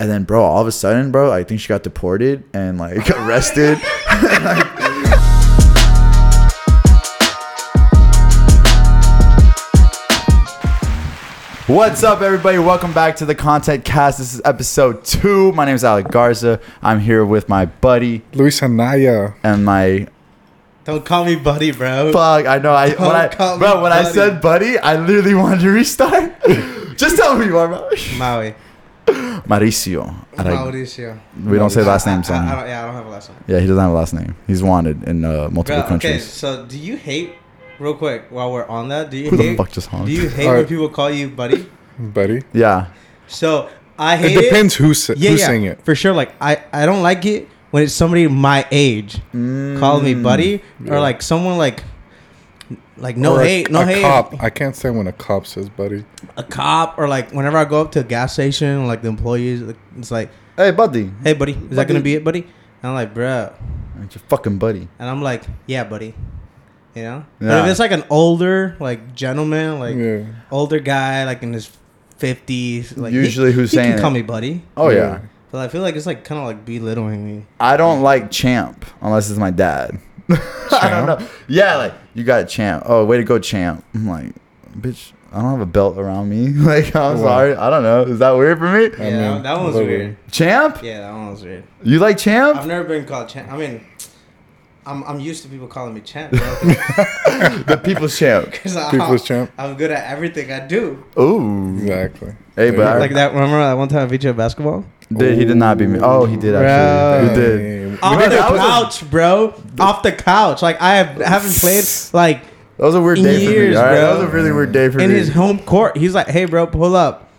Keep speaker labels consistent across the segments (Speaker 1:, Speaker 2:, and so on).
Speaker 1: And then, bro, all of a sudden, bro, I think she got deported and like arrested. What's up, everybody? Welcome back to the Content Cast. This is episode two. My name is Alec Garza. I'm here with my buddy
Speaker 2: Luis Anaya.
Speaker 1: and my
Speaker 3: Don't call me buddy, bro.
Speaker 1: Fuck, I know. I when
Speaker 3: Don't
Speaker 1: I
Speaker 3: call me
Speaker 1: bro, when I
Speaker 3: buddy.
Speaker 1: said buddy, I literally wanted to restart. Just tell me you are, bro.
Speaker 3: Maui.
Speaker 1: Mauricio. I don't-
Speaker 3: Mauricio.
Speaker 1: we don't say last
Speaker 3: I- I-
Speaker 1: names. on
Speaker 3: I, I
Speaker 1: here.
Speaker 3: don't, yeah, I don't have a last name.
Speaker 1: Yeah, he doesn't have a last name. He's wanted in uh,
Speaker 3: Bro,
Speaker 1: multiple
Speaker 3: okay,
Speaker 1: countries.
Speaker 3: so do you hate, real quick, while we're on that, do you
Speaker 1: Who the
Speaker 3: hate,
Speaker 1: fuck just honked?
Speaker 3: do you hate
Speaker 2: Alright.
Speaker 3: when people call you buddy?
Speaker 2: buddy.
Speaker 1: Yeah.
Speaker 3: So I
Speaker 2: It
Speaker 3: hate
Speaker 2: depends who sa-
Speaker 3: Yeah,
Speaker 2: who's
Speaker 3: yeah,
Speaker 2: saying it.
Speaker 3: For sure. Like, I, I don't like it when it's somebody my age call me
Speaker 1: Mm.
Speaker 3: buddy
Speaker 2: Yeah.
Speaker 3: or like someone like, like no
Speaker 2: Or a-
Speaker 3: hate, no
Speaker 2: a
Speaker 3: hate.
Speaker 2: Cop. I can't stand when a cop says buddy.
Speaker 3: A cop or like whenever I go up to a gas station, like the employees, it's like,
Speaker 1: Hey, buddy.
Speaker 3: hey, buddy, is that
Speaker 1: Buddy.
Speaker 3: going to be it, buddy? And I'm like, bro.
Speaker 1: It's your fucking buddy.
Speaker 3: And I'm like, yeah, buddy. You know? But
Speaker 1: Yeah.
Speaker 3: if it's like an older, like gentleman, like
Speaker 2: yeah.
Speaker 3: older guy, like in his fifties, like he-
Speaker 1: Usually who's
Speaker 3: he can
Speaker 1: saying
Speaker 3: call
Speaker 1: it.
Speaker 3: me buddy.
Speaker 1: Oh yeah.
Speaker 2: Yeah.
Speaker 3: But I feel like it's like kind of like belittling me.
Speaker 1: I don't like champ unless it's my dad. I don't know. Yeah, like you got a champ. Oh, way to go, champ. I'm like, bitch. I don't have a belt around me. Like, I'm
Speaker 2: Wow.
Speaker 1: sorry. I don't know. Is that weird for me?
Speaker 2: I
Speaker 3: yeah, that-
Speaker 2: mean,
Speaker 3: that one's
Speaker 2: literally.
Speaker 3: weird.
Speaker 1: Champ?
Speaker 3: Yeah, that one was weird.
Speaker 1: You like champ?
Speaker 3: I've never been called champ. I mean, I'm I'm used to people calling me champ, bro.
Speaker 1: the people's champ.
Speaker 3: 'Cause I-
Speaker 2: People's champ.
Speaker 3: I'm good at everything I do.
Speaker 1: Ooh.
Speaker 2: Exactly.
Speaker 1: Hey,
Speaker 2: There
Speaker 1: but
Speaker 2: you
Speaker 1: I-
Speaker 2: go.
Speaker 3: Like that. Remember that one time I beat you at basketball?
Speaker 1: Dude, he did not beat me. Oh, he did actually. He
Speaker 3: Bro.
Speaker 1: did.
Speaker 2: Hey,
Speaker 3: Off
Speaker 1: know,
Speaker 3: the
Speaker 1: that was a-
Speaker 3: couch, bro. Off the couch. Like I have, haven't played like
Speaker 1: That was a weird
Speaker 3: In
Speaker 1: day for me.
Speaker 3: years,
Speaker 1: All right? That
Speaker 3: bro.
Speaker 1: was a really weird day for
Speaker 3: in
Speaker 1: me.
Speaker 3: his home court. He's like, "Hey, bro, pull up,"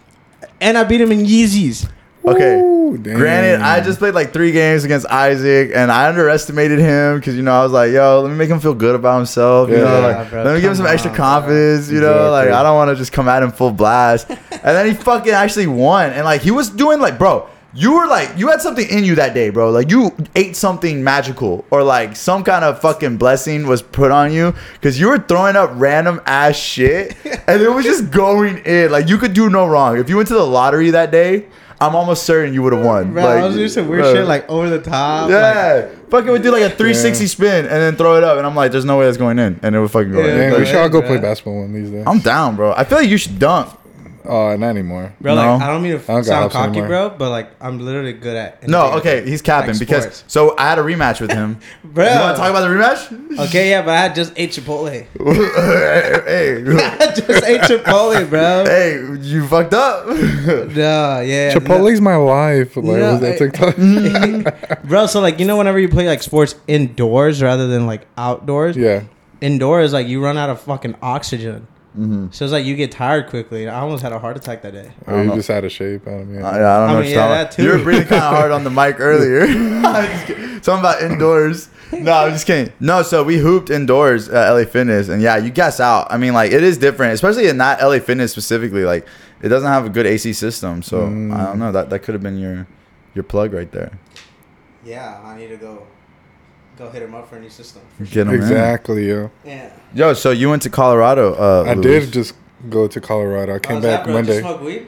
Speaker 3: and I beat him in Yeezys.
Speaker 1: okay.
Speaker 2: Ooh, damn.
Speaker 1: Granted, I just played like three games against Isaac, and I underestimated him because you know I was like, "Yo, let me make him feel good about himself. You
Speaker 2: Yeah.
Speaker 1: know,
Speaker 3: Yeah,
Speaker 1: like,
Speaker 3: bro,
Speaker 1: let me give him some
Speaker 3: come
Speaker 1: extra
Speaker 3: on, bro.
Speaker 1: confidence. You know, like
Speaker 2: Exactly.
Speaker 1: I don't want to just come at him full blast." and then he fucking actually won, and like he was doing like, bro. You were like you had something in you that day, bro. Like you ate something magical, or like some kind of fucking blessing was put on you, because you were throwing up random ass shit, and it was just going in. Like you could do no wrong. If you went to the lottery that day, I'm almost certain you would have won.
Speaker 3: Bro, I was doing some weird
Speaker 1: bro.
Speaker 3: shit, like over the top. like-
Speaker 1: yeah, fucking would do like a 360 spin and then throw it up, and I'm like, there's no way that's going in, and it would fucking go
Speaker 3: Yeah,
Speaker 1: in.
Speaker 2: Damn,
Speaker 1: Like,
Speaker 2: we should all go play
Speaker 3: Yeah.
Speaker 2: basketball one of these days.
Speaker 1: I'm down, bro. I feel like you should dunk.
Speaker 2: Oh, not anymore.
Speaker 3: bro,
Speaker 1: No.
Speaker 3: like I don't mean to
Speaker 2: I don't got
Speaker 3: sound
Speaker 2: hops
Speaker 3: cocky,
Speaker 2: anymore.
Speaker 3: bro, but like I'm literally good at. anything.
Speaker 1: No, okay, he's capping
Speaker 3: Like
Speaker 1: because
Speaker 3: sports.
Speaker 1: so I had a rematch with him.
Speaker 3: Bro.
Speaker 1: you want to talk about the rematch?
Speaker 3: Okay, yeah, but I just ate Chipotle.
Speaker 1: hey, hey,
Speaker 3: I just ate Chipotle, bro.
Speaker 1: hey, you fucked up. Uh,
Speaker 3: No, yeah, no.
Speaker 2: Chipotle's my life. Like,
Speaker 3: No,
Speaker 2: was that
Speaker 3: I-
Speaker 2: TikTok?
Speaker 3: bro. So like, you know, whenever you play like sports indoors rather than like outdoors,
Speaker 2: yeah.
Speaker 3: indoors like you run out of fucking oxygen.
Speaker 1: Mm-hmm.
Speaker 3: So it's like you get tired quickly. I almost had a heart attack that day.
Speaker 2: Or you just out of shape. I don't
Speaker 1: I,
Speaker 2: know.
Speaker 1: I don't know.
Speaker 3: I
Speaker 1: what
Speaker 3: mean,
Speaker 1: you're
Speaker 3: yeah,
Speaker 1: talking
Speaker 3: that
Speaker 1: about.
Speaker 3: too.
Speaker 1: You were breathing kind of hard on the mic earlier. I'm just kidding. Talking about indoors. No, I'm just kidding. No, so we hooped indoors at LA Fitness, and yeah, you guess out. I mean, like it is different, especially in not LA Fitness specifically. Like it doesn't have a good AC system, so
Speaker 3: Mm.
Speaker 1: I don't know. That that could have been your your plug right there.
Speaker 3: Yeah, I need to go go hit him up for a new system.
Speaker 1: Get 'em in.
Speaker 2: exactly, yo.
Speaker 3: Yeah.
Speaker 1: Yo, so you went to Colorado? Uh,
Speaker 2: I
Speaker 1: Luis.
Speaker 2: did just go to Colorado. I came back Monday.
Speaker 3: weed?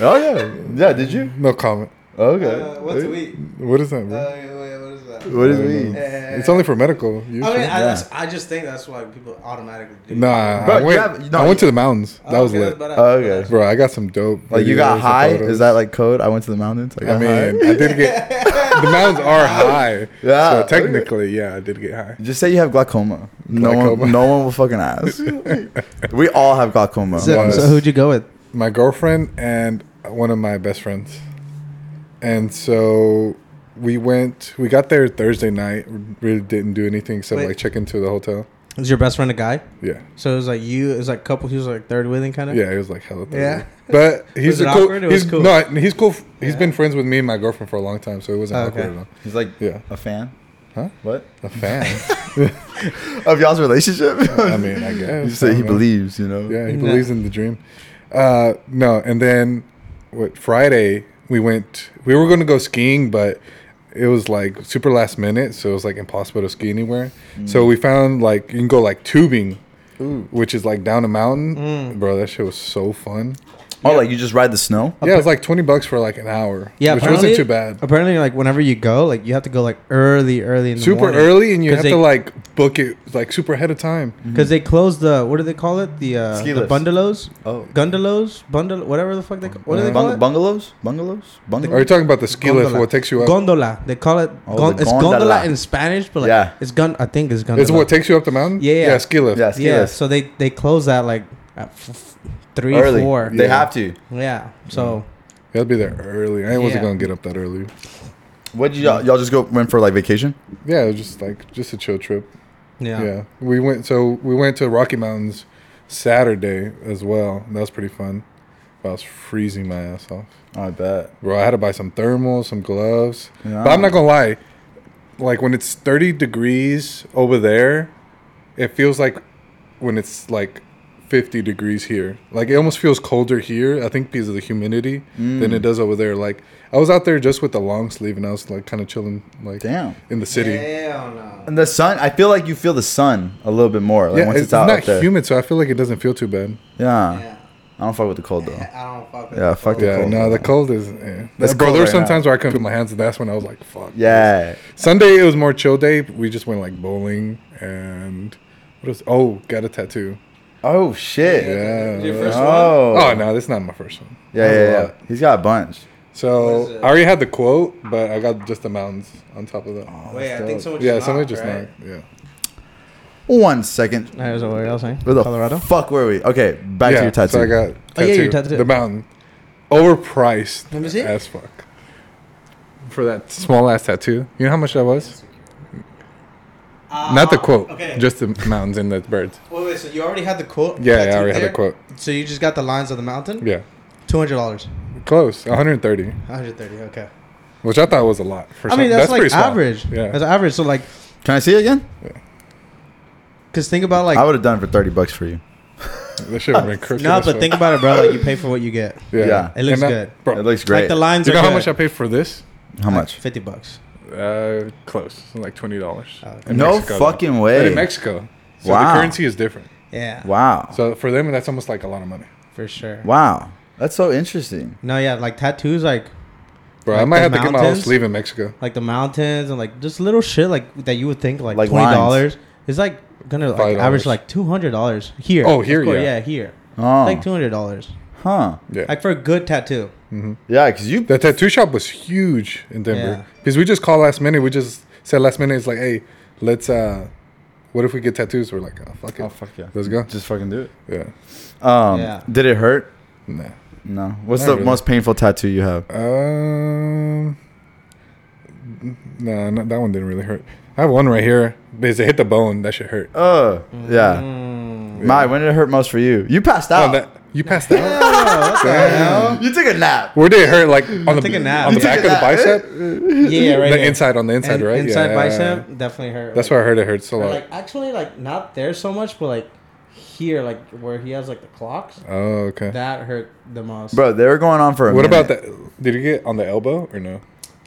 Speaker 1: Oh yeah, yeah. Did you? Oh,
Speaker 2: No comment.
Speaker 1: Okay.
Speaker 3: Uh, what's weed?
Speaker 2: What is that, bro?
Speaker 3: what is that?
Speaker 1: what is
Speaker 2: I don't
Speaker 1: we?
Speaker 2: know. Mm-hmm. It's only for medical. You
Speaker 3: Uh, I mean,
Speaker 2: sure?
Speaker 3: I,
Speaker 1: Yeah.
Speaker 3: I just think that's why people automatically do. it.
Speaker 2: Nah,
Speaker 1: Bro,
Speaker 2: I
Speaker 1: you
Speaker 2: went,
Speaker 1: have- no,
Speaker 2: I went
Speaker 1: you-
Speaker 2: to the mountains.
Speaker 3: Oh,
Speaker 2: That was
Speaker 3: okay,
Speaker 2: lit.
Speaker 3: but uh, I-
Speaker 1: Okay.
Speaker 2: Bro, I got some dope.
Speaker 1: Like you
Speaker 2: videos
Speaker 1: got
Speaker 2: and
Speaker 1: high?
Speaker 2: photos.
Speaker 1: Is that like code? I went to the mountains.
Speaker 2: I
Speaker 1: got
Speaker 2: mean,
Speaker 1: high?
Speaker 2: I did get. the mountains are high.
Speaker 1: Yeah.
Speaker 2: So technically, yeah, I did get high.
Speaker 1: Just say you have glaucoma. No
Speaker 2: Glaucoma.
Speaker 1: one, no one will fucking ask. we all have glaucoma.
Speaker 3: So,
Speaker 2: Nice.
Speaker 3: so who'd you go with?
Speaker 2: My girlfriend and one of my best friends. And so we went, we got there Thursday night. Really didn't do anything except
Speaker 3: Wait.
Speaker 2: like check into the hotel.
Speaker 3: Is your best friend a guy?
Speaker 2: Yeah.
Speaker 3: So it was like you, it was like couple, he was like third wheeling kind of?
Speaker 2: Yeah, he was like hella. Thursday.
Speaker 3: Yeah.
Speaker 2: But he's
Speaker 3: Was it
Speaker 2: a cool.
Speaker 3: awkward? It was
Speaker 2: He's
Speaker 3: cool.
Speaker 2: No, he's cool. f- He's
Speaker 3: Yeah.
Speaker 2: been friends with me and my girlfriend for a long time, so it wasn't
Speaker 3: Oh,
Speaker 2: awkward
Speaker 3: okay.
Speaker 2: at all.
Speaker 1: He's like
Speaker 2: Yeah.
Speaker 1: a fan.
Speaker 2: Huh?
Speaker 1: What?
Speaker 2: A fan.
Speaker 1: Of y'all's relationship?
Speaker 2: I mean, I guess.
Speaker 1: you say
Speaker 2: I
Speaker 1: he
Speaker 2: don't know.
Speaker 1: believes, you know?
Speaker 2: Yeah, he
Speaker 3: No.
Speaker 2: believes in the dream. Uh, no, and then what? Friday we went. We were going to go skiing, but it was like super last minute, so it was like impossible to ski anywhere.
Speaker 3: Mm.
Speaker 2: So we found like you
Speaker 3: Mm.
Speaker 2: can go like tubing, which is like down a mountain. Bro, that shit was so fun.
Speaker 1: Oh, like you just ride the snow?
Speaker 2: Yeah, it was like twenty bucks for like an hour.
Speaker 3: Yeah,
Speaker 2: which wasn't
Speaker 3: apparently-
Speaker 2: too bad.
Speaker 3: Apparently, like whenever you go, like you have to go like early, early in the
Speaker 2: Super
Speaker 3: morning.
Speaker 2: early, and you
Speaker 3: 'Cause
Speaker 2: have
Speaker 3: they-
Speaker 2: to like book it like super ahead of time.
Speaker 3: because they close the what do they call it? The uh,
Speaker 1: Ski
Speaker 3: the
Speaker 1: lifts.
Speaker 3: bundalos,
Speaker 1: Oh.
Speaker 3: gundalos, bundle, whatever the fuck they ca- what do they call
Speaker 1: Bung-
Speaker 3: it?
Speaker 1: bungalows? Bungalows?
Speaker 2: Are you
Speaker 1: Bungalows?
Speaker 2: talking about the ski lift?
Speaker 3: Gondola.
Speaker 2: What takes you up?
Speaker 3: gondola. They call it
Speaker 1: Oh,
Speaker 3: gon-
Speaker 1: the
Speaker 3: it's gondola
Speaker 1: gondola.
Speaker 3: in Spanish, but like
Speaker 1: Yeah.
Speaker 3: it's gun. I think it's gondola.
Speaker 2: It's what takes you up the mountain.
Speaker 3: Yeah, yeah.
Speaker 2: yeah, ski lift.
Speaker 1: Yeah, ski
Speaker 3: yeah.
Speaker 1: lifts.
Speaker 3: So they they close that like at f- f- three
Speaker 1: Early.
Speaker 3: four.
Speaker 1: They
Speaker 2: Yeah.
Speaker 1: have to.
Speaker 3: Yeah. So
Speaker 2: I'd be there early. I wasn't
Speaker 3: Yeah.
Speaker 2: gonna get up that early.
Speaker 1: What did y'all, y'all just go went for like vacation?
Speaker 2: Yeah, it was just like just a chill trip.
Speaker 3: yeah.
Speaker 2: Yeah. we went. So we went to Rocky Mountains Saturday as well. That was pretty fun. But I was freezing my ass off,
Speaker 1: I bet.
Speaker 2: bro. I had to buy some thermals, some gloves.
Speaker 1: Yeah.
Speaker 2: But I'm not gonna lie, like when it's 30 degrees over there, it feels like when it's like 50 degrees here. Like it almost feels colder here. I think because of the humidity than
Speaker 1: Mm.
Speaker 2: it does over there. Like I was out there just with the long sleeve and I was like kind of chilling, like
Speaker 1: Damn.
Speaker 2: in the city.
Speaker 3: Hell no.
Speaker 1: And the sun, I feel like you feel the sun a little bit more. Like
Speaker 2: Yeah,
Speaker 1: once
Speaker 2: it's,
Speaker 1: it's, out,
Speaker 2: not
Speaker 1: out there.
Speaker 2: humid, so I feel like it doesn't feel too bad.
Speaker 1: Yeah. I don't fuck with the cold though.
Speaker 3: I don't fuck.
Speaker 1: Yeah, fuck that.
Speaker 2: Yeah,
Speaker 1: cold.
Speaker 2: no, the cold is. Eh.
Speaker 1: It's
Speaker 2: bro,
Speaker 1: cold
Speaker 2: there were
Speaker 1: right
Speaker 2: some
Speaker 1: now.
Speaker 2: times where I couldn't put my hands, and that's when I was like, "Fuck."
Speaker 1: Yeah.
Speaker 2: Sunday it was more chill day. We just went like bowling and what else? Oh, got a tattoo.
Speaker 1: Oh shit.
Speaker 2: Yeah.
Speaker 3: Your first one?
Speaker 1: oh.
Speaker 2: Oh no, that's not my first one.
Speaker 1: Yeah,
Speaker 2: That was
Speaker 1: yeah,
Speaker 2: a
Speaker 1: yeah.
Speaker 2: lot.
Speaker 1: He's got a bunch.
Speaker 2: So
Speaker 3: What is it?
Speaker 2: I already had the quote, but I got just the mountains on top of that.
Speaker 1: Oh.
Speaker 3: Wait, I think someone.
Speaker 2: yeah,
Speaker 3: just
Speaker 2: somebody
Speaker 3: knocked,
Speaker 2: just
Speaker 3: right?
Speaker 2: knocked. Yeah.
Speaker 1: One second.
Speaker 3: That was what I was saying.
Speaker 1: Where the
Speaker 3: Colorado.
Speaker 1: fuck were we? Okay, back
Speaker 2: yeah,
Speaker 1: to your tattoo.
Speaker 2: So I got tattoo.
Speaker 3: Oh, yeah, your tattoo.
Speaker 2: The mountain. Overpriced
Speaker 3: Let me see.
Speaker 2: as fuck. For that small ass tattoo. You know how much that was? Not the quote.
Speaker 3: Okay.
Speaker 2: Just the mountains and the birds.
Speaker 3: Uh, Wait, wait. So you already had the quote?
Speaker 2: Yeah, yeah, I
Speaker 3: tattooed
Speaker 2: already had
Speaker 3: there?
Speaker 2: the quote.
Speaker 3: So you just got the lines of the mountain.
Speaker 2: Yeah.
Speaker 3: Two hundred dollars.
Speaker 2: Close. 130.
Speaker 3: One hundred thirty. Okay.
Speaker 2: Which I thought was a lot. For
Speaker 3: I
Speaker 2: something-
Speaker 3: mean that's, like
Speaker 2: pretty small.
Speaker 3: average.
Speaker 2: Yeah.
Speaker 3: That's average. So like,
Speaker 1: Can I see it again?
Speaker 3: cause think about like.
Speaker 1: I would have done it for thirty bucks for you.
Speaker 2: That shit would have been crooked.
Speaker 3: No,
Speaker 2: as
Speaker 3: but
Speaker 2: fuck.
Speaker 3: think about it, bro. Like you pay for what you get.
Speaker 1: Yeah.
Speaker 3: It looks
Speaker 2: And I-
Speaker 3: good.
Speaker 2: bro,
Speaker 1: It looks
Speaker 3: Like
Speaker 1: great.
Speaker 3: the lines.
Speaker 2: you
Speaker 3: are
Speaker 2: know how
Speaker 3: good.
Speaker 2: much I paid for this?
Speaker 1: How much?
Speaker 3: Fifty bucks.
Speaker 2: Uh, close, like twenty dollars.
Speaker 3: Oh, okay.
Speaker 1: No fucking
Speaker 2: But in
Speaker 1: way.
Speaker 2: Mexico, so
Speaker 1: Wow.
Speaker 2: the currency is different.
Speaker 3: Yeah.
Speaker 1: Wow.
Speaker 2: So for them, that's almost like a lot of money.
Speaker 3: For sure.
Speaker 1: Wow. That's so interesting.
Speaker 3: No, yeah, like tattoos, like
Speaker 2: Bro, I
Speaker 3: Like
Speaker 2: might
Speaker 3: the
Speaker 2: have to get my whole
Speaker 3: mountains?
Speaker 2: sleeve in Mexico.
Speaker 3: like the mountains and like just little shit like that you would think like,
Speaker 1: Like
Speaker 3: twenty
Speaker 1: lines.
Speaker 3: dollars. It's like gonna like
Speaker 2: $5.
Speaker 3: average like two hundred dollars here.
Speaker 2: Oh,
Speaker 3: Of
Speaker 2: here,
Speaker 3: course,
Speaker 2: yeah.
Speaker 3: yeah, here.
Speaker 1: Oh.
Speaker 3: Like two hundred dollars,
Speaker 1: Huh.
Speaker 2: Yeah,
Speaker 3: like for a good tattoo.
Speaker 1: Yeah, because you
Speaker 2: the tattoo shop was huge in Denver
Speaker 3: Yeah.
Speaker 2: because we just called last minute. We just said last minute, it's like, hey, let's. uh What if we get tattoos? We're like, oh fuck it,
Speaker 1: Oh fuck yeah.
Speaker 2: let's go.
Speaker 1: Just fucking do it.
Speaker 2: Yeah,
Speaker 1: Um
Speaker 3: Yeah.
Speaker 1: did it hurt?
Speaker 2: nah.
Speaker 1: No. What's
Speaker 2: Not
Speaker 1: the
Speaker 2: really.
Speaker 1: most painful tattoo you have?
Speaker 2: Um, no, not, that one didn't really hurt. I have one right here. Because it hit the bone. That shit hurt.
Speaker 1: Oh, yeah.
Speaker 3: Mm.
Speaker 1: My, when did it hurt most for you? You passed out.
Speaker 2: Oh, that, Mm. you passed out.
Speaker 3: Oh, Yeah,
Speaker 1: you took a nap.
Speaker 2: Where did it hurt? Like on the
Speaker 3: Take a nap.
Speaker 2: on the
Speaker 1: a
Speaker 2: back
Speaker 3: Take
Speaker 2: of the
Speaker 1: nap.
Speaker 2: bicep,
Speaker 3: yeah, right.
Speaker 2: the
Speaker 3: here.
Speaker 2: inside on the inside,
Speaker 3: In-
Speaker 2: right?
Speaker 3: Inside
Speaker 2: Yeah.
Speaker 3: bicep definitely hurt.
Speaker 2: That's where I heard it hurts a
Speaker 3: Or,
Speaker 2: lot.
Speaker 3: Like actually, like not there so much, but like here, like where he has like the clocks,
Speaker 2: oh, okay.
Speaker 3: that hurt the most.
Speaker 1: Bro, they were going on for a
Speaker 2: What
Speaker 1: minute.
Speaker 2: about that? Did you get on the elbow or no?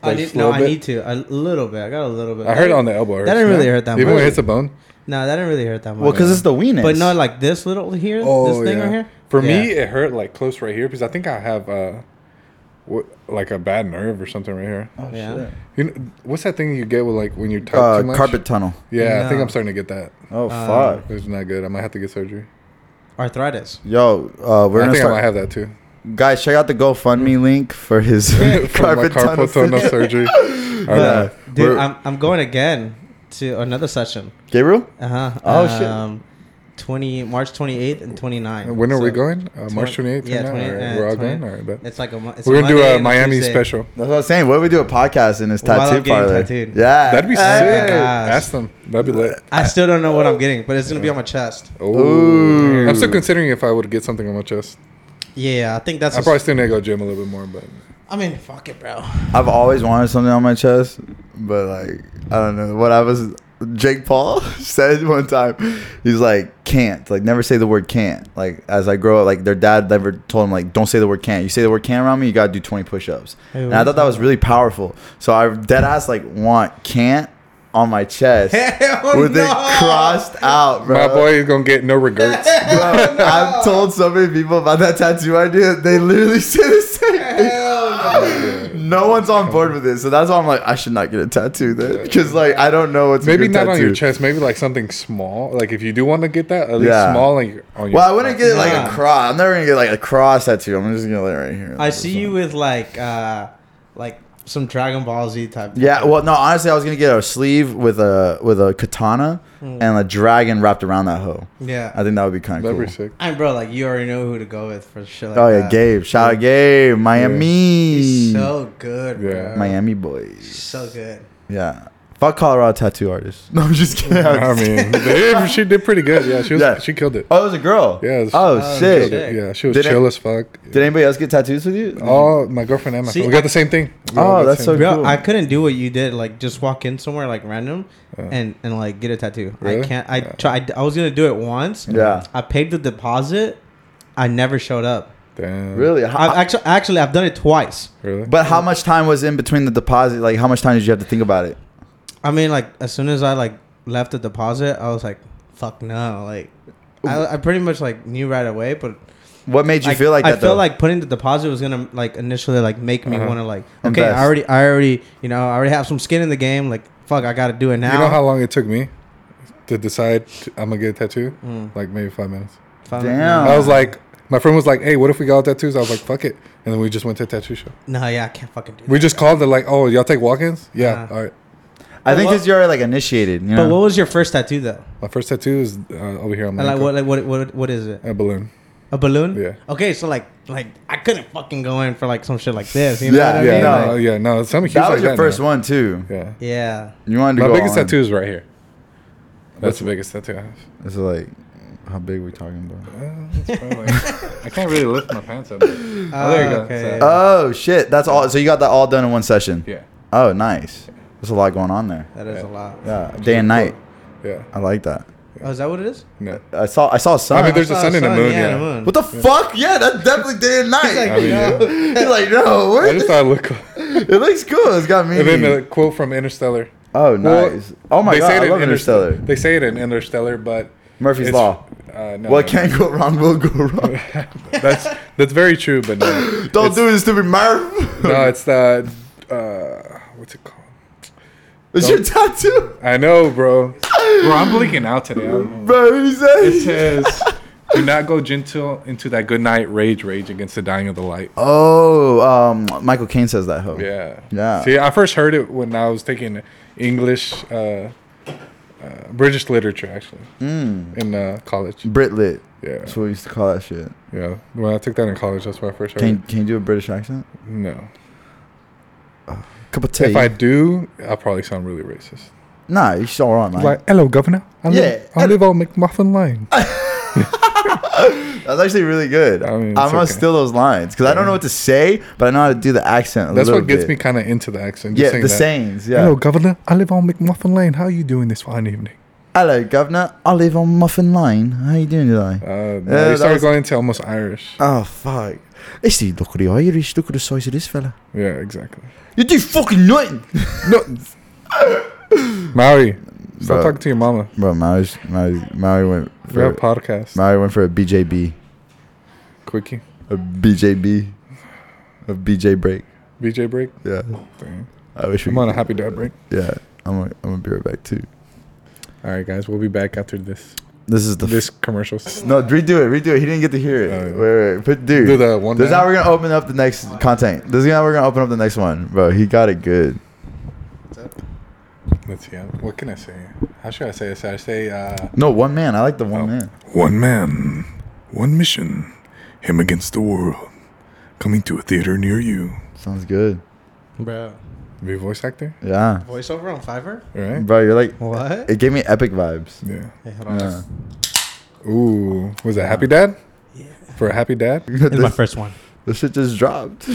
Speaker 3: I
Speaker 2: Like,
Speaker 3: need
Speaker 2: just a
Speaker 3: no.
Speaker 2: little
Speaker 3: I
Speaker 2: bit?
Speaker 3: need to a little bit. I got a little bit.
Speaker 2: I heard on the elbow. Hurts,
Speaker 3: didn't really
Speaker 2: no?
Speaker 3: hurt that
Speaker 2: Even when
Speaker 3: much.
Speaker 2: it hits a bone.
Speaker 3: No, that didn't really hurt that much.
Speaker 1: Well, because it's the weenus.
Speaker 3: but no, like this little here, this thing right here.
Speaker 2: Oh, For
Speaker 3: Yeah.
Speaker 2: me, it hurt like close right here because I think I have uh, what, like a bad nerve or something right here.
Speaker 1: Oh,
Speaker 3: Yeah.
Speaker 1: shit.
Speaker 2: You know, what's that thing you get with like when you type too
Speaker 1: Uh,
Speaker 2: much?
Speaker 1: carpet tunnel.
Speaker 2: Yeah, I think
Speaker 3: No.
Speaker 2: I'm starting to get that.
Speaker 1: Oh
Speaker 3: Uh,
Speaker 1: fuck.
Speaker 2: It's not good. I might have to get surgery.
Speaker 3: arthritis.
Speaker 1: Yo, uh, we're gonna
Speaker 2: I think I
Speaker 1: start.
Speaker 2: might have that too.
Speaker 1: Guys, check out the GoFundMe
Speaker 3: Mm.
Speaker 1: link for his
Speaker 2: For my
Speaker 1: carpet tunnel.
Speaker 2: carpal tunnel
Speaker 1: surgery.
Speaker 2: surgery. I
Speaker 3: But,
Speaker 2: know.
Speaker 3: dude,
Speaker 1: We're-
Speaker 3: I'm, I'm going again to another session.
Speaker 1: Gabriel,
Speaker 3: Uh huh.
Speaker 1: Oh, shit.
Speaker 3: shit. Twenty March twenty eighth and 29.
Speaker 2: When are we
Speaker 3: So,
Speaker 2: going? Uh, March 28th?
Speaker 3: Yeah,
Speaker 2: 29th?
Speaker 3: 28th.
Speaker 2: All right,
Speaker 3: uh,
Speaker 2: We're all
Speaker 3: 20
Speaker 2: going? All right, bet.
Speaker 3: It's like a. mo- It's
Speaker 2: We're
Speaker 3: a
Speaker 2: going to do
Speaker 3: Monday
Speaker 2: a
Speaker 3: and
Speaker 2: Miami
Speaker 3: Tuesday.
Speaker 2: special.
Speaker 1: that's what I'm saying. What if we do a podcast in this
Speaker 3: While I'm
Speaker 1: tattoo
Speaker 3: getting
Speaker 1: parlor?
Speaker 3: tattooed.
Speaker 1: Yeah,
Speaker 2: That'd be sick.
Speaker 1: Hey.
Speaker 3: Oh, gosh.
Speaker 2: Ask them. That'd be lit.
Speaker 3: I still don't know what I'm getting, but it's gonna be on my chest.
Speaker 2: Ooh. I'm still considering if I would get something on my chest.
Speaker 3: Yeah, I think that's.
Speaker 2: I
Speaker 3: what's-
Speaker 2: probably still need to go gym a little bit more, but
Speaker 3: I mean, fuck it, bro.
Speaker 1: I've always wanted something on my chest, but like I don't know what I was. Jake Paul said one time, he's like can't like never say the word can't. Like as I grow up, like their dad never told him like don't say the word can't. You say the word can't around me, you gotta do twenty push-ups.
Speaker 3: Hey,
Speaker 1: and
Speaker 3: what
Speaker 1: I
Speaker 3: are
Speaker 1: thought that was really powerful. So I dead ass like want can't on my chest
Speaker 3: Hell
Speaker 1: with it
Speaker 3: no.
Speaker 1: crossed out, bro.
Speaker 2: My boy is gonna get no regrets.
Speaker 1: Bro, I've told so many people about that tattoo idea. They literally say the same thing. No one's on board with it, so that's why I'm like, I should not get a tattoo then, because like I don't know what's a
Speaker 2: Maybe
Speaker 1: good
Speaker 2: not on your
Speaker 1: tattoo.
Speaker 2: chest. Maybe like something small. Like if you do want to get that, at least
Speaker 1: Yeah.
Speaker 2: small like on your.
Speaker 1: Well, I wouldn't get it like
Speaker 3: Nah.
Speaker 1: a cross. I'm never gonna get like a cross tattoo. I'm just gonna lay it right here.
Speaker 3: I see you with like uh like some Dragon Ball Z type.
Speaker 1: Yeah, well, no, honestly, I was gonna get a sleeve with a with a katana
Speaker 2: Hmm.
Speaker 1: and a dragon wrapped around that hoe.
Speaker 3: Yeah.
Speaker 1: I think that would be kind of
Speaker 2: That'd
Speaker 1: cool.
Speaker 2: be sick.
Speaker 3: And bro, like you already know who to go with for shit like
Speaker 1: Oh yeah,
Speaker 3: that.
Speaker 1: Gabe! Shout out Gabe, Miami,
Speaker 3: He's so good, bro.
Speaker 2: Yeah.
Speaker 1: Miami boys.
Speaker 3: He's so good.
Speaker 1: Yeah. Fuck Colorado tattoo artists. No, I'm just kidding.
Speaker 2: I mean, they- she did pretty good. Yeah, she was,
Speaker 1: Yeah.
Speaker 2: she killed it.
Speaker 1: Oh, it was a girl.
Speaker 2: Yeah, it was-
Speaker 1: oh
Speaker 3: Oh,
Speaker 1: shit.
Speaker 3: shit.
Speaker 2: Yeah, she was
Speaker 1: Did it- Mm-hmm.
Speaker 2: chill as fuck.
Speaker 1: Did anybody else get tattoos with you?
Speaker 2: Oh, my girlfriend and my
Speaker 3: See,
Speaker 2: we got
Speaker 3: I-
Speaker 2: the same thing. We
Speaker 1: Oh,
Speaker 2: all got the
Speaker 1: that's
Speaker 2: same
Speaker 1: so
Speaker 2: thing.
Speaker 1: good.
Speaker 3: Bro,
Speaker 1: Cool.
Speaker 3: I couldn't do what you did, like just walk in somewhere like random and and like get a tattoo.
Speaker 2: Really?
Speaker 3: I can't. I tried. I was gonna do it once.
Speaker 1: Yeah.
Speaker 3: I paid the deposit. I never showed up.
Speaker 2: Damn.
Speaker 1: Really? How,
Speaker 3: I've actually actually I've done it twice.
Speaker 2: Really?
Speaker 1: but how much time was in between the deposit? Like, how much time did you have to think about it?
Speaker 3: I mean, like as soon as I like left the deposit, I was like, "Fuck no!" Like, I, I pretty much like knew right away. But
Speaker 1: What made you
Speaker 3: like,
Speaker 1: feel like
Speaker 3: I
Speaker 1: that?
Speaker 3: felt
Speaker 1: though?
Speaker 3: like putting the deposit was gonna like initially like make me
Speaker 2: Uh-huh.
Speaker 3: want to like, okay,
Speaker 1: Invest.
Speaker 3: I already, I already, you know, I already have some skin in the game. Like, fuck, I gotta do it now.
Speaker 2: you know how long it took me to decide I'm gonna get a tattoo?
Speaker 3: Mm.
Speaker 2: Like maybe five minutes.
Speaker 3: If I'm-
Speaker 1: Damn.
Speaker 2: I was like, my friend was like, "Hey, what if we got all tattoos?" I was like, "Fuck it," and then we just went to a tattoo shop.
Speaker 3: No, yeah, I can't fucking do.
Speaker 2: We
Speaker 3: that.
Speaker 2: just called it like, "Oh, y'all take walk-ins?" Yeah,
Speaker 3: Uh-huh.
Speaker 2: all right.
Speaker 1: I think
Speaker 3: But
Speaker 1: because you're like initiated. You know?
Speaker 3: But what was your first tattoo though?
Speaker 2: My first tattoo is uh, over here on my
Speaker 3: And like
Speaker 2: ankle.
Speaker 3: what, like what, what, what is it?
Speaker 2: a balloon.
Speaker 3: A balloon?
Speaker 2: Yeah.
Speaker 3: Okay, so like, like I couldn't fucking go in for like some shit like this. You know
Speaker 1: Yeah,
Speaker 3: what I
Speaker 2: Yeah,
Speaker 3: mean?
Speaker 2: no,
Speaker 3: Like,
Speaker 2: yeah, no. Something huge
Speaker 1: that
Speaker 2: like
Speaker 1: was your
Speaker 2: that
Speaker 1: first
Speaker 2: now.
Speaker 1: one too.
Speaker 2: Yeah,
Speaker 3: yeah.
Speaker 1: You wanted to
Speaker 2: my
Speaker 1: go
Speaker 2: biggest
Speaker 1: all in.
Speaker 2: tattoo is right here. That's the biggest tattoo I have.
Speaker 1: It's like, how big we talking about?
Speaker 3: Oh,
Speaker 2: I can't really lift my pants up. Oh, there you go.
Speaker 3: okay.
Speaker 2: So-
Speaker 1: Oh shit! That's all. So you got that all done in one session.
Speaker 2: yeah,
Speaker 1: Oh, nice. There's a lot going on there.
Speaker 3: That is a lot.
Speaker 1: Yeah, day and night.
Speaker 2: yeah.
Speaker 1: I like that.
Speaker 3: Oh, is that what it is?
Speaker 2: No.
Speaker 1: I saw. I saw a sun.
Speaker 2: I mean, there's a
Speaker 3: Oh,
Speaker 2: sun and a moon. Yeah.
Speaker 3: and a moon.
Speaker 1: What the fuck? Yeah, that's definitely day and night.
Speaker 2: I mean, yeah.
Speaker 1: He's like, no, what?
Speaker 2: I just thought it looked cool.
Speaker 1: it looks cool. It's got me.
Speaker 2: And then the quote from Interstellar.
Speaker 1: oh,
Speaker 2: Well,
Speaker 1: nice. oh my
Speaker 2: they
Speaker 1: god,
Speaker 2: say it
Speaker 1: I
Speaker 2: in
Speaker 1: love Interstellar.
Speaker 2: They say it in Interstellar, but
Speaker 1: Murphy's
Speaker 2: it's-
Speaker 1: Law.
Speaker 2: Uh, no,
Speaker 1: What
Speaker 2: no,
Speaker 1: can't go wrong will go wrong.
Speaker 2: That's that's very true, but no.
Speaker 1: Don't
Speaker 2: it's,
Speaker 1: do this, stupid Murph.
Speaker 2: No, it's the uh, what's it called?
Speaker 1: it's your tattoo,
Speaker 2: I know, bro. Bro, I'm blinking out today. I don't know.
Speaker 1: bro. What he
Speaker 2: It
Speaker 1: say?
Speaker 2: says, "Do not go gentle into that good night rage, rage against the dying of the light."
Speaker 1: Oh, um, Michael Caine says that. Ho.
Speaker 2: Yeah.
Speaker 1: Yeah.
Speaker 2: See, I first heard it when I was taking English, uh, uh, British literature, actually,
Speaker 1: Hmm.
Speaker 2: in uh, college.
Speaker 1: Britlit.
Speaker 2: Yeah.
Speaker 1: That's what we used to call that shit.
Speaker 2: Yeah. When I took that in college, that's where I first heard
Speaker 1: Can Can you do a British accent?
Speaker 2: it. No.
Speaker 1: Cup of tea.
Speaker 2: If I do, I'll probably sound really racist.
Speaker 1: nah, you're still wrong, man.
Speaker 2: Like, hello, governor. I live,
Speaker 1: Yeah.
Speaker 2: I live on McMuffin Lane.
Speaker 1: That's actually really good. I
Speaker 2: I mean, it's
Speaker 1: am gonna
Speaker 2: okay.
Speaker 1: steal those lines because I don't know what to say, but I know how to do the accent. A
Speaker 2: That's
Speaker 1: little
Speaker 2: what gets
Speaker 1: bit.
Speaker 2: me kind of into the accent. just
Speaker 1: Yeah, the
Speaker 2: saying that.
Speaker 1: sayings. Yeah.
Speaker 2: Hello, governor. I live on McMuffin Lane. How are you doing this fine evening?
Speaker 1: Hello, Governor. I live on Muffin Lane. How you doing today?
Speaker 2: Uh, no,
Speaker 1: Yeah,
Speaker 2: you
Speaker 1: that
Speaker 2: started
Speaker 1: was-
Speaker 2: going into almost Irish.
Speaker 1: Oh fuck! It's the look at the Irish. Look at the size of this fella.
Speaker 2: Yeah, exactly.
Speaker 1: You do fucking nothing,
Speaker 2: No. Maui, stop
Speaker 1: Bro.
Speaker 2: talking to your mama.
Speaker 1: bro. Mao's, Mao's, Maui went
Speaker 2: We have
Speaker 1: for
Speaker 2: a podcast.
Speaker 1: Maui went for a BJB,
Speaker 2: Quickie.
Speaker 1: a BJB, a BJ break.
Speaker 2: BJ break.
Speaker 1: Yeah,
Speaker 2: Dang.
Speaker 1: I wish we.
Speaker 2: I'm on a happy dad break.
Speaker 1: yeah, I'm. Gonna, I'm gonna be right back too.
Speaker 2: All right, guys, we'll be back after this.
Speaker 1: This is the.
Speaker 2: This commercials.
Speaker 1: no, redo it. Redo it. He didn't get to hear it.
Speaker 2: Oh, yeah.
Speaker 1: Wait, wait, put dude.
Speaker 2: Do the one.
Speaker 1: This is how
Speaker 2: man.
Speaker 1: we're gonna open up the next content. This is how we're gonna open up the next one, bro. He got it good.
Speaker 2: Let's see. uh, What can I say? How should I say this? I say uh,
Speaker 1: No, one man. I like the one
Speaker 2: Oh.
Speaker 1: man.
Speaker 4: One man, one mission, him against the world. Coming to a theater near you.
Speaker 1: Sounds good.
Speaker 3: Bro,
Speaker 2: be a voice actor.
Speaker 1: Yeah,
Speaker 3: voiceover on Fiverr?
Speaker 2: All right.
Speaker 1: bro. You're like,
Speaker 3: What?
Speaker 1: it gave me epic vibes.
Speaker 2: Yeah.
Speaker 3: Hey, hold on.
Speaker 1: Yeah.
Speaker 2: Ooh, was that
Speaker 3: Uh,
Speaker 2: happy dad? Yeah. For a happy dad.
Speaker 3: This is my
Speaker 1: this,
Speaker 3: first one.
Speaker 1: this shit just dropped.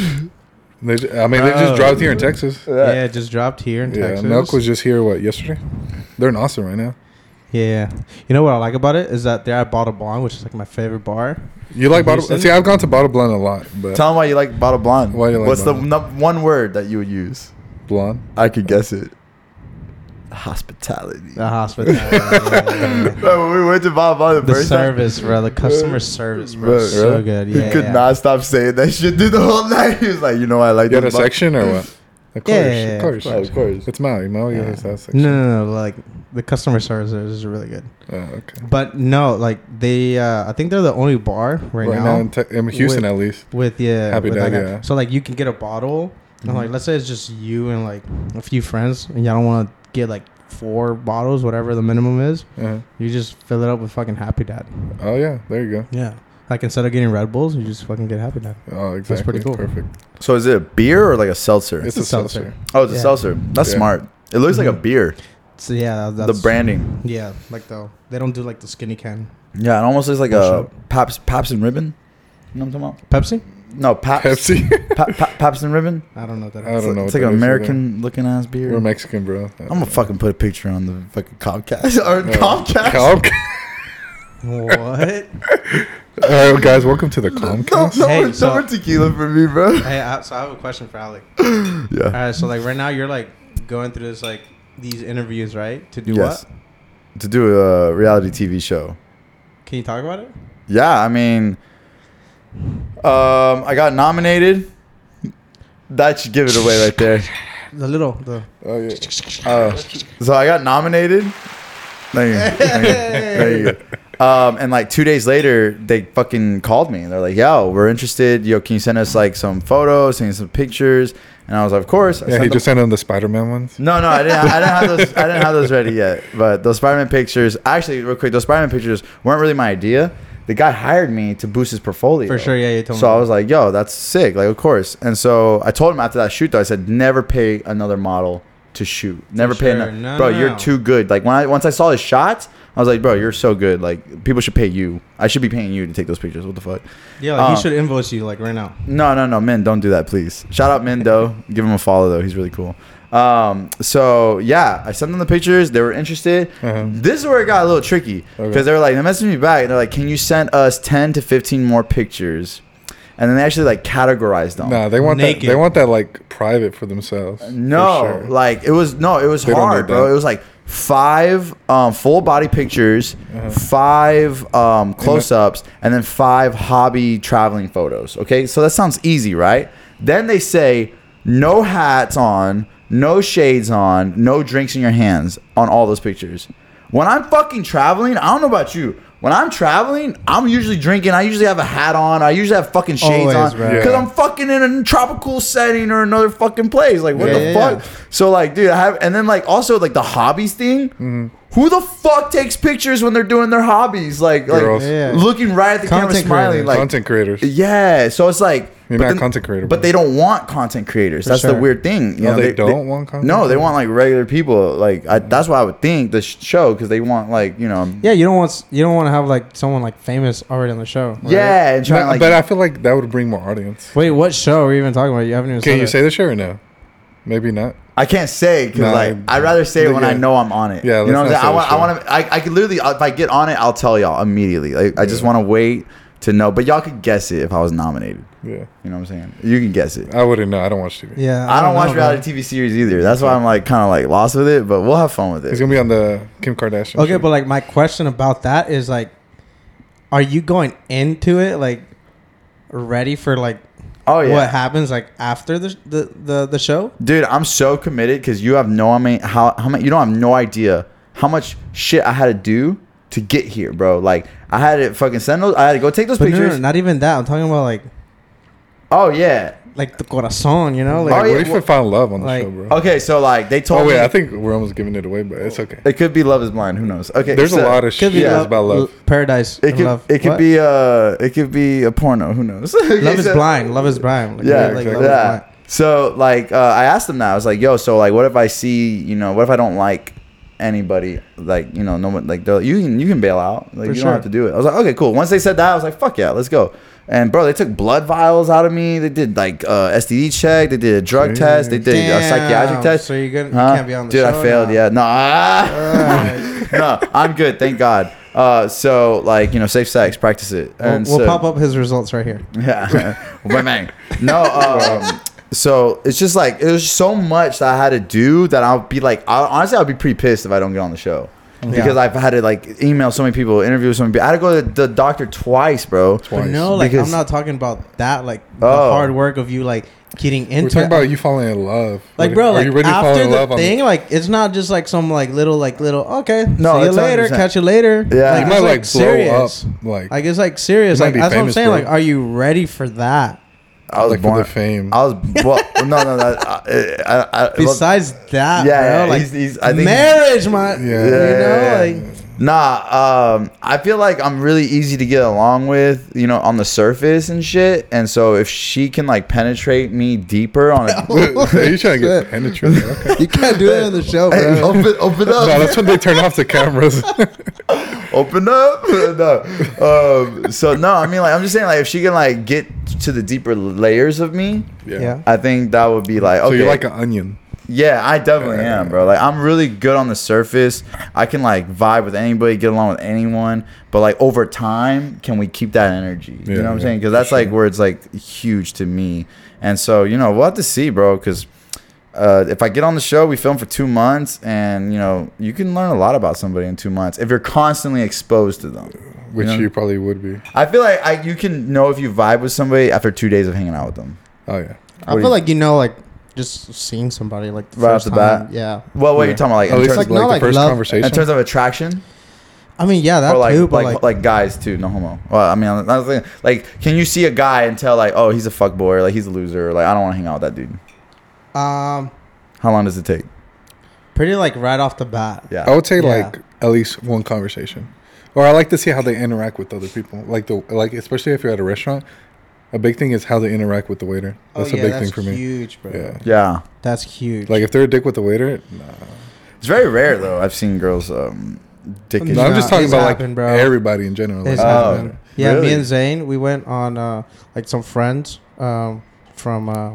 Speaker 2: They ju- I mean, they just
Speaker 3: Oh.
Speaker 2: dropped here in Texas.
Speaker 3: Yeah, it just dropped here in
Speaker 2: Yeah,
Speaker 3: Texas.
Speaker 2: Nelk was just here. What yesterday? They're in Austin right now.
Speaker 3: yeah. You know what I like about it is that there I bought a blonde, which is like my favorite bar.
Speaker 2: You like bottle?
Speaker 3: Houston?
Speaker 2: See, I've gone to Bottle Blonde a lot, but
Speaker 1: Tell him why you like bottle blonde.
Speaker 2: Why you like
Speaker 1: What's
Speaker 2: Bottle
Speaker 1: the num- one word that you would use?
Speaker 2: blonde.
Speaker 1: I could guess it. hospitality.
Speaker 3: The hospital. the
Speaker 1: Bro, when we went to Bob Marley the, first time,
Speaker 3: service, bro. The customer service, bro.
Speaker 1: Bro,
Speaker 3: So
Speaker 1: really?
Speaker 3: good.
Speaker 1: he
Speaker 3: Yeah.
Speaker 1: could
Speaker 3: yeah.
Speaker 1: not stop saying that shit through the whole night. He was like, you know, I like
Speaker 2: You had a
Speaker 1: this Bob-
Speaker 2: section or what? Of course,
Speaker 3: Yeah, yeah, yeah,
Speaker 2: of
Speaker 3: of
Speaker 2: course,
Speaker 1: course. Of course.
Speaker 2: It's Maui. Maui
Speaker 3: Yeah.
Speaker 2: has that section.
Speaker 3: No, no, no. Like the customer service is really good.
Speaker 2: Oh, okay.
Speaker 3: But no, like they, uh, I think they're the only bar right,
Speaker 2: Right, now, in, te- in Houston,
Speaker 3: with-
Speaker 2: at least.
Speaker 3: with yeah, Mm-hmm.
Speaker 2: Happy
Speaker 3: with
Speaker 2: Dog,
Speaker 3: like a-
Speaker 2: yeah.
Speaker 3: So like you can get a bottle, and like let's say it's just you and like a few friends, and y'all don't want to get like four bottles, whatever the minimum is.
Speaker 2: Uh-huh.
Speaker 3: You just fill it up with fucking Happy Dad.
Speaker 2: Oh yeah, there you go.
Speaker 3: Yeah. Like instead of getting Red Bulls, you just fucking get Happy Dad.
Speaker 2: Oh, exactly.
Speaker 3: pretty cool.
Speaker 2: Perfect.
Speaker 1: So is it a beer or like a seltzer?
Speaker 2: It's,
Speaker 3: a
Speaker 2: a seltzer.
Speaker 1: oh, it's a
Speaker 3: yeah.
Speaker 1: seltzer. That's
Speaker 2: Yeah.
Speaker 1: smart. It looks like a
Speaker 3: Mhm.
Speaker 1: beer.
Speaker 3: So yeah, that- that's
Speaker 1: the branding.
Speaker 3: Yeah, like though they don't do like the skinny can
Speaker 1: Yeah, it almost looks like a
Speaker 3: Bullshit.
Speaker 1: Paps Paps and Ribbon. You know what I'm talking
Speaker 3: Pepsi.
Speaker 1: about? No, Paps
Speaker 2: Pepsi.
Speaker 1: Pa- Pa- Paps and Ribbon.
Speaker 3: I don't know what that.
Speaker 2: I
Speaker 3: Is.
Speaker 1: It's
Speaker 2: don't
Speaker 1: like-
Speaker 2: know.
Speaker 1: It's
Speaker 2: what
Speaker 1: like an
Speaker 2: that is either.
Speaker 1: American looking ass beer.
Speaker 2: We're Mexican, bro.
Speaker 1: I'm gonna fucking put a picture on the fucking Comcast or
Speaker 2: Uh,
Speaker 1: Comcast.
Speaker 2: Comcast.
Speaker 3: what?
Speaker 2: All right, guys, welcome to the
Speaker 1: No,
Speaker 2: Comcast.
Speaker 1: no,
Speaker 3: Hey,
Speaker 1: more- no
Speaker 3: so-
Speaker 1: more tequila for me, bro.
Speaker 3: hey, I, so I have a question for Alec. All
Speaker 1: Yeah.
Speaker 3: right, so like right now you're like going through this like these interviews, right? To do
Speaker 1: Yes.
Speaker 3: what?
Speaker 1: To do a reality TV show.
Speaker 3: Can you talk about it?
Speaker 1: Yeah, I mean, um, I got nominated. That should give it away right there.
Speaker 3: The little the
Speaker 2: Oh yeah.
Speaker 1: Uh, so I got nominated. Thank you. Thank you. Thank you. Um, and like two days later, they fucking called me. They're like, "Yo, we're interested. Yo, can you send us like some photos, send us some pictures?" And I was like, "Of course." I
Speaker 2: Yeah,
Speaker 1: sent
Speaker 2: he
Speaker 1: them-
Speaker 2: just sent him the Spider-Man ones.
Speaker 1: No, no, I didn't. I didn't have those. I didn't have those ready yet. But those Spider-Man pictures, actually, real quick, those Spider-Man pictures weren't really my idea. The guy hired me to boost his portfolio.
Speaker 3: for sure. Yeah, you told me.
Speaker 1: So I was like, "Yo, that's sick!" Like, of course. And so I told him after that shoot, though, I said, "Never pay another model to shoot. Never pay,
Speaker 3: sure.
Speaker 1: another
Speaker 3: No,
Speaker 1: bro.
Speaker 3: no,
Speaker 1: You're
Speaker 3: no.
Speaker 1: too good. Like when I once I saw his shots, I was like, bro, you're so good. Like people should pay you. I should be paying you to take those pictures. What the fuck?
Speaker 3: yeah, like,
Speaker 1: uh,
Speaker 3: he should invoice you like right now.
Speaker 1: No, no, no, Min, don't do that, please. Shout out Mindo. Give him a follow though. He's really cool. Um, so yeah, I sent them the pictures. They were interested.
Speaker 2: Uh-huh.
Speaker 1: This is where it got a little tricky because
Speaker 2: Okay.
Speaker 1: they were like, they messaged me back. And they're like, can you send us ten to fifteen more pictures? And then they actually like categorized them.
Speaker 2: Nah, they want that.
Speaker 3: Naked.
Speaker 2: They want that like private for themselves. for
Speaker 1: No,
Speaker 2: sure.
Speaker 1: like it was no, it was
Speaker 2: They don't
Speaker 1: hard,
Speaker 2: need
Speaker 1: bro.
Speaker 2: that.
Speaker 1: It was like five um, full body pictures,
Speaker 2: Uh-huh.
Speaker 1: five um, close ups, and then five hobby traveling photos. Okay, so that sounds easy, right? Then they say no hats on, no shades on, no drinks in your hands on all those pictures. When I'm fucking traveling, I don't know about you. When I'm traveling, I'm usually drinking. I usually have a hat on. I usually have fucking shades
Speaker 3: Always,
Speaker 1: on
Speaker 3: bro.
Speaker 1: because
Speaker 2: Yeah.
Speaker 1: I'm fucking in a tropical setting or another fucking place. Like, what
Speaker 3: Yeah,
Speaker 1: the
Speaker 3: yeah,
Speaker 1: fuck?
Speaker 3: yeah.
Speaker 1: So, like, dude, I have, and then like also like the hobbies thing.
Speaker 2: Mm-hmm.
Speaker 1: Who the fuck takes pictures when they're doing their hobbies? Like,
Speaker 2: Girls.
Speaker 1: like
Speaker 3: Yeah.
Speaker 1: looking right at the camera,
Speaker 3: Content
Speaker 1: smiling.
Speaker 3: creators.
Speaker 1: Like,
Speaker 2: Content creators.
Speaker 1: yeah. So it's like
Speaker 2: You're
Speaker 1: but
Speaker 2: not a content creator,
Speaker 1: but
Speaker 2: bro.
Speaker 1: they don't want content creators. that's the
Speaker 3: sure.
Speaker 1: weird thing. You
Speaker 2: Oh, they don't want content
Speaker 1: No, they want like regular people. Like, I, that's why I would think the sh- show because they want like you know.
Speaker 3: Yeah, you don't want s- you don't want to have like someone like famous already on the show. right?
Speaker 1: Yeah, and trying
Speaker 2: No,
Speaker 1: like
Speaker 2: but I feel like that would bring more audience.
Speaker 3: Wait, what show are we even talking about? You haven't even.
Speaker 2: Can
Speaker 3: said
Speaker 2: you
Speaker 3: it.
Speaker 2: say the show or no? Maybe not.
Speaker 1: I can't say because
Speaker 2: Nah,
Speaker 1: like I'd rather say it when I
Speaker 2: yeah.
Speaker 1: know I'm on it.
Speaker 2: Yeah,
Speaker 1: you know what I'm saying. I
Speaker 2: let's not
Speaker 1: want,
Speaker 2: say
Speaker 1: I
Speaker 2: the
Speaker 1: want to. I, I could literally if I get on it, I'll tell y'all immediately. Like I just want to wait to know. But y'all could guess it if I was nominated.
Speaker 2: Yeah,
Speaker 1: You know what I'm saying? You can guess it.
Speaker 2: I wouldn't know. I don't watch TV.
Speaker 3: Yeah,
Speaker 1: I, don't, watch
Speaker 3: know, bro.
Speaker 1: reality TV series either. That's why I'm like kind of like lost with it. But we'll have fun with
Speaker 2: He's
Speaker 1: it.
Speaker 2: gonna be on the Kim Kardashian.
Speaker 3: Okay,
Speaker 2: show.
Speaker 3: but like my question about that is like, are you going into it like ready for like
Speaker 1: Oh yeah,
Speaker 3: what happens like after the the the, the show?
Speaker 1: dude, I'm so committed because you have no I mean how how many you don't have no idea how much shit I had to do to get here, bro. Like I had to fucking send those. I had to go take those
Speaker 3: But no, no,
Speaker 1: pictures.
Speaker 3: no, not even that. I'm talking about like
Speaker 1: Oh yeah.
Speaker 3: like the corazon, you know,
Speaker 1: Oh,
Speaker 2: Like,
Speaker 3: like
Speaker 1: yeah, oh,
Speaker 2: what if I found love on the
Speaker 3: like-
Speaker 2: show, bro?
Speaker 1: Okay, so like they told
Speaker 2: Oh wait,
Speaker 1: me.
Speaker 2: I think we're almost giving it away, but it's okay.
Speaker 1: It could be Love Is Blind. Who knows? Okay,
Speaker 2: There's a
Speaker 1: so-
Speaker 2: lot of shit
Speaker 1: be
Speaker 2: that's
Speaker 1: love-
Speaker 2: about love.
Speaker 3: paradise.
Speaker 1: It could
Speaker 3: love.
Speaker 1: it could
Speaker 3: What?
Speaker 1: be uh it could be a porno. Who knows? Okay,
Speaker 3: love is
Speaker 1: so-
Speaker 3: blind. Love is blind. Like,
Speaker 1: Yeah,
Speaker 3: like,
Speaker 2: exactly.
Speaker 3: love is
Speaker 1: yeah.
Speaker 3: blind.
Speaker 1: So like uh, I asked them that. I was like, yo, so like, what if I see you know, what if I don't like anybody? Like you know, no one like they're like, you can you can bail out. Like
Speaker 3: For
Speaker 1: you
Speaker 3: sure.
Speaker 1: don't have to do it. I was like, okay, cool. Once they said that, I was like, fuck yeah, let's go. And bro, they took blood vials out of me. They did like uh, STD check. They did a drug test. They did a psychiatric
Speaker 3: Damn,
Speaker 1: test.
Speaker 3: So you're gonna,
Speaker 1: Huh?
Speaker 3: you can't be on the
Speaker 1: Dude,
Speaker 3: show.
Speaker 1: I failed.
Speaker 3: now.
Speaker 1: Yeah, no, ah.
Speaker 3: Alright.
Speaker 1: no, I'm good. Thank God. Uh, so like you know, safe sex, practice it,
Speaker 3: We'll,
Speaker 1: and
Speaker 3: we'll
Speaker 1: so,
Speaker 3: pop up his results right here.
Speaker 1: Yeah, Bang, bang. No, um, so it's just like there's so much that I had to do that I'll be like I, honestly I'll be pretty pissed if I don't get on the show because I've had to like email so many people, interview so many people. I had to go to the doctor twice, bro.
Speaker 3: But
Speaker 2: Twice.
Speaker 3: no, like
Speaker 1: Because-
Speaker 3: I'm not talking about that. Like the
Speaker 1: Oh.
Speaker 3: hard work of you like getting into
Speaker 2: We're talking
Speaker 3: it.
Speaker 2: about you falling in love.
Speaker 3: like
Speaker 2: What-
Speaker 3: bro,
Speaker 2: are
Speaker 3: like
Speaker 2: you ready to fall
Speaker 3: after
Speaker 2: in
Speaker 3: the
Speaker 2: love on the-
Speaker 3: thing, like it's not just like some like little like little okay,
Speaker 1: No,
Speaker 3: see you
Speaker 1: it's
Speaker 3: later,
Speaker 1: 100%.
Speaker 3: catch you later.
Speaker 1: Yeah.
Speaker 2: you
Speaker 1: it's
Speaker 2: might
Speaker 3: it's,
Speaker 2: like blow
Speaker 3: serious.
Speaker 2: up, like,
Speaker 3: Like it's like serious.
Speaker 2: You might
Speaker 3: Like
Speaker 2: be
Speaker 3: that's what I'm
Speaker 2: famous,
Speaker 3: saying.
Speaker 2: bro.
Speaker 3: Like, are you ready for that?
Speaker 1: I was
Speaker 2: like
Speaker 1: born.
Speaker 2: for the fame.
Speaker 1: I was well, no, no, no. I, I, I,
Speaker 3: Besides that,
Speaker 1: Yeah,
Speaker 3: bro,
Speaker 1: yeah,
Speaker 3: like
Speaker 1: he's- he's- I think-
Speaker 3: marriage, my
Speaker 2: Yeah.
Speaker 3: you
Speaker 1: Yeah,
Speaker 3: know,
Speaker 1: yeah,
Speaker 3: like
Speaker 1: Nah, um, I feel like I'm really easy to get along with, you know, on the surface and shit. And so if she can like penetrate me deeper on a
Speaker 2: You're trying to get penetrated. Okay.
Speaker 3: you can't do that on the show, bro.
Speaker 1: Hey, open, open
Speaker 2: No,
Speaker 1: up,
Speaker 2: that's when they turn off the cameras.
Speaker 1: open up. no. Um, so no, I mean, like, I'm just saying, like, if she can like get to the deeper layers of me,
Speaker 3: Yeah.
Speaker 1: I think that would be like,
Speaker 2: So
Speaker 1: okay,
Speaker 2: you're like an onion.
Speaker 1: yeah, I definitely am, bro. Like, I'm really good on the surface. I can like vibe with anybody, get along with anyone, but like over time, can we keep that energy? you
Speaker 2: Yeah,
Speaker 1: know what I'm
Speaker 2: yeah,
Speaker 1: saying? Because that's like where it's like huge to me. And so, you know, we'll have to see, bro. Because uh, if I get on the show, we film for two months, and you know, you can learn a lot about somebody in two months if you're constantly exposed to them.
Speaker 2: Which
Speaker 1: Yeah.
Speaker 2: you probably would be.
Speaker 1: I feel like I, you can know if you vibe with somebody after two days of hanging out with them.
Speaker 2: Oh yeah.
Speaker 3: I feel like you know, like just seeing somebody like the
Speaker 1: Right off
Speaker 3: first
Speaker 1: the
Speaker 3: time.
Speaker 1: bat?
Speaker 3: Yeah,
Speaker 1: Well, what are
Speaker 2: Yeah.
Speaker 1: you talking about? Like,
Speaker 2: At
Speaker 1: in
Speaker 2: least
Speaker 1: terms,
Speaker 2: like,
Speaker 3: like,
Speaker 2: like
Speaker 3: not
Speaker 2: the
Speaker 3: like
Speaker 2: first
Speaker 3: love-
Speaker 1: in
Speaker 2: conversation.
Speaker 1: terms of attraction.
Speaker 3: I mean, yeah, that
Speaker 1: or like
Speaker 3: too, but
Speaker 1: like,
Speaker 3: like,
Speaker 1: like guys too. No homo. Well, I mean, I was thinking, like, can you see a guy and tell like, oh, he's a fuck boy, or like he's a loser, or like I don't want to hang out with that dude.
Speaker 3: um,
Speaker 1: How long does it take?
Speaker 3: pretty like right off the bat.
Speaker 1: Yeah.
Speaker 2: I would say
Speaker 3: Yeah.
Speaker 2: like at least one conversation, or I like to see how they interact with other people. Like the like especially if you're at a restaurant, a big thing is how they interact with the waiter. That's
Speaker 3: oh, yeah,
Speaker 2: a big
Speaker 3: that's
Speaker 2: thing for me.
Speaker 3: Huge, bro.
Speaker 2: Yeah,
Speaker 1: yeah.
Speaker 3: That's huge.
Speaker 2: like if they're a dick with the waiter,
Speaker 1: It's very rare though. I've seen girls um, dick.
Speaker 2: no, I'm just
Speaker 3: Nah,
Speaker 2: talking
Speaker 3: it's
Speaker 2: about
Speaker 3: happened,
Speaker 2: like
Speaker 3: bro.
Speaker 2: everybody in general. Like,
Speaker 3: It's
Speaker 1: Oh,
Speaker 3: happened. yeah,
Speaker 1: really?
Speaker 3: me and Zane, we went on uh, like some friends um, from uh,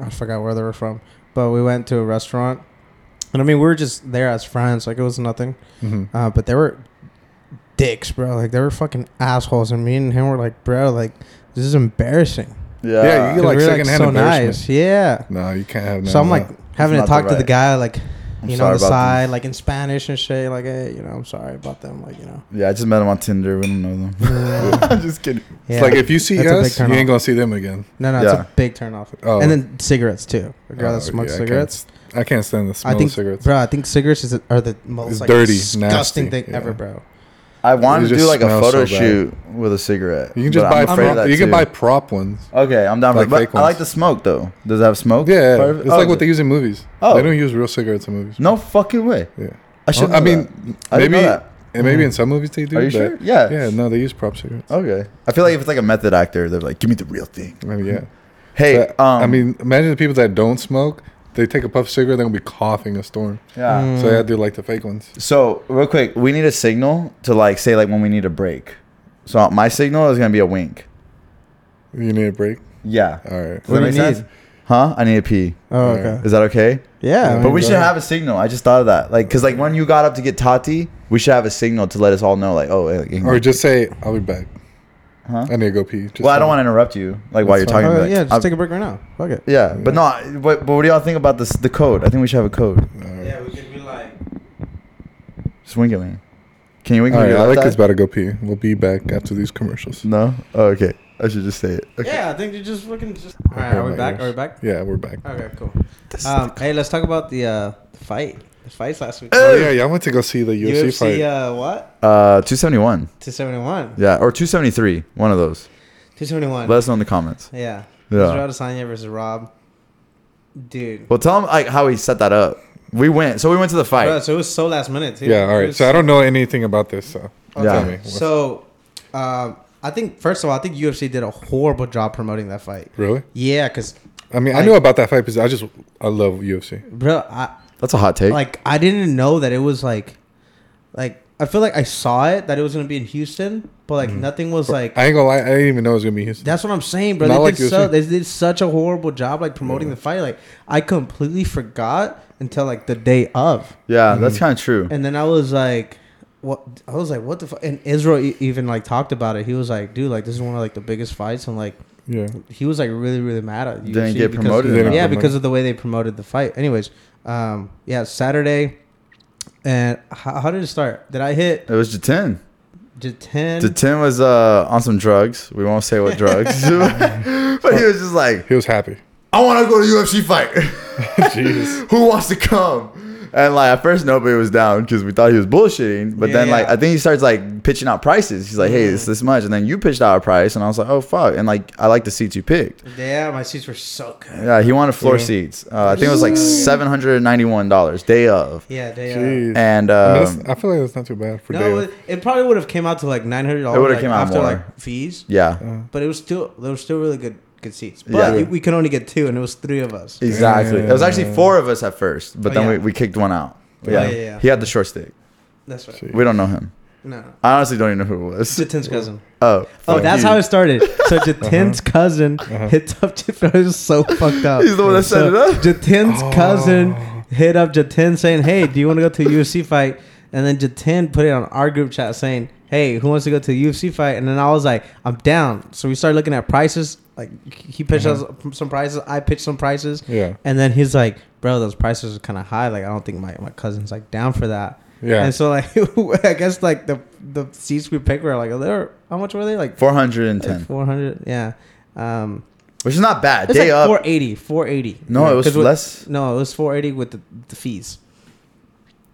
Speaker 3: I forgot where they were from, but we went to a restaurant, and I mean we were just there as friends, like it was nothing.
Speaker 2: Mhm.
Speaker 3: Uh, but they were dicks, bro. Like they were fucking assholes, and me and him were like, bro, like this is embarrassing.
Speaker 1: Yeah.
Speaker 2: Yeah, you
Speaker 3: 'Cause
Speaker 2: like
Speaker 3: we were,
Speaker 2: secondhand embarrassment.
Speaker 3: yeah.
Speaker 2: No, you can't have. none
Speaker 3: So I'm
Speaker 2: of
Speaker 3: like
Speaker 2: that.
Speaker 3: having
Speaker 1: not
Speaker 3: to talk
Speaker 1: the
Speaker 3: to the
Speaker 1: right-
Speaker 3: guy like
Speaker 1: I'm
Speaker 3: you know
Speaker 1: sorry
Speaker 3: on the
Speaker 1: about
Speaker 3: side like in Spanish and shit like hey you know I'm sorry about them like you know
Speaker 1: yeah. I just met them on Tinder. We don't know them. I'm just kidding.
Speaker 3: yeah.
Speaker 2: it's like if you see
Speaker 3: That's a big
Speaker 2: us, you
Speaker 3: turn
Speaker 2: ain't
Speaker 3: off.
Speaker 2: gonna see them again.
Speaker 3: no no
Speaker 1: Yeah.
Speaker 3: it's a big turn off
Speaker 2: Oh.
Speaker 3: and then cigarettes too a girl
Speaker 2: Oh,
Speaker 3: that smokes
Speaker 2: yeah, I can't
Speaker 3: cigarettes
Speaker 2: s- I can't stand the smell
Speaker 3: I think
Speaker 2: of cigarettes.
Speaker 3: bro I think cigarettes is are the most
Speaker 2: It's
Speaker 3: like,
Speaker 2: dirty,
Speaker 3: disgusting
Speaker 2: nasty,
Speaker 3: thing
Speaker 2: yeah.
Speaker 3: ever bro
Speaker 1: I wanted
Speaker 2: It
Speaker 1: to do
Speaker 2: just
Speaker 1: like a
Speaker 2: smells
Speaker 1: photo
Speaker 2: so bad.
Speaker 1: shoot with a cigarette.
Speaker 2: You can just
Speaker 1: but
Speaker 2: buy
Speaker 1: I'm afraid of
Speaker 2: prop,
Speaker 1: that
Speaker 2: you can
Speaker 1: too.
Speaker 2: buy prop ones.
Speaker 1: Okay, I'm down for
Speaker 2: like
Speaker 1: that.
Speaker 2: fake
Speaker 1: But I like
Speaker 2: ones.
Speaker 1: the smoke though. Does it have smoke?
Speaker 2: Yeah,
Speaker 1: Part of it?
Speaker 2: it's
Speaker 1: Oh,
Speaker 2: like what
Speaker 1: okay.
Speaker 2: they use in movies.
Speaker 1: Oh.
Speaker 2: They don't use real cigarettes in movies.
Speaker 1: No fucking way.
Speaker 2: Yeah.
Speaker 1: I should.
Speaker 2: I mean, maybe
Speaker 1: know that.
Speaker 2: and
Speaker 3: Mm.
Speaker 2: maybe in some movies they do.
Speaker 1: Are you
Speaker 2: but
Speaker 1: sure? Oh. Yeah.
Speaker 2: Yeah. No, they use prop cigarettes.
Speaker 1: Okay. I feel like if it's like a method actor, they're like, give me the real thing.
Speaker 2: Maybe yeah.
Speaker 1: Hey,
Speaker 2: But,
Speaker 1: um,
Speaker 2: I mean, imagine the people that don't smoke. They take a puff cigarette, they're gonna be coughing a storm.
Speaker 1: yeah.
Speaker 3: Mm.
Speaker 2: So they had to do like the fake ones.
Speaker 1: So real quick, we need a signal to like say like when we need a break. So my signal is gonna be a wink.
Speaker 2: You need a break.
Speaker 1: Yeah.
Speaker 2: All right.
Speaker 1: Does that
Speaker 3: do
Speaker 1: make
Speaker 3: you need?
Speaker 1: sense? Huh? I need a pee.
Speaker 3: oh
Speaker 2: Alright.
Speaker 3: okay
Speaker 1: Is that okay?
Speaker 3: yeah I
Speaker 2: But
Speaker 1: But
Speaker 3: mean,
Speaker 1: we
Speaker 2: go
Speaker 1: should
Speaker 2: ahead.
Speaker 1: have a signal. I just thought of that. Like, cause like when you got up to get Tati, we should have a signal to let us all know. Like, oh, hey, like,
Speaker 2: Or just say, "I'll be back."
Speaker 1: Huh?
Speaker 2: I need to go pee. Just
Speaker 1: well, I don't
Speaker 2: say-
Speaker 1: want to interrupt you. Like while you're
Speaker 2: That's Uh,
Speaker 1: talking.
Speaker 3: Oh,
Speaker 1: but, like,
Speaker 3: yeah just
Speaker 1: I'm-
Speaker 3: take a break right now fuck it
Speaker 1: yeah, but no. I- But, but what do y'all think about this? The code? I think we should have a code.
Speaker 2: All right.
Speaker 3: we could be like
Speaker 1: Just wink at me. Can you wink
Speaker 2: All
Speaker 1: at
Speaker 2: right,
Speaker 1: me?
Speaker 2: Alec is about to go pee. We'll be back after these commercials.
Speaker 1: No. Oh, okay. I should just say it. Okay.
Speaker 3: yeah I think you just fucking just all
Speaker 2: I
Speaker 3: right
Speaker 2: hurt
Speaker 3: are we
Speaker 2: my
Speaker 3: back
Speaker 2: ears.
Speaker 3: are we back
Speaker 2: Yeah, we're back.
Speaker 3: okay cool um hey let's talk about the uh fight the fights last week
Speaker 2: Oh yeah, y'all went to go see the UFC,
Speaker 3: UFC
Speaker 2: fight.
Speaker 3: uh what
Speaker 1: Uh, two seventy one.
Speaker 3: 271.
Speaker 1: Yeah, or 273. One of those.
Speaker 3: 271.
Speaker 1: Let us know in the comments.
Speaker 3: yeah.
Speaker 1: Yeah.
Speaker 3: Israel Adesanya versus Rob. Dude.
Speaker 1: Well, tell him like how he set that up. We went, so we went to the fight.
Speaker 3: Bro, so it was so last minute, too.
Speaker 2: Yeah, all
Speaker 3: It
Speaker 2: right.
Speaker 3: was-
Speaker 2: So I don't know anything about this. So
Speaker 1: Yeah.
Speaker 2: tell me. What's-
Speaker 3: So, um, I think, first of all, I think UFC did a horrible job promoting that fight.
Speaker 2: really?
Speaker 3: Yeah, because,
Speaker 2: I mean, I
Speaker 3: Like-
Speaker 2: knew about that fight because I just I love UFC.
Speaker 3: bro, I,
Speaker 1: That's a hot take.
Speaker 3: like, I didn't know that it was like, like, I feel like I saw it, that it was going to be in Houston, but, like, nothing was like.
Speaker 2: Mm-hmm. I ain't gonna lie, I didn't even know it was gonna be Houston.
Speaker 3: That's what I'm saying, bro.
Speaker 2: Not
Speaker 3: They
Speaker 2: like
Speaker 3: did
Speaker 2: you
Speaker 3: so
Speaker 2: said.
Speaker 3: they did such a horrible job like promoting the fight. Like I completely forgot until like the day of,
Speaker 1: yeah, that's kind of true.
Speaker 3: and then I was like, "What?" I was like, "What the fuck?" And Israel e- even like talked about it. He was like, "Dude, like this is one of like the biggest fights." I'm like,
Speaker 2: Yeah.
Speaker 3: he was like really really mad at you.
Speaker 1: Didn't get promoted
Speaker 2: enough.
Speaker 3: yeah,
Speaker 2: Didn't
Speaker 3: because of the way they promoted the fight. Anyways, um, yeah, Saturday, and how, how did it start? Did I hit
Speaker 1: It was Jatin.
Speaker 3: Jatin?
Speaker 1: Jatin was uh, on some drugs. We won't say what drugs, but he was just like,
Speaker 2: He was happy.
Speaker 1: "I want to go to UFC fight."
Speaker 2: Jeez.
Speaker 1: who wants to come? And like at first nobody was down because we thought he was bullshitting. But
Speaker 3: Yeah,
Speaker 1: then like
Speaker 3: yeah.
Speaker 1: I think he starts like pitching out prices. He's like, hey, it's this much, and then you pitched out a price, and I was like, oh fuck. And like I like the seats you picked.
Speaker 3: yeah, my seats were so good.
Speaker 1: Yeah, he wanted floor
Speaker 2: Yeah.
Speaker 1: seats. Uh, I think it was like seven hundred and ninety-one dollars day of,
Speaker 3: Yeah, they. Uh,
Speaker 2: Jeez.
Speaker 1: and
Speaker 2: That's-
Speaker 1: um,
Speaker 2: I feel like that's not too bad for
Speaker 3: no,
Speaker 2: Dale.
Speaker 3: it, it probably would have came out to like nine hundred dollars.
Speaker 1: It would've
Speaker 3: like,
Speaker 1: came out
Speaker 3: after
Speaker 1: more.
Speaker 3: like fees,
Speaker 1: yeah,
Speaker 3: but it was still there were still really good good seats. But
Speaker 1: Yeah.
Speaker 3: it- we could only get two, and it was three of us.
Speaker 1: exactly. There was actually four of us at first, but
Speaker 3: Oh,
Speaker 1: then
Speaker 3: yeah.
Speaker 1: we, we kicked one out.
Speaker 3: Oh,
Speaker 1: Yeah.
Speaker 3: yeah, yeah, yeah.
Speaker 1: he had the short stick.
Speaker 3: That's right.
Speaker 1: We don't know him.
Speaker 3: No, no.
Speaker 1: I honestly don't even know who it was.
Speaker 3: Jatin's cousin.
Speaker 1: Oh,
Speaker 3: Oh,
Speaker 1: fuck
Speaker 3: that's
Speaker 1: you. Uh-huh.
Speaker 3: how it started. So Jatin's cousin hit up Jatin. It was so fucked up.
Speaker 1: He's the one that set it up? Oh.
Speaker 3: Jatin's cousin hit up Jatin saying, "Hey, do you want to go to a UFC fight?" And then Jatin put it on our group chat saying, "Hey, who wants to go to a UFC fight?" And then I was like, "I'm down." So we started looking at prices. Like he pitched
Speaker 1: Uh-huh.
Speaker 3: us some prices. I pitched some prices.
Speaker 2: Yeah.
Speaker 3: And then he's like, "Bro, those prices are kind of high. Like I don't think my, my cousin's like down for that."
Speaker 2: Yeah.
Speaker 3: And so like I guess like the the seats we picked were like they were how much were they like
Speaker 1: Four hundred and ten,
Speaker 3: four hundred yeah um
Speaker 1: which is not bad.
Speaker 3: it's
Speaker 1: Day
Speaker 3: like
Speaker 1: of,
Speaker 3: 480 480
Speaker 1: No, it was
Speaker 3: 'Cause with-
Speaker 1: less.
Speaker 3: no it was 480 with the, the fees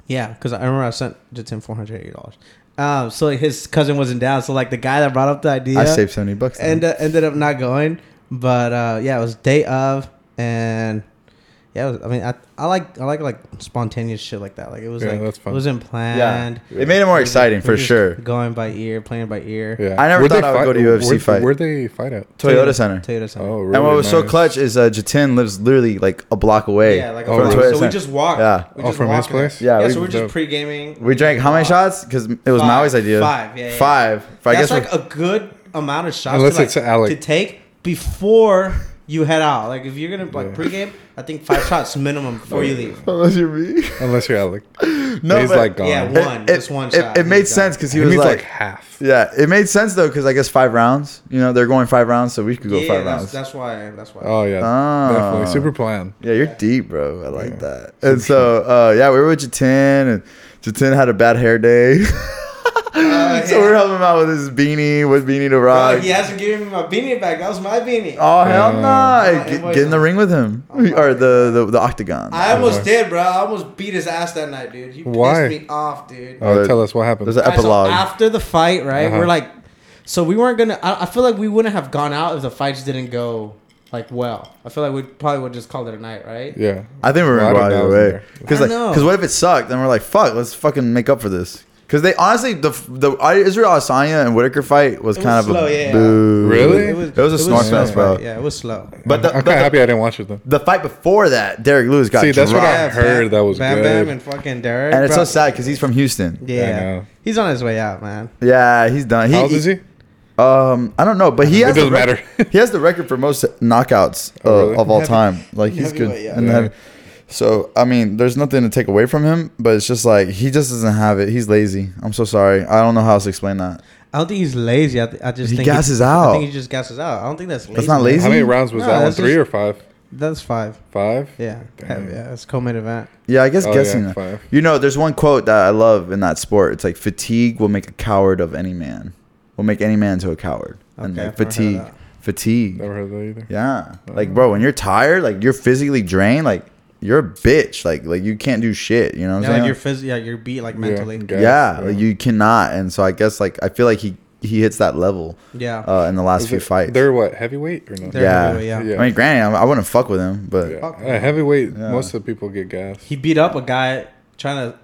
Speaker 3: yeah because I remember I sent Jatin 480 dollars um so like, his cousin wasn't down so like the guy that brought up the idea
Speaker 1: I saved seventy bucks. then.
Speaker 3: and uh, ended up not going but uh yeah it was day of and yeah it was, I mean I I like I like like spontaneous shit like that like it was
Speaker 2: Yeah,
Speaker 3: like
Speaker 2: that's fun.
Speaker 3: it wasn't planned.
Speaker 1: It made it more exciting
Speaker 3: We're
Speaker 1: for
Speaker 3: just
Speaker 1: sure.
Speaker 3: Going by ear, playing by ear.
Speaker 2: yeah.
Speaker 1: I never
Speaker 2: Where'd
Speaker 1: thought
Speaker 2: they
Speaker 1: I would go to UFC
Speaker 2: where'd-
Speaker 1: fight.
Speaker 2: Where'd they fight at?
Speaker 1: Toyota Center.
Speaker 3: Toyota Center.
Speaker 2: Oh, really?
Speaker 1: and what was so
Speaker 2: Nice.
Speaker 1: clutch is uh, Jatin lives literally like a block away.
Speaker 3: Yeah, like a
Speaker 2: Oh,
Speaker 3: block.
Speaker 2: really?
Speaker 1: Toyota
Speaker 3: So we
Speaker 1: Center.
Speaker 3: just walked.
Speaker 1: Yeah.
Speaker 3: We
Speaker 2: Oh,
Speaker 3: just
Speaker 2: from his
Speaker 3: walked in it.
Speaker 2: place?
Speaker 1: Yeah,
Speaker 3: Yeah.
Speaker 1: we-
Speaker 3: so we're just
Speaker 2: dope.
Speaker 3: pre gaming.
Speaker 1: We drank how many shots? Because it was
Speaker 3: Five.
Speaker 1: Maui's idea.
Speaker 3: Five, yeah, yeah.
Speaker 1: Five. But I
Speaker 3: That's
Speaker 1: guess
Speaker 3: like
Speaker 1: we're-
Speaker 3: a good amount of shots
Speaker 2: Unless
Speaker 3: to, like,
Speaker 2: it's Alec.
Speaker 3: to take before you head out. Like if you're gonna like pregame, I think five shots minimum before you leave.
Speaker 1: unless you're me.
Speaker 2: Unless you're Alec.
Speaker 1: No,
Speaker 2: He's
Speaker 1: but-
Speaker 2: like gone.
Speaker 3: Yeah,
Speaker 2: It-
Speaker 1: It-
Speaker 3: one.
Speaker 1: It,
Speaker 3: just one
Speaker 1: it-
Speaker 3: shot.
Speaker 1: It, made
Speaker 3: He's
Speaker 1: sense because he
Speaker 2: He
Speaker 1: was
Speaker 2: means
Speaker 1: like,
Speaker 2: like half.
Speaker 1: yeah, it made sense though because I guess five rounds. You know, they're going five rounds, so we could
Speaker 3: done.
Speaker 1: go
Speaker 3: Yeah,
Speaker 1: five
Speaker 3: that's,
Speaker 1: rounds.
Speaker 3: that's why. That's why.
Speaker 2: Oh yeah,
Speaker 1: Ah.
Speaker 2: definitely super plan.
Speaker 1: Yeah, you're deep, bro. I like that. And so, uh, yeah, we were with Jatin, and Jatin had a bad hair day. so we're helping him out with his beanie, with beanie to
Speaker 2: Uh,
Speaker 1: rock.
Speaker 3: Uh, Bro, he hasn't given me my beanie back. That was my beanie.
Speaker 1: Oh hell no!
Speaker 2: Yeah.
Speaker 1: Get, get in the ring with him or the the, the octagon.
Speaker 3: Oh I almost did, bro. I almost beat his ass that night, dude. He
Speaker 2: Why?
Speaker 3: pissed me off, dude.
Speaker 2: Oh,
Speaker 1: there-
Speaker 2: tell us what happened.
Speaker 1: there's an
Speaker 3: Alright, so
Speaker 1: epilogue.
Speaker 3: after the fight, right?
Speaker 2: Uh-huh.
Speaker 3: We're like, so we weren't gonna. I, I feel like we wouldn't have gone out if the fights didn't go like well. I feel like we probably would just called it a night, right?
Speaker 2: yeah,
Speaker 1: I think we're
Speaker 2: Well, I
Speaker 1: gonna
Speaker 2: don't
Speaker 1: go
Speaker 2: know.
Speaker 1: either way. Because
Speaker 3: I
Speaker 1: like,
Speaker 3: know.
Speaker 1: because what if it sucked? Then we're like, fuck, let's fucking make up for this. Because they honestly, the the Israel Asanya and Whitaker fight was
Speaker 3: It
Speaker 1: kind
Speaker 3: was
Speaker 1: of
Speaker 3: slow,
Speaker 1: a
Speaker 3: yeah.
Speaker 1: boo.
Speaker 2: Really?
Speaker 1: It was a snort
Speaker 3: slow
Speaker 1: fest, bro.
Speaker 3: fight. Yeah, it was slow.
Speaker 1: But the, but
Speaker 2: I'm kind of
Speaker 1: the,
Speaker 2: happy I didn't watch it though.
Speaker 1: the fight before that, Derek Lewis got
Speaker 2: See, that's what
Speaker 1: dropped.
Speaker 2: I heard that was
Speaker 3: Bam
Speaker 2: good.
Speaker 3: Bam and fucking Derek.
Speaker 1: and it's
Speaker 3: bro.
Speaker 1: so sad because he's from Houston.
Speaker 2: I
Speaker 3: Yeah,
Speaker 2: know.
Speaker 3: he's on his way out, man.
Speaker 1: Yeah, he's done.
Speaker 2: How old is he?
Speaker 1: Um, I don't know, but he
Speaker 2: It
Speaker 1: has the
Speaker 2: doesn't
Speaker 1: rec-
Speaker 2: matter.
Speaker 1: he has the record for most knockouts uh,
Speaker 2: Oh, really?
Speaker 1: of all
Speaker 3: Heavy-
Speaker 1: time. Like he's good.
Speaker 3: heavyweight, yeah.
Speaker 1: And
Speaker 2: Yeah.
Speaker 1: then, so I mean, there's nothing to take away from him, but it's just like he just doesn't have it. He's lazy. I'm so sorry. I don't know how else to explain that.
Speaker 3: I don't think he's lazy. I, th- I just
Speaker 1: He
Speaker 3: think
Speaker 1: gasses
Speaker 3: I
Speaker 1: out.
Speaker 3: think he just gasses out. I don't think that's lazy.
Speaker 1: not
Speaker 3: man.
Speaker 1: lazy.
Speaker 2: How many rounds was
Speaker 3: No,
Speaker 2: that? One,
Speaker 3: that's
Speaker 2: three
Speaker 3: just-
Speaker 2: or five?
Speaker 3: That's five.
Speaker 2: Five.
Speaker 3: Yeah,
Speaker 2: Damn.
Speaker 3: yeah. It's co-main event.
Speaker 1: Yeah, I guess
Speaker 2: Oh, yeah,
Speaker 1: guessing. that.
Speaker 2: five.
Speaker 1: You know, there's one quote that I love in that sport. It's like fatigue will make a coward of any man. Will make any man to a coward. and like
Speaker 3: Okay, I've never heard of
Speaker 1: fatigue,
Speaker 3: that.
Speaker 1: fatigue.
Speaker 2: Never heard that either.
Speaker 1: Yeah. Like, bro, when you're tired, like you're physically drained, like you're a bitch. Like, like you can't do shit. You know what I'm
Speaker 3: Yeah,
Speaker 1: saying?
Speaker 3: like you're phys- Yeah, you're beat like mentally.
Speaker 2: got
Speaker 3: Yeah.
Speaker 2: it.
Speaker 1: yeah,
Speaker 2: Yeah.
Speaker 1: Like you cannot. And so I guess like I feel like he he hits that level uh, in the last
Speaker 2: Is
Speaker 1: few
Speaker 2: it-
Speaker 1: fights.
Speaker 2: They're what heavyweight or not?
Speaker 3: They're
Speaker 1: Yeah.
Speaker 3: heavyweight, yeah.
Speaker 2: Yeah.
Speaker 1: I mean, granted, I, I wouldn't fuck with him, but
Speaker 2: Yeah.
Speaker 3: Fuck.
Speaker 2: Uh, heavyweight.
Speaker 1: Yeah.
Speaker 2: Most of the people get gas.
Speaker 3: He beat up a guy trying to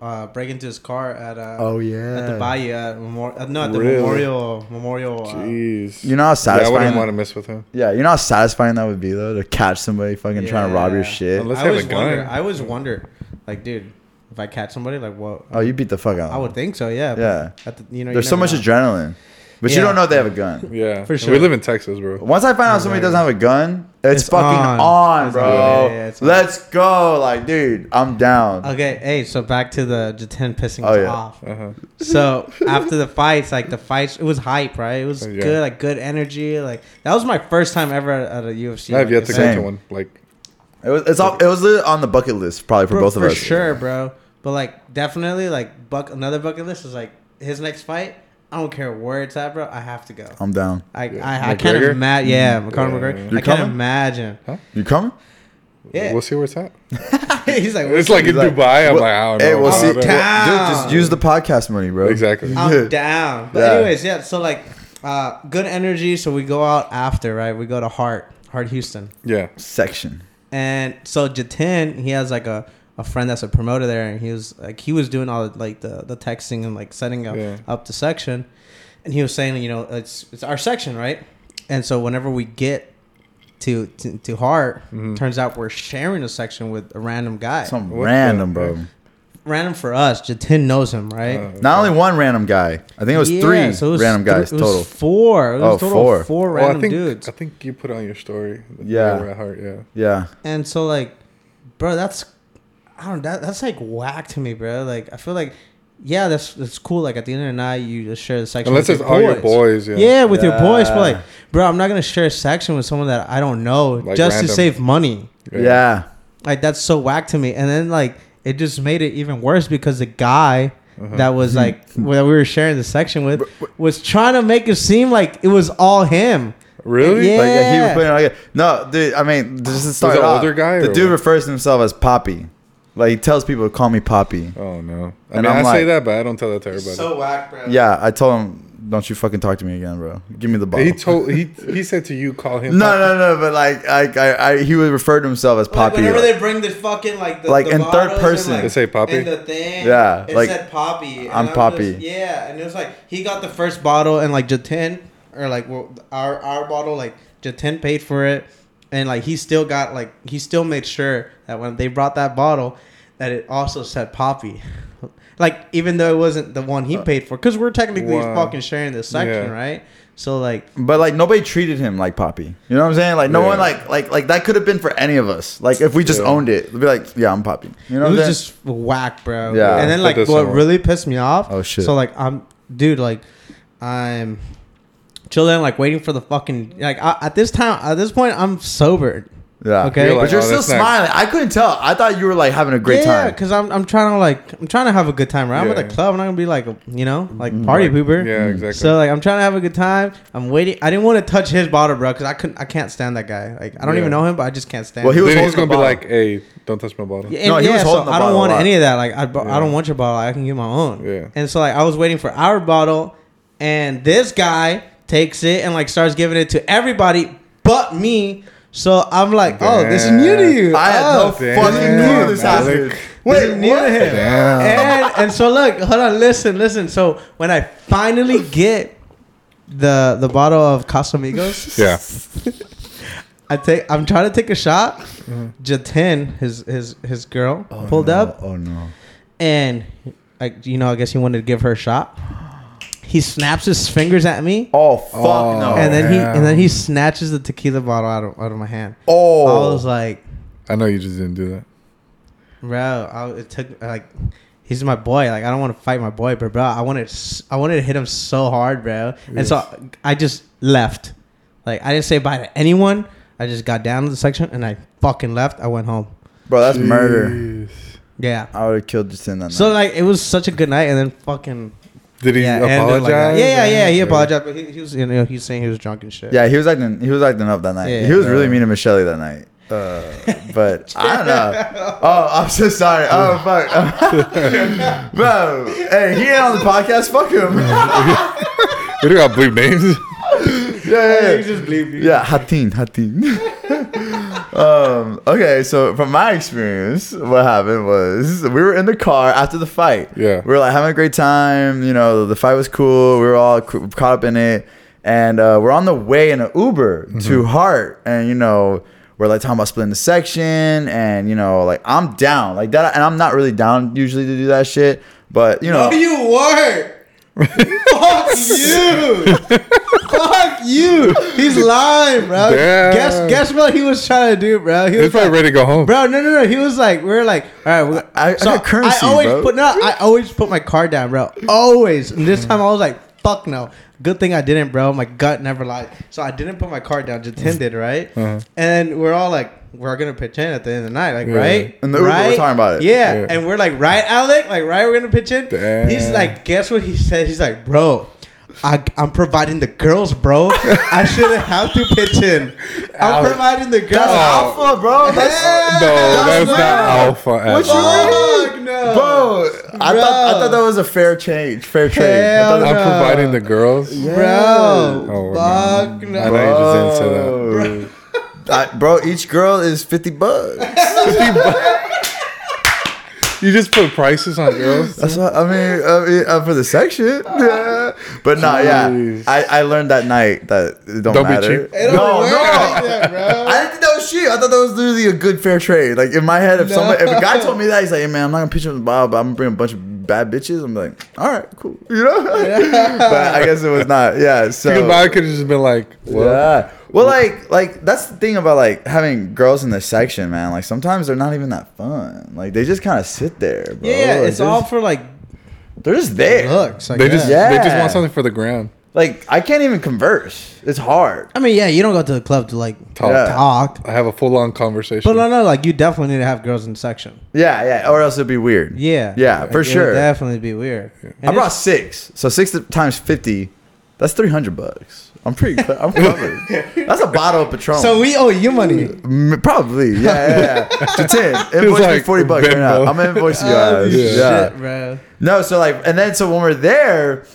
Speaker 3: uh, break into his car at uh,
Speaker 1: yeah,
Speaker 3: at the bayou at memorial. Uh, no, at the
Speaker 2: Oh, Really?
Speaker 3: memorial memorial. Uh,
Speaker 2: Jeez.
Speaker 1: You know how
Speaker 2: yeah, I
Speaker 1: satisfying.
Speaker 2: wouldn't
Speaker 1: Yeah,
Speaker 2: want to mess with him.
Speaker 1: you know how satisfying that would be though to catch somebody fucking trying to rob your
Speaker 3: Yeah.
Speaker 1: shit.
Speaker 2: Unless- Let's
Speaker 3: I
Speaker 2: have
Speaker 3: always
Speaker 2: a gun.
Speaker 3: wonder. I always wonder, like, dude, if I catch somebody, like, what?
Speaker 1: oh, you beat the fuck out. of
Speaker 3: I
Speaker 1: them.
Speaker 3: would think so. Yeah. but
Speaker 1: Yeah.
Speaker 3: At the, you know, you
Speaker 1: There's so
Speaker 3: never
Speaker 1: much
Speaker 3: know.
Speaker 1: adrenaline. But you
Speaker 3: Yeah.
Speaker 1: don't know if they have a gun.
Speaker 2: Yeah,
Speaker 3: For
Speaker 2: And
Speaker 3: sure.
Speaker 2: We live in Texas, bro.
Speaker 1: Once I find out somebody
Speaker 3: Right.
Speaker 1: doesn't have a gun, it's,
Speaker 3: It's
Speaker 1: fucking
Speaker 3: on.
Speaker 1: on,
Speaker 3: It's
Speaker 1: bro.
Speaker 3: on. Yeah, yeah, it's on.
Speaker 1: Let's go, like, dude, I'm down.
Speaker 3: Okay, hey, so back to the Jatan pissing
Speaker 1: Oh,
Speaker 3: us
Speaker 1: yeah.
Speaker 3: off.
Speaker 2: Uh-huh.
Speaker 3: So after the fights, like the fights, it was hype, right? It was
Speaker 2: Yeah.
Speaker 3: good, like good energy. Like that was my first time ever at, at a UFC.
Speaker 2: I have
Speaker 3: like,
Speaker 2: yet to go to
Speaker 3: event.
Speaker 1: Same.
Speaker 2: one. Like,
Speaker 1: It was it's all, it was literally on the bucket list probably for
Speaker 3: Bro,
Speaker 1: both of us.
Speaker 3: sure, bro. But like definitely, like buck another bucket list is like his next fight. I don't care where it's at, bro. I have to go.
Speaker 1: I'm down.
Speaker 3: I
Speaker 2: Yeah.
Speaker 3: I, I can't
Speaker 2: McGregor?
Speaker 3: imagine. Yeah, Conor
Speaker 2: Yeah.
Speaker 3: McGregor.
Speaker 1: You're
Speaker 3: I can't
Speaker 1: coming?
Speaker 3: imagine.
Speaker 1: You coming?
Speaker 3: Yeah,
Speaker 2: we'll see where it's at.
Speaker 3: he's like,
Speaker 2: It's like in
Speaker 1: He's like,
Speaker 2: Dubai. I'm
Speaker 1: "Well,
Speaker 2: like, I don't know.
Speaker 1: Hey, we'll
Speaker 2: I'm
Speaker 1: see.
Speaker 2: not
Speaker 1: Dude,
Speaker 2: ready."
Speaker 3: down.
Speaker 1: just use the podcast money, bro.
Speaker 2: Exactly.
Speaker 1: Yeah.
Speaker 3: I'm down. But
Speaker 1: Yeah.
Speaker 3: anyways, yeah. So like, uh, good energy. So we go out after, right? We go to Hart, Hart Houston,
Speaker 2: Yeah.
Speaker 1: Section.
Speaker 3: and so Jatin, he has like a, a friend that's a promoter there, and he was like, he was doing all the, like the the texting and like setting up
Speaker 2: Yeah.
Speaker 3: up the section, and he was saying, you know, it's it's our section, right? And so whenever we get to to, to Hart, turns out we're sharing a section with a random guy.
Speaker 1: Mm-hmm. Some
Speaker 2: What
Speaker 1: random,
Speaker 2: the-
Speaker 1: bro.
Speaker 3: random for us. Jatin knows him, right?
Speaker 2: Uh,
Speaker 1: Not only one random guy. I think it was
Speaker 3: Yeah,
Speaker 1: three
Speaker 3: so it was
Speaker 1: random
Speaker 3: thr-
Speaker 1: guys
Speaker 3: it was
Speaker 1: total.
Speaker 3: Four. It was
Speaker 1: Oh,
Speaker 3: total
Speaker 1: four.
Speaker 3: four. Four
Speaker 2: Well,
Speaker 3: random
Speaker 2: I think,
Speaker 3: dudes.
Speaker 2: I think you put on your story. that
Speaker 1: Yeah.
Speaker 2: They were at heart. Yeah.
Speaker 1: yeah.
Speaker 3: And so like, bro, that's I don't that that's like whack to me, bro. Like I feel like yeah, that's that's cool. Like at the end of the night, you just share the section.
Speaker 2: Unless
Speaker 3: with
Speaker 2: it's all your boys. Yeah.
Speaker 3: Yeah, with your boys, but
Speaker 1: Yeah.
Speaker 3: like, bro, I'm not gonna share a section with someone that I don't know
Speaker 2: Like
Speaker 3: just to
Speaker 2: random.
Speaker 3: save money.
Speaker 1: Yeah.
Speaker 3: Like that's so whack to me. And then like it just made it even worse because the guy
Speaker 2: Uh-huh.
Speaker 3: that was like that we were sharing the section with was trying to make it seem like it was all him.
Speaker 2: Really?
Speaker 3: Yeah.
Speaker 1: Like yeah, he was putting it like no, dude. I mean, just to start
Speaker 2: an
Speaker 1: off,
Speaker 2: older guy
Speaker 1: The
Speaker 2: or
Speaker 1: dude
Speaker 2: what?
Speaker 1: refers to himself as Poppy. Like he tells people to call me Poppy.
Speaker 2: Oh no. I
Speaker 1: And
Speaker 2: mean,
Speaker 1: I'm
Speaker 2: I say
Speaker 1: like-
Speaker 2: that, but I don't tell that to everybody.
Speaker 3: whack, bro.
Speaker 1: Yeah, I told him, don't you fucking talk to me again, bro. Give me the ball.
Speaker 2: he told he he said to you, call him.
Speaker 1: No, no, no. But like, I, I, I he would refer to himself as Poppy.
Speaker 3: Like whenever
Speaker 1: like,
Speaker 3: they bring the fucking like the
Speaker 1: Like,
Speaker 3: the
Speaker 1: in third
Speaker 3: bottles and,
Speaker 1: person.
Speaker 3: like,
Speaker 2: They say Poppy?
Speaker 3: and the thing.
Speaker 1: Yeah,
Speaker 3: it
Speaker 1: like,
Speaker 3: said Poppy. and
Speaker 1: I'm
Speaker 3: was
Speaker 1: Poppy.
Speaker 3: just- yeah, and it was like he got the first bottle and like Jatin or like well, our our bottle like Jatin paid for it, and like he still got like he still made sure that when they brought that bottle, that it also said Poppy. Like even though it wasn't the one he paid for, because we're technically
Speaker 2: Wow.
Speaker 3: fucking sharing this section,
Speaker 2: Uh, Yeah.
Speaker 3: right? So like,
Speaker 1: but like, nobody treated him like Poppy. You know what I'm saying? Like, no
Speaker 2: Yeah.
Speaker 1: one like, like, like that could have been for any of us. Like, if we just
Speaker 2: Yeah.
Speaker 1: owned it, we'd be like, yeah, I'm Poppy. You know what
Speaker 3: it
Speaker 1: I'm
Speaker 3: was
Speaker 1: saying?
Speaker 3: just whack, bro.
Speaker 1: Yeah.
Speaker 3: And then
Speaker 2: Put
Speaker 3: like
Speaker 2: this
Speaker 3: what
Speaker 2: somewhere.
Speaker 3: really pissed me off.
Speaker 1: Oh, shit.
Speaker 3: So like I'm, dude, like I'm chilling, like waiting for the fucking like I, at this time at this point I'm sobered.
Speaker 1: yeah.
Speaker 3: Okay.
Speaker 2: You're like,
Speaker 1: but you're
Speaker 2: "Oh,
Speaker 1: still
Speaker 2: that's nice."
Speaker 1: smiling. I couldn't tell. I thought you were like having a great
Speaker 3: yeah,
Speaker 1: time.
Speaker 3: because I'm I'm trying to like I'm trying to have a good time. Right, I'm at
Speaker 2: Yeah.
Speaker 3: the club. I'm not gonna be like a- you know
Speaker 1: Mm-hmm.
Speaker 3: like party pooper.
Speaker 2: Yeah, exactly.
Speaker 3: So like I'm trying to have a good time. I'm waiting. I didn't want to touch his bottle, bro, because I couldn't. I can't stand that guy. Like I don't
Speaker 2: Yeah.
Speaker 3: even know him, but I just can't stand.
Speaker 1: Well,
Speaker 3: him.
Speaker 1: he was
Speaker 2: then
Speaker 1: holding
Speaker 2: he's gonna
Speaker 1: the
Speaker 2: be
Speaker 1: bottle.
Speaker 2: like, "Hey, don't touch my bottle."
Speaker 3: Yeah, and
Speaker 1: No, he
Speaker 3: yeah,
Speaker 1: was holding
Speaker 3: so
Speaker 1: the
Speaker 3: I don't
Speaker 1: bottle
Speaker 3: want
Speaker 1: a lot.
Speaker 3: any of that. Like I, bo-
Speaker 2: Yeah.
Speaker 3: I don't want your bottle. I can get my own.
Speaker 2: Yeah.
Speaker 3: And so like I was waiting for our bottle, and this guy takes it and like starts giving it to everybody but me. So I'm like, oh, this is new to you.
Speaker 1: I had
Speaker 3: oh.
Speaker 1: no fucking
Speaker 2: damn,
Speaker 1: clue this happened.
Speaker 2: Malik.
Speaker 3: Wait, new to him.
Speaker 2: Damn.
Speaker 3: And and so look, hold on, listen, listen. So when I finally get the the bottle of Casamigos,
Speaker 2: Yeah.
Speaker 3: I take I'm trying to take a shot. Jatin, his his his girl, pulled up
Speaker 1: Mm-hmm. Oh no.
Speaker 3: and like you know, I guess he wanted to give her a shot. He snaps his fingers at me,
Speaker 1: Oh fuck
Speaker 2: Oh.
Speaker 1: no.
Speaker 3: and then he
Speaker 2: damn.
Speaker 3: and then he snatches the tequila bottle out of, out of my hand. I was
Speaker 1: oh.
Speaker 3: like,
Speaker 2: I know you just didn't do that.
Speaker 3: bro, I, it took like he's my boy. Like I don't want to fight my boy, but bro, I wanted s- I wanted to hit him so hard, bro. And so I just left. Like I didn't say bye to anyone. I just got down to the section and I fucking left. I went home.
Speaker 1: Bro, that's murder.
Speaker 2: Jeez.
Speaker 3: Yeah.
Speaker 1: I would have killed just in that.
Speaker 3: So
Speaker 1: night.
Speaker 3: like it was such a good night, and then fucking
Speaker 2: Did he
Speaker 3: yeah, ended
Speaker 2: apologize?
Speaker 3: like that. yeah, yeah, yeah. He
Speaker 2: Or-
Speaker 3: apologized, but he, he was, you know, he was saying he was drunk and shit.
Speaker 1: Yeah, he was acting. He was acting up that night.
Speaker 3: Yeah.
Speaker 1: he was really
Speaker 2: Yeah.
Speaker 1: mean to Michelle that night. Uh, but I don't know. Oh, I'm so sorry. Oh fuck, bro. Hey, he ain't on the podcast. Fuck him. yeah,
Speaker 2: We don't got blue names.
Speaker 1: yeah, yeah.
Speaker 3: just believe you.
Speaker 1: Yeah, Hatin, Hatin. um, okay, so from my experience, what happened was we were in the car after the fight.
Speaker 2: Yeah.
Speaker 1: We were like having a great time. You know, the fight was cool. We were all c- caught up in it. And uh, we're on the way in an Uber to Hart. And, you know, we're like talking about splitting the section. And, you know, like I'm down. Like that. And I'm not really down usually to do that shit. But, you know.
Speaker 3: you were. Fuck you! Fuck you! He's lying, bro.
Speaker 2: Damn.
Speaker 3: Guess guess what he was trying to do, bro. He
Speaker 2: He's
Speaker 3: was
Speaker 2: probably
Speaker 3: like,
Speaker 2: ready to go home.
Speaker 3: bro, no, no, no. He was like, we are like, all right. We,
Speaker 1: I- I got currency,
Speaker 3: I always
Speaker 1: bro.
Speaker 3: put no. I always put my card down, bro. Always. And this time I was like, fuck no. Good thing I didn't, bro. My gut never lied. So I didn't put my card down. Jatin did, right?
Speaker 2: Uh-huh.
Speaker 3: And we're all like, we're gonna pitch in at the end of the night, like,
Speaker 2: Yeah.
Speaker 3: right?
Speaker 1: And the Uber, we're
Speaker 3: right?
Speaker 1: talking about it.
Speaker 3: Yeah.
Speaker 2: Yeah.
Speaker 3: And we're like, right, Alec? Like, right? We're gonna pitch in.
Speaker 2: Damn.
Speaker 3: He's like, guess what he said? He's like, bro. I, I'm providing the girls, bro. I shouldn't have to pitch in. I'm
Speaker 2: Alec.
Speaker 3: providing the girls.
Speaker 1: That's alpha, bro. That's,
Speaker 3: Hell
Speaker 2: No, that's
Speaker 1: That's
Speaker 2: not
Speaker 1: right.
Speaker 2: alpha.
Speaker 1: What
Speaker 2: At
Speaker 1: you
Speaker 2: all.
Speaker 3: Fuck no.
Speaker 1: bro. I
Speaker 3: Bro.
Speaker 1: thought I thought that was a fair change, fair trade.
Speaker 3: Hell
Speaker 1: I thought
Speaker 2: I'm
Speaker 1: that-
Speaker 3: no.
Speaker 2: providing the girls.
Speaker 3: Bro.
Speaker 2: Oh,
Speaker 3: fuck
Speaker 2: I
Speaker 3: no.
Speaker 2: know you just didn't say that.
Speaker 1: Bro. I- bro, each girl is fifty bucks.
Speaker 2: You just put prices on girls.
Speaker 1: That's what I mean. I mean uh, for the section, yeah. but no, yeah.
Speaker 2: Jeez.
Speaker 1: I, I learned that night that it don't,
Speaker 2: Don't be
Speaker 1: matter.
Speaker 2: cheap.
Speaker 3: It don't
Speaker 1: No,
Speaker 3: work
Speaker 1: no.
Speaker 3: like that,
Speaker 2: Oh,
Speaker 3: bro.
Speaker 1: I didn't think that was cheap. I thought that was literally a good fair trade. Like in my head, if
Speaker 3: No.
Speaker 1: somebody, if a guy told me that, he's like, "Hey man, I'm not gonna pitch him the ball, but I'm gonna bring a bunch of bad bitches." I'm like, "All right, cool," you know. but I guess it was not. Yeah. So
Speaker 2: Because I could have just been like, well,
Speaker 1: yeah. Well, like, like that's the thing about like having girls in the section, man. Like sometimes they're not even that fun. Like they just kind of sit there, bro.
Speaker 3: yeah, yeah,
Speaker 1: Like,
Speaker 3: it's
Speaker 1: they're
Speaker 3: all
Speaker 1: just-
Speaker 3: for like
Speaker 1: They're just there.
Speaker 3: looks. I
Speaker 2: they
Speaker 3: guess.
Speaker 2: just they just
Speaker 1: Yeah.
Speaker 2: want something for the gram.
Speaker 1: Like I can't even converse. It's hard.
Speaker 3: I mean, yeah, you don't go to the club to like
Speaker 2: Talk.
Speaker 1: Yeah.
Speaker 3: talk.
Speaker 2: I have a full on conversation.
Speaker 3: But
Speaker 1: uh,
Speaker 3: no, no, like you definitely need to have girls in section.
Speaker 1: Yeah, yeah. Or else it'd be weird.
Speaker 3: Yeah.
Speaker 1: Yeah,
Speaker 3: Like,
Speaker 1: for
Speaker 3: it would
Speaker 1: sure.
Speaker 3: definitely be weird.
Speaker 1: I
Speaker 3: And
Speaker 1: brought
Speaker 3: it's-
Speaker 1: six. So six th- times fifty, that's three hundred bucks. I'm pretty. cl- I'm covered. that's a bottle of Patron.
Speaker 3: So we owe you money.
Speaker 1: Mm, probably. Yeah, yeah. yeah. to ten. Invoice me
Speaker 2: like
Speaker 1: forty bucks right now.
Speaker 2: Venmo.
Speaker 1: I'm gonna invoice you
Speaker 3: Oh,
Speaker 1: guys. Yeah.
Speaker 3: Shit, bro.
Speaker 1: No, so like, and then so when we're there,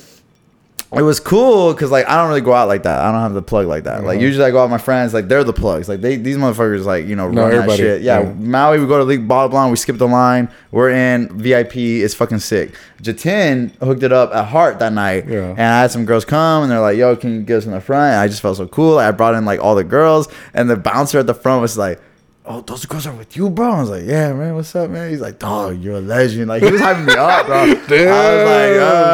Speaker 1: it was cool because like I don't really go out like that. I don't have the plug like that. Like
Speaker 2: Uh-huh.
Speaker 1: usually I go out with my friends. Like they're the plugs. Like they these motherfuckers like you know
Speaker 2: No,
Speaker 1: run that
Speaker 2: everybody.
Speaker 1: shit. Yeah,
Speaker 2: Yeah.
Speaker 1: Maui we go to League Bottle Blonde. We skip the line. We're in VIP. It's fucking sick. Jatin hooked it up at Heart that night.
Speaker 2: Yeah.
Speaker 1: And I had some girls come and they're like, "Yo, can you get us in the front?" And I just felt so cool. I brought in like all the girls and the bouncer at the front was like. Oh, those girls are with you, bro. I was like, yeah, man, what's up, man? He's like, dog, you're a legend. Like, he was hyping me up, bro. I was like,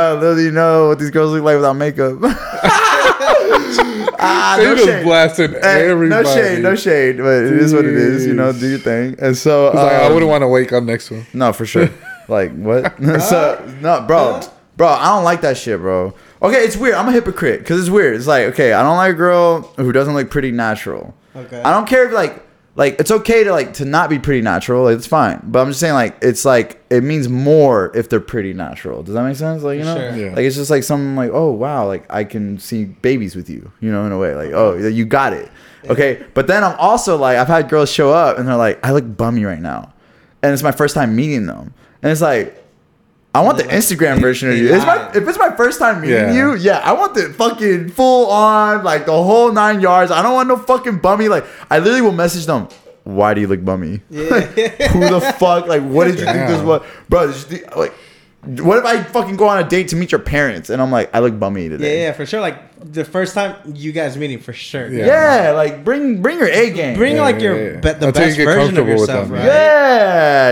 Speaker 1: uh, little do you know what these girls look like without makeup. ah,
Speaker 2: They
Speaker 1: no
Speaker 2: just
Speaker 1: shade.
Speaker 2: blasted
Speaker 1: Hey, no
Speaker 2: everybody.
Speaker 1: shade, no shade, but it is what it is. You know, do your thing. And so,
Speaker 2: It's like, I
Speaker 1: um,
Speaker 2: wouldn't want to wake up next one.
Speaker 1: no, for sure. like what? so no, bro, bro, I don't like that shit, bro. Okay, it's weird. I'm a hypocrite because it's weird. It's like okay, I don't like a girl who doesn't look pretty natural.
Speaker 3: Okay.
Speaker 1: I don't care if like like it's okay to like to not be pretty natural. Like, it's fine. But I'm just saying like it's like it means more if they're pretty natural. Does that make sense? Like you know,
Speaker 3: Sure.
Speaker 2: Yeah.
Speaker 1: like it's just like something like oh wow, like I can see babies with you. You know, in a way like oh you got it. Okay, but then I'm also like I've had girls show up and they're like I look bummy right now and it's my first time meeting them. And it's like, I want the Instagram version of you. It's my, if it's my first time meeting
Speaker 2: Yeah.
Speaker 1: you, yeah, I want the fucking full on, like the whole nine yards. I don't want no fucking bummy. Like, I literally will message them. Why do you look bummy? Who the fuck? Like, what did you think this
Speaker 2: Damn.
Speaker 1: was, bro? did you think- like, what if I fucking go on a date to meet your parents and I'm like, I look bummy
Speaker 3: Yeah,
Speaker 1: today?
Speaker 3: yeah, for sure. Like the first time you guys meeting for sure.
Speaker 2: Yeah.
Speaker 1: yeah. like bring bring your A game.
Speaker 3: Bring
Speaker 2: Yeah,
Speaker 3: like
Speaker 2: yeah,
Speaker 3: your
Speaker 2: yeah.
Speaker 3: be- the
Speaker 2: Until you
Speaker 3: best
Speaker 2: get
Speaker 3: version of
Speaker 2: comfortable with
Speaker 3: yourself,
Speaker 2: them,
Speaker 3: right?
Speaker 2: yeah.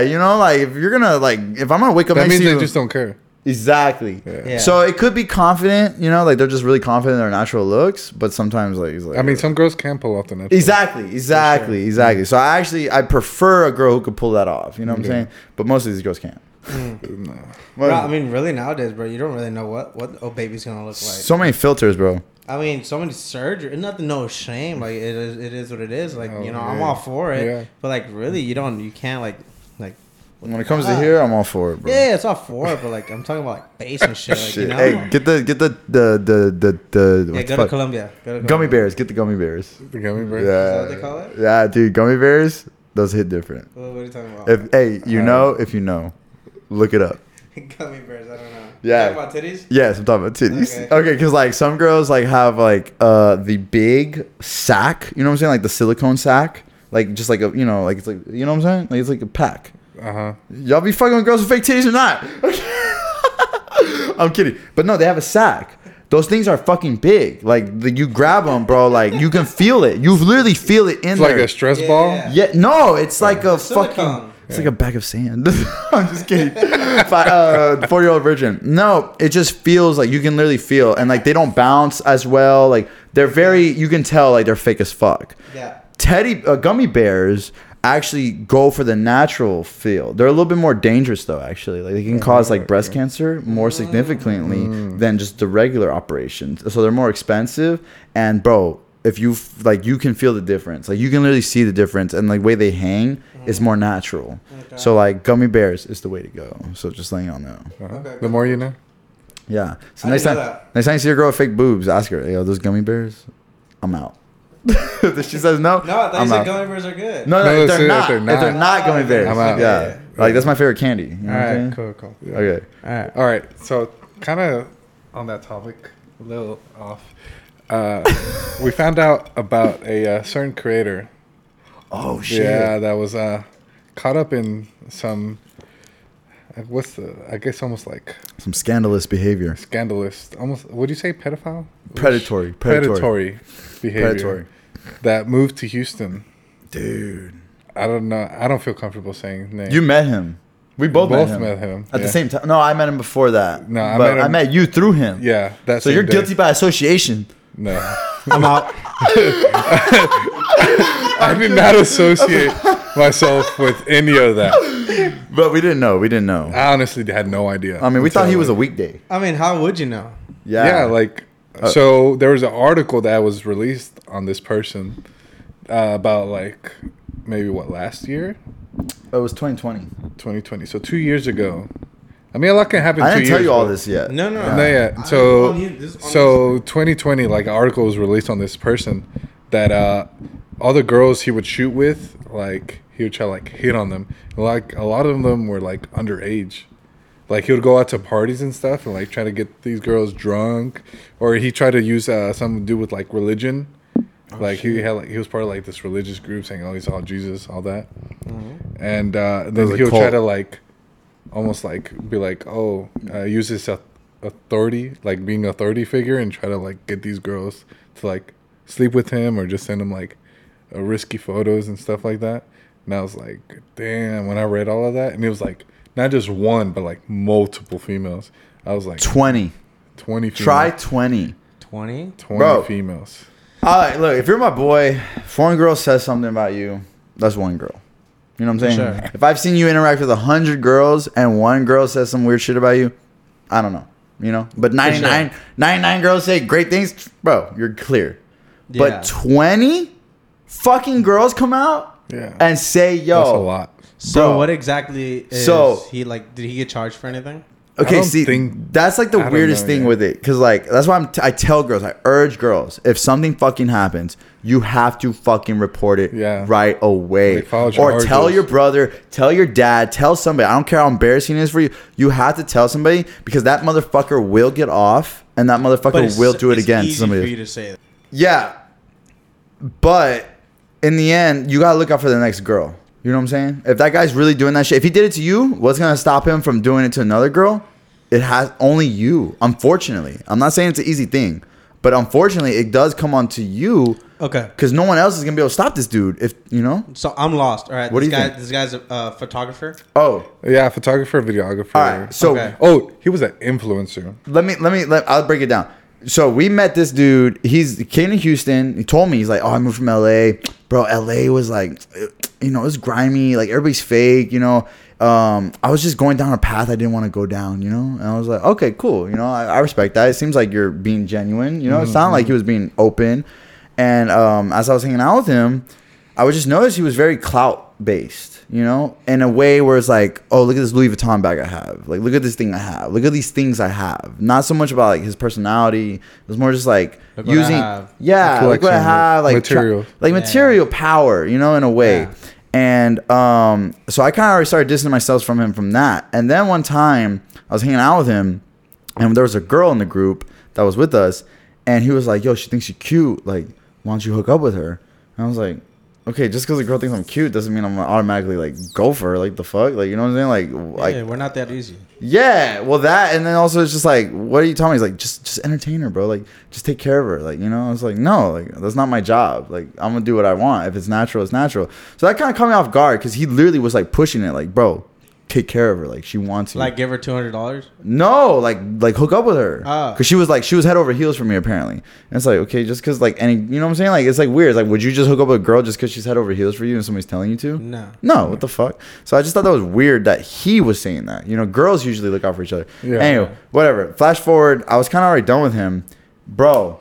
Speaker 1: yeah, you know, like if you're gonna like if I'm gonna wake up
Speaker 2: That
Speaker 1: next
Speaker 2: means
Speaker 1: to
Speaker 2: they
Speaker 1: you-
Speaker 2: just don't care.
Speaker 1: Exactly.
Speaker 3: Yeah.
Speaker 1: So it could be confident, you know, like they're just really confident in their natural looks, but sometimes like, it's like
Speaker 2: I mean, some girls can pull off the natural.
Speaker 1: exactly, exactly, exactly. So I actually I prefer a girl who could pull that off. You know what I'm saying? But most of these girls can't. Well,
Speaker 3: Mm. Bro, I mean, really nowadays, bro, you don't really know what what a baby's gonna look like.
Speaker 1: so many filters, bro.
Speaker 3: I mean, so many surgery. Nothing, no shame. Like it is, it is what it is. Like
Speaker 2: Oh,
Speaker 3: you know,
Speaker 2: yeah.
Speaker 3: I'm all for it.
Speaker 2: Yeah.
Speaker 3: But like, really, you don't, you can't like, like.
Speaker 1: When it comes to
Speaker 3: Ah.
Speaker 1: here, I'm all for it, bro.
Speaker 3: Yeah, it's all for it, but like, I'm talking about like base and shit. Like,
Speaker 1: Shit.
Speaker 3: you know?
Speaker 1: Hey, get the get the the the the, the
Speaker 3: yeah,
Speaker 1: what the
Speaker 3: go to
Speaker 1: fuck?
Speaker 3: Colombia. Go to
Speaker 1: gummy
Speaker 3: Colombia.
Speaker 1: bears. Get the gummy bears.
Speaker 2: The gummy
Speaker 1: Yeah,
Speaker 2: bear.
Speaker 3: what they call it?
Speaker 1: yeah, dude, gummy bears. Those hit different.
Speaker 3: What, what are you talking about?
Speaker 1: If hey, you
Speaker 2: Uh,
Speaker 1: know, if you know, look it up.
Speaker 3: gummy bears. I don't know.
Speaker 1: Yeah.
Speaker 3: Talking about titties.
Speaker 1: Yes, I'm talking about titties.
Speaker 3: Okay.
Speaker 1: Okay, because like some girls like have like uh the big sack. You know what I'm saying? Like the silicone sack. Like just like a you know like it's like you know what I'm saying? Like it's like a pack.
Speaker 2: Uh huh.
Speaker 1: Y'all be fucking with girls with fake titties or not? I'm kidding, but no, they have a sack. Those things are fucking big. Like the, you grab them, bro. Like you can feel it. You literally feel it in
Speaker 2: It's like
Speaker 1: there.
Speaker 2: a stress
Speaker 3: Yeah,
Speaker 2: ball.
Speaker 3: yeah.
Speaker 1: yeah, no, it's like a
Speaker 3: Silicone.
Speaker 1: fucking. It's like a bag of sand. I'm just kidding. Fi uh, Four year old virgin. No, it just feels like you can literally feel, and like they don't bounce as well. Like they're very, you can tell like they're fake as fuck.
Speaker 3: Yeah.
Speaker 1: Teddy uh, gummy bears actually go for the natural feel. They're a little bit more dangerous though. Actually, like they can cause like breast cancer more significantly
Speaker 3: Mm.
Speaker 1: than just the regular operations. So they're more expensive, and bro. If you f- like, you can feel the difference. Like you can literally see the difference, and like way they hang is more natural. So like gummy bears is the way to go. So just letting y'all know.
Speaker 2: Uh-huh. The more you know.
Speaker 1: Yeah. So
Speaker 3: I
Speaker 1: next
Speaker 3: didn't
Speaker 1: time,
Speaker 3: know that.
Speaker 1: next time you see your girl with fake boobs, ask her, "Yo, those gummy bears, I'm out." if she says no,
Speaker 3: No, I thought
Speaker 1: I'm
Speaker 3: you said
Speaker 1: out.
Speaker 3: gummy bears are good.
Speaker 1: No, no,
Speaker 2: No,
Speaker 1: if,
Speaker 2: it's
Speaker 1: they're
Speaker 2: if
Speaker 1: not,
Speaker 2: they're
Speaker 1: if they're
Speaker 2: not.
Speaker 1: not gummy bears,
Speaker 2: I'm out.
Speaker 1: yeah.
Speaker 2: Yeah.
Speaker 1: like that's my favorite candy. You know
Speaker 3: All
Speaker 1: what I'm
Speaker 3: right,
Speaker 1: saying?
Speaker 3: cool, cool.
Speaker 1: Okay,
Speaker 3: All right.
Speaker 2: All right, so kind of on that topic, a little off. Uh, we found out about a uh, certain creator.
Speaker 1: Oh shit.
Speaker 2: Yeah, that was uh, caught up in some. uh, What's the? I guess almost like
Speaker 1: some scandalous behavior,
Speaker 2: scandalous. Almost. Would you say pedophile?
Speaker 1: predatory, predatory,
Speaker 2: Predatory, behavior.
Speaker 1: Predatory.
Speaker 2: That moved to Houston.
Speaker 1: dude.
Speaker 2: I don't know. I don't feel comfortable saying his name.
Speaker 1: You met him. We both,
Speaker 2: both
Speaker 1: met him
Speaker 2: met him,
Speaker 1: at the
Speaker 2: yeah.
Speaker 1: same time. No, I met him before that.
Speaker 2: No, I
Speaker 1: but
Speaker 2: met him-
Speaker 1: I met you through him.
Speaker 2: Yeah. That's
Speaker 1: So you're guilty by association.
Speaker 2: No.
Speaker 3: I'm out.
Speaker 2: I did not associate myself with any of that.
Speaker 1: But we didn't know. We didn't know.
Speaker 2: I honestly had no idea.
Speaker 1: I mean, we thought he
Speaker 2: until-
Speaker 1: was a weekday.
Speaker 3: I mean, how would you know?
Speaker 1: Yeah. uh,
Speaker 2: Yeah, like so. There was an article that was released on this person uh, about like maybe what last year,
Speaker 1: it was 2020.
Speaker 2: 2020. So two years ago. I mean, a lot can happen.
Speaker 1: I didn't
Speaker 2: two
Speaker 1: tell
Speaker 2: years,
Speaker 1: you all
Speaker 2: but-
Speaker 1: this yet.
Speaker 3: No, no,
Speaker 2: No, yeah. So,
Speaker 3: on you- this is on
Speaker 2: so 2020, like an article was released on this person that uh, all the girls he would shoot with, like he would try to like hit on them. Like a lot of them were like underage. Like he would go out to parties and stuff and like try to get these girls drunk, or he tried to use uh, something to do with like religion.
Speaker 3: Oh,
Speaker 2: Like he had, like he was part of like this religious group saying, "Oh, he's all Jesus, all that,"
Speaker 3: Mm-hmm.
Speaker 2: and uh, then
Speaker 1: was a
Speaker 2: he would try
Speaker 1: cult.
Speaker 2: to like almost like be like, oh, uh, use this au- authority, like being an authority figure, and try to like get these girls to like sleep with him or just send him like uh, risky photos and stuff like that. And I was like, damn, when I read all of that, and it was like not just one, but like multiple females. I was like,
Speaker 1: 20.
Speaker 2: 20 females.
Speaker 1: Try 20.
Speaker 3: 20?
Speaker 2: 20
Speaker 1: Bro.
Speaker 2: females.
Speaker 1: All right, look, if you're my boy, if one girl says something about you, that's one girl. You know what I'm saying?
Speaker 3: Sure.
Speaker 1: If I've seen you interact with a hundred girls and one girl says some weird shit about you, I don't know. You know? But 99, 99 girls say great things, bro, you're clear.
Speaker 3: Yeah.
Speaker 1: But 20 fucking girls come out
Speaker 2: Yeah.
Speaker 1: and say, yo.
Speaker 2: That's a lot.
Speaker 3: So
Speaker 1: Bro.
Speaker 3: what exactly is
Speaker 1: So-
Speaker 3: he like? Did he get charged for anything?
Speaker 1: Okay,
Speaker 2: don't
Speaker 1: see,
Speaker 2: think-
Speaker 1: that's like the
Speaker 2: I don't
Speaker 1: weirdest
Speaker 2: know
Speaker 1: thing
Speaker 2: yet.
Speaker 1: with it, because like that's why I'm t- I tell girls, I urge girls, if something fucking happens, you have to fucking report it
Speaker 2: Yeah.
Speaker 1: right away,
Speaker 2: Like, follow your
Speaker 1: or tell
Speaker 2: urges.
Speaker 1: your brother, tell your dad, tell somebody. I don't care how embarrassing it is for you, you have to tell somebody because that motherfucker will get off, and that motherfucker will do it again to
Speaker 3: Easy
Speaker 1: somebody.
Speaker 3: for
Speaker 1: else.
Speaker 3: you to say. That.
Speaker 1: Yeah. But in the end, you gotta look out for the next girl. You know what I'm saying? If that guy's really doing that shit, if he did it to you, what's gonna stop him from doing it to another girl? It has only you. Unfortunately, I'm not saying it's an easy thing, but unfortunately, it does come on to you
Speaker 3: Okay.
Speaker 1: because no one else is gonna be able to stop this dude. If you know,
Speaker 3: So I'm lost. All right.
Speaker 1: What do
Speaker 3: this
Speaker 1: you
Speaker 3: guy,
Speaker 1: think?
Speaker 3: This guy's a uh, photographer.
Speaker 1: oh,
Speaker 2: Yeah, photographer, videographer.
Speaker 1: all right. So
Speaker 3: Okay.
Speaker 2: oh, he was an influencer.
Speaker 1: let me let me let I'll break it down. So we met this dude. He's he came to Houston. He told me he's like, oh, I moved from LA, bro. LA was like, you know, it was grimy. Like everybody's fake. You know, um, I was just going down a path I didn't want to go down. You know, and I was like, okay, cool. You know, I, I respect that. It seems like you're being genuine. You know, it sounded like he was being open. And um, as I was hanging out with him, I would just notice he was very clout based, you know, in a way where it's like, oh, look at this Louis Vuitton bag I have. Like, look at this thing I have. Look at these things I have. Not so much about like his personality. It was more just like
Speaker 3: Look what I
Speaker 1: using,
Speaker 3: have.
Speaker 1: yeah, look what I
Speaker 2: Collection,
Speaker 1: have, like tra-
Speaker 2: material.
Speaker 1: like
Speaker 3: Yeah.
Speaker 1: material power, you know, in a way.
Speaker 3: Yeah.
Speaker 1: And um, so I kind of already started distancing myself from him from that. And then one time I was hanging out with him, and there was a girl in the group that was with us, and he was like, "Yo, she thinks you're cute. Like, why don't you hook up with her?" And I was like, okay, just because a girl thinks I'm cute doesn't mean I'm gonna automatically like go for her. Like the fuck, like you know what I'm saying? Like, like
Speaker 3: yeah, we're not that easy.
Speaker 1: yeah, well that, and then also it's just like, what are you telling me? He's like, just just entertain her, bro. Like, just take care of her. Like, you know, I was like, no, like that's not my job. Like, I'm gonna do what I want. If it's natural, it's natural. So that kind of caught me off guard because he literally was like pushing it, like, bro, take care of her. Like, she wants you.
Speaker 3: Like, give her two hundred dollars.
Speaker 1: No, like like hook up with her
Speaker 3: Ah.
Speaker 1: because she was like she was head over heels for me apparently. And it's like okay, just because like any you know what I'm saying like it's like weird. It's like would you just hook up with a girl just because she's head over heels for you and somebody's telling you to?
Speaker 3: No.
Speaker 1: No, what the fuck? So I just thought that was weird that he was saying that. You know, girls usually look out for each other.
Speaker 2: Yeah.
Speaker 1: Anyway, whatever. Flash forward. I was kind of already done with him, bro.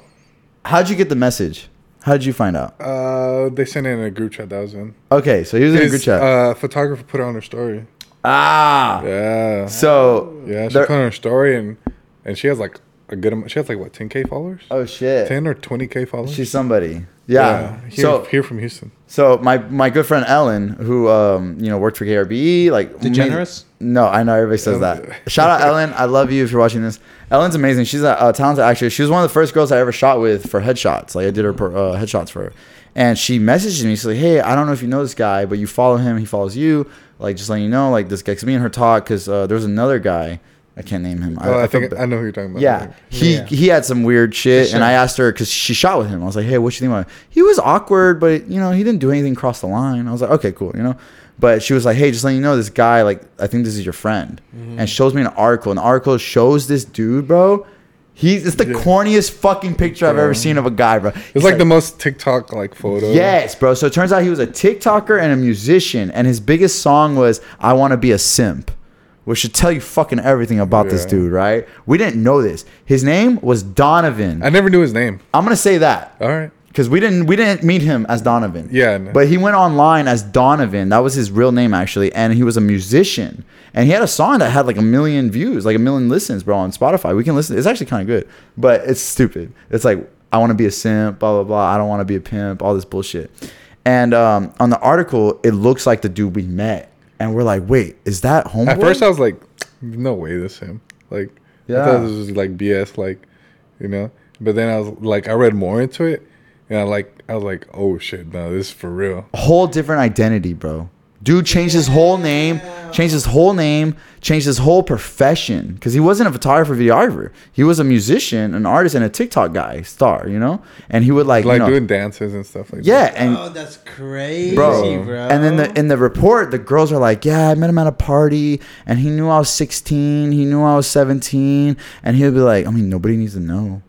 Speaker 1: How'd you get the message? How did you find out?
Speaker 2: Uh, they sent it in a group chat that I was in.
Speaker 1: Okay, so he was in a
Speaker 2: His,
Speaker 1: group chat.
Speaker 2: Uh, photographer put it on her story.
Speaker 1: ah,
Speaker 2: Yeah,
Speaker 1: so
Speaker 2: yeah. She
Speaker 1: there-
Speaker 2: put it on her story, and and she has like a good amount. She has like what, 10k followers?
Speaker 1: oh shit,
Speaker 2: 10 or 20k followers?
Speaker 1: she's somebody. Yeah.
Speaker 2: Here,
Speaker 1: So
Speaker 2: here from Houston.
Speaker 1: So my my good friend Ellen, who um you know worked for KRBE, E, like
Speaker 3: Degenerous?
Speaker 1: amazing- No, I know everybody says that. Shout out Ellen, I love you if you're watching this. Ellen's amazing. She's a, a talented actress. She was one of the first girls I ever shot with for headshots. Like I did her per, uh, headshots for her, and she messaged me. She's like, "Hey, I don't know if you know this guy, but you follow him. He follows you. Like just letting you know, like this guy. Cause me and her talk because uh, there was another guy. I can't name him.
Speaker 2: Oh, I,
Speaker 1: feel
Speaker 2: think
Speaker 1: ba-
Speaker 2: I know who you're talking about.
Speaker 1: yeah, he
Speaker 3: Yeah.
Speaker 1: he had some weird shit,
Speaker 3: For
Speaker 1: and I
Speaker 3: sure.
Speaker 1: asked her because she shot with him. I was like, "Hey, what you think about?" It? He was awkward, but you know, he didn't do anything cross the line. I was like, "Okay, cool," you know. But she was like, "Hey, just letting you know, this guy, like, I think this is your friend,"
Speaker 3: Mm-hmm.
Speaker 1: and shows me an article. And the article shows this dude, bro. He's it's the corniest fucking picture I've ever seen of a guy, bro.
Speaker 2: It's like, the most TikTok like photo.
Speaker 1: Yes, bro. So it turns out he was a TikToker and a musician, and his biggest song was "I Want to Be a Simp," which should tell you fucking everything about this
Speaker 2: Yeah.
Speaker 1: dude, right? We didn't know this. His name was Donovan.
Speaker 2: I never knew his name.
Speaker 1: I'm gonna say that
Speaker 2: All right.
Speaker 1: because we didn't we didn't meet him as Donovan.
Speaker 2: Yeah, no.
Speaker 1: But he went online as Donovan. That was his real name actually, and he was a musician. And he had a song that had like a million views, like a million listens, bro, on Spotify. We can listen. It's actually kind of good, but it's stupid. It's like I want to be a simp, blah blah blah. I don't want to be a pimp. All this bullshit. And um, on the article, it looks like the dude we met, and we're like, wait, is that homeboy?
Speaker 2: At first, I was like, "No way, this him." Like, I
Speaker 1: Yeah.
Speaker 2: thought this was like BS, like, you know. But then I was like, I read more into it, and I like, I was like, "Oh shit, no, this is for real."
Speaker 1: whole different identity, bro. Dude changed his whole name, changed his whole name, changed his whole profession because he wasn't a photographer, videographer. He was a musician, an artist, and a TikTok guy star, you know. And he would like,
Speaker 2: Like
Speaker 1: you know,
Speaker 2: doing dances and stuff like
Speaker 1: yeah,
Speaker 2: that.
Speaker 1: and
Speaker 3: oh, that's crazy,
Speaker 1: bro.
Speaker 3: bro.
Speaker 1: And then the, in the report, the girls are like, "Yeah, I met him at a party, and he knew I was 16. He knew I was 17, and he'd be like, I mean, nobody needs to know.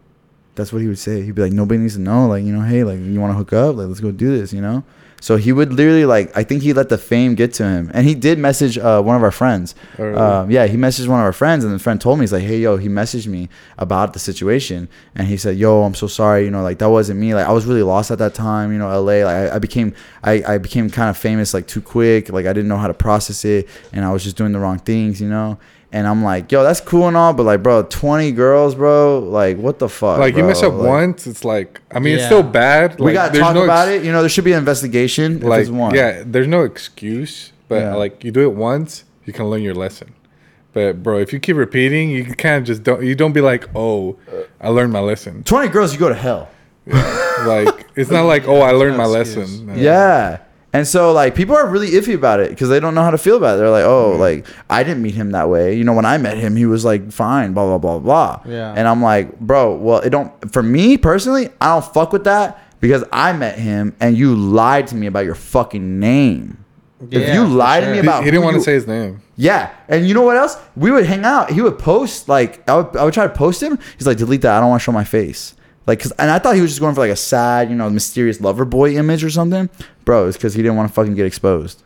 Speaker 1: That's what he would say. He'd be like, nobody needs to know. Like, you know, hey, like, you want to hook up? Like, let's go do this. You know. So he would literally like, I think he let the fame get to him, and he did message uh, one of our friends.
Speaker 2: Oh, really?
Speaker 1: Um, yeah, he messaged one of our friends, and the friend told me he's like, "Hey, yo," he messaged me about the situation, and he said, "Yo, I'm so sorry. You know, like that wasn't me. Like I was really lost at that time. You know, LA. Like I, I became, I, I became kind of famous like too quick. Like I didn't know how to process it, and I was just doing the wrong things. You know." And I'm like, yo, that's cool and all, but like, bro, 20 girls, bro, like, what the fuck?
Speaker 2: like you
Speaker 1: bro?
Speaker 2: mess up
Speaker 1: Like,
Speaker 2: once, it's like, I mean, it's
Speaker 3: Yeah.
Speaker 2: still bad.
Speaker 1: We
Speaker 2: like,
Speaker 1: got to
Speaker 2: there's
Speaker 1: talk
Speaker 2: no
Speaker 1: about
Speaker 2: ex-
Speaker 1: it. You know, there should be an investigation. if
Speaker 2: Like,
Speaker 1: there's one.
Speaker 2: yeah, there's no excuse, but
Speaker 1: Yeah.
Speaker 2: like you do it once, you can learn your lesson. But bro, if you keep repeating, you kind of just don't. You don't be like, "Oh, I learned my lesson."
Speaker 1: 20 girls, you go to hell.
Speaker 2: like it's not like oh i learned my
Speaker 3: no excuse.
Speaker 2: lesson
Speaker 1: Yeah. And so like people are really iffy about it because they don't know how to feel about it. They're like, oh,
Speaker 3: Mm-hmm.
Speaker 1: like I didn't meet him that way. You know, when I met him, he was like fine, blah blah blah blah.
Speaker 3: Yeah.
Speaker 1: And I'm like, bro, well, it don't for me personally, I don't fuck with that because I met him and you lied to me about your fucking name. if
Speaker 3: Yeah,
Speaker 1: you
Speaker 3: for
Speaker 1: lied to me
Speaker 3: sure.
Speaker 1: about
Speaker 2: he, he didn't
Speaker 1: who
Speaker 2: want
Speaker 1: you-
Speaker 2: to say his name
Speaker 1: yeah, and you know what else? We would hang out. He would post like I would, I would try to post him. He's like, delete that. I don't want to show my face. Like, cause and I thought he was just going for like a sad, you know, mysterious lover boy image or something, bro. It's because he didn't want to fucking get exposed.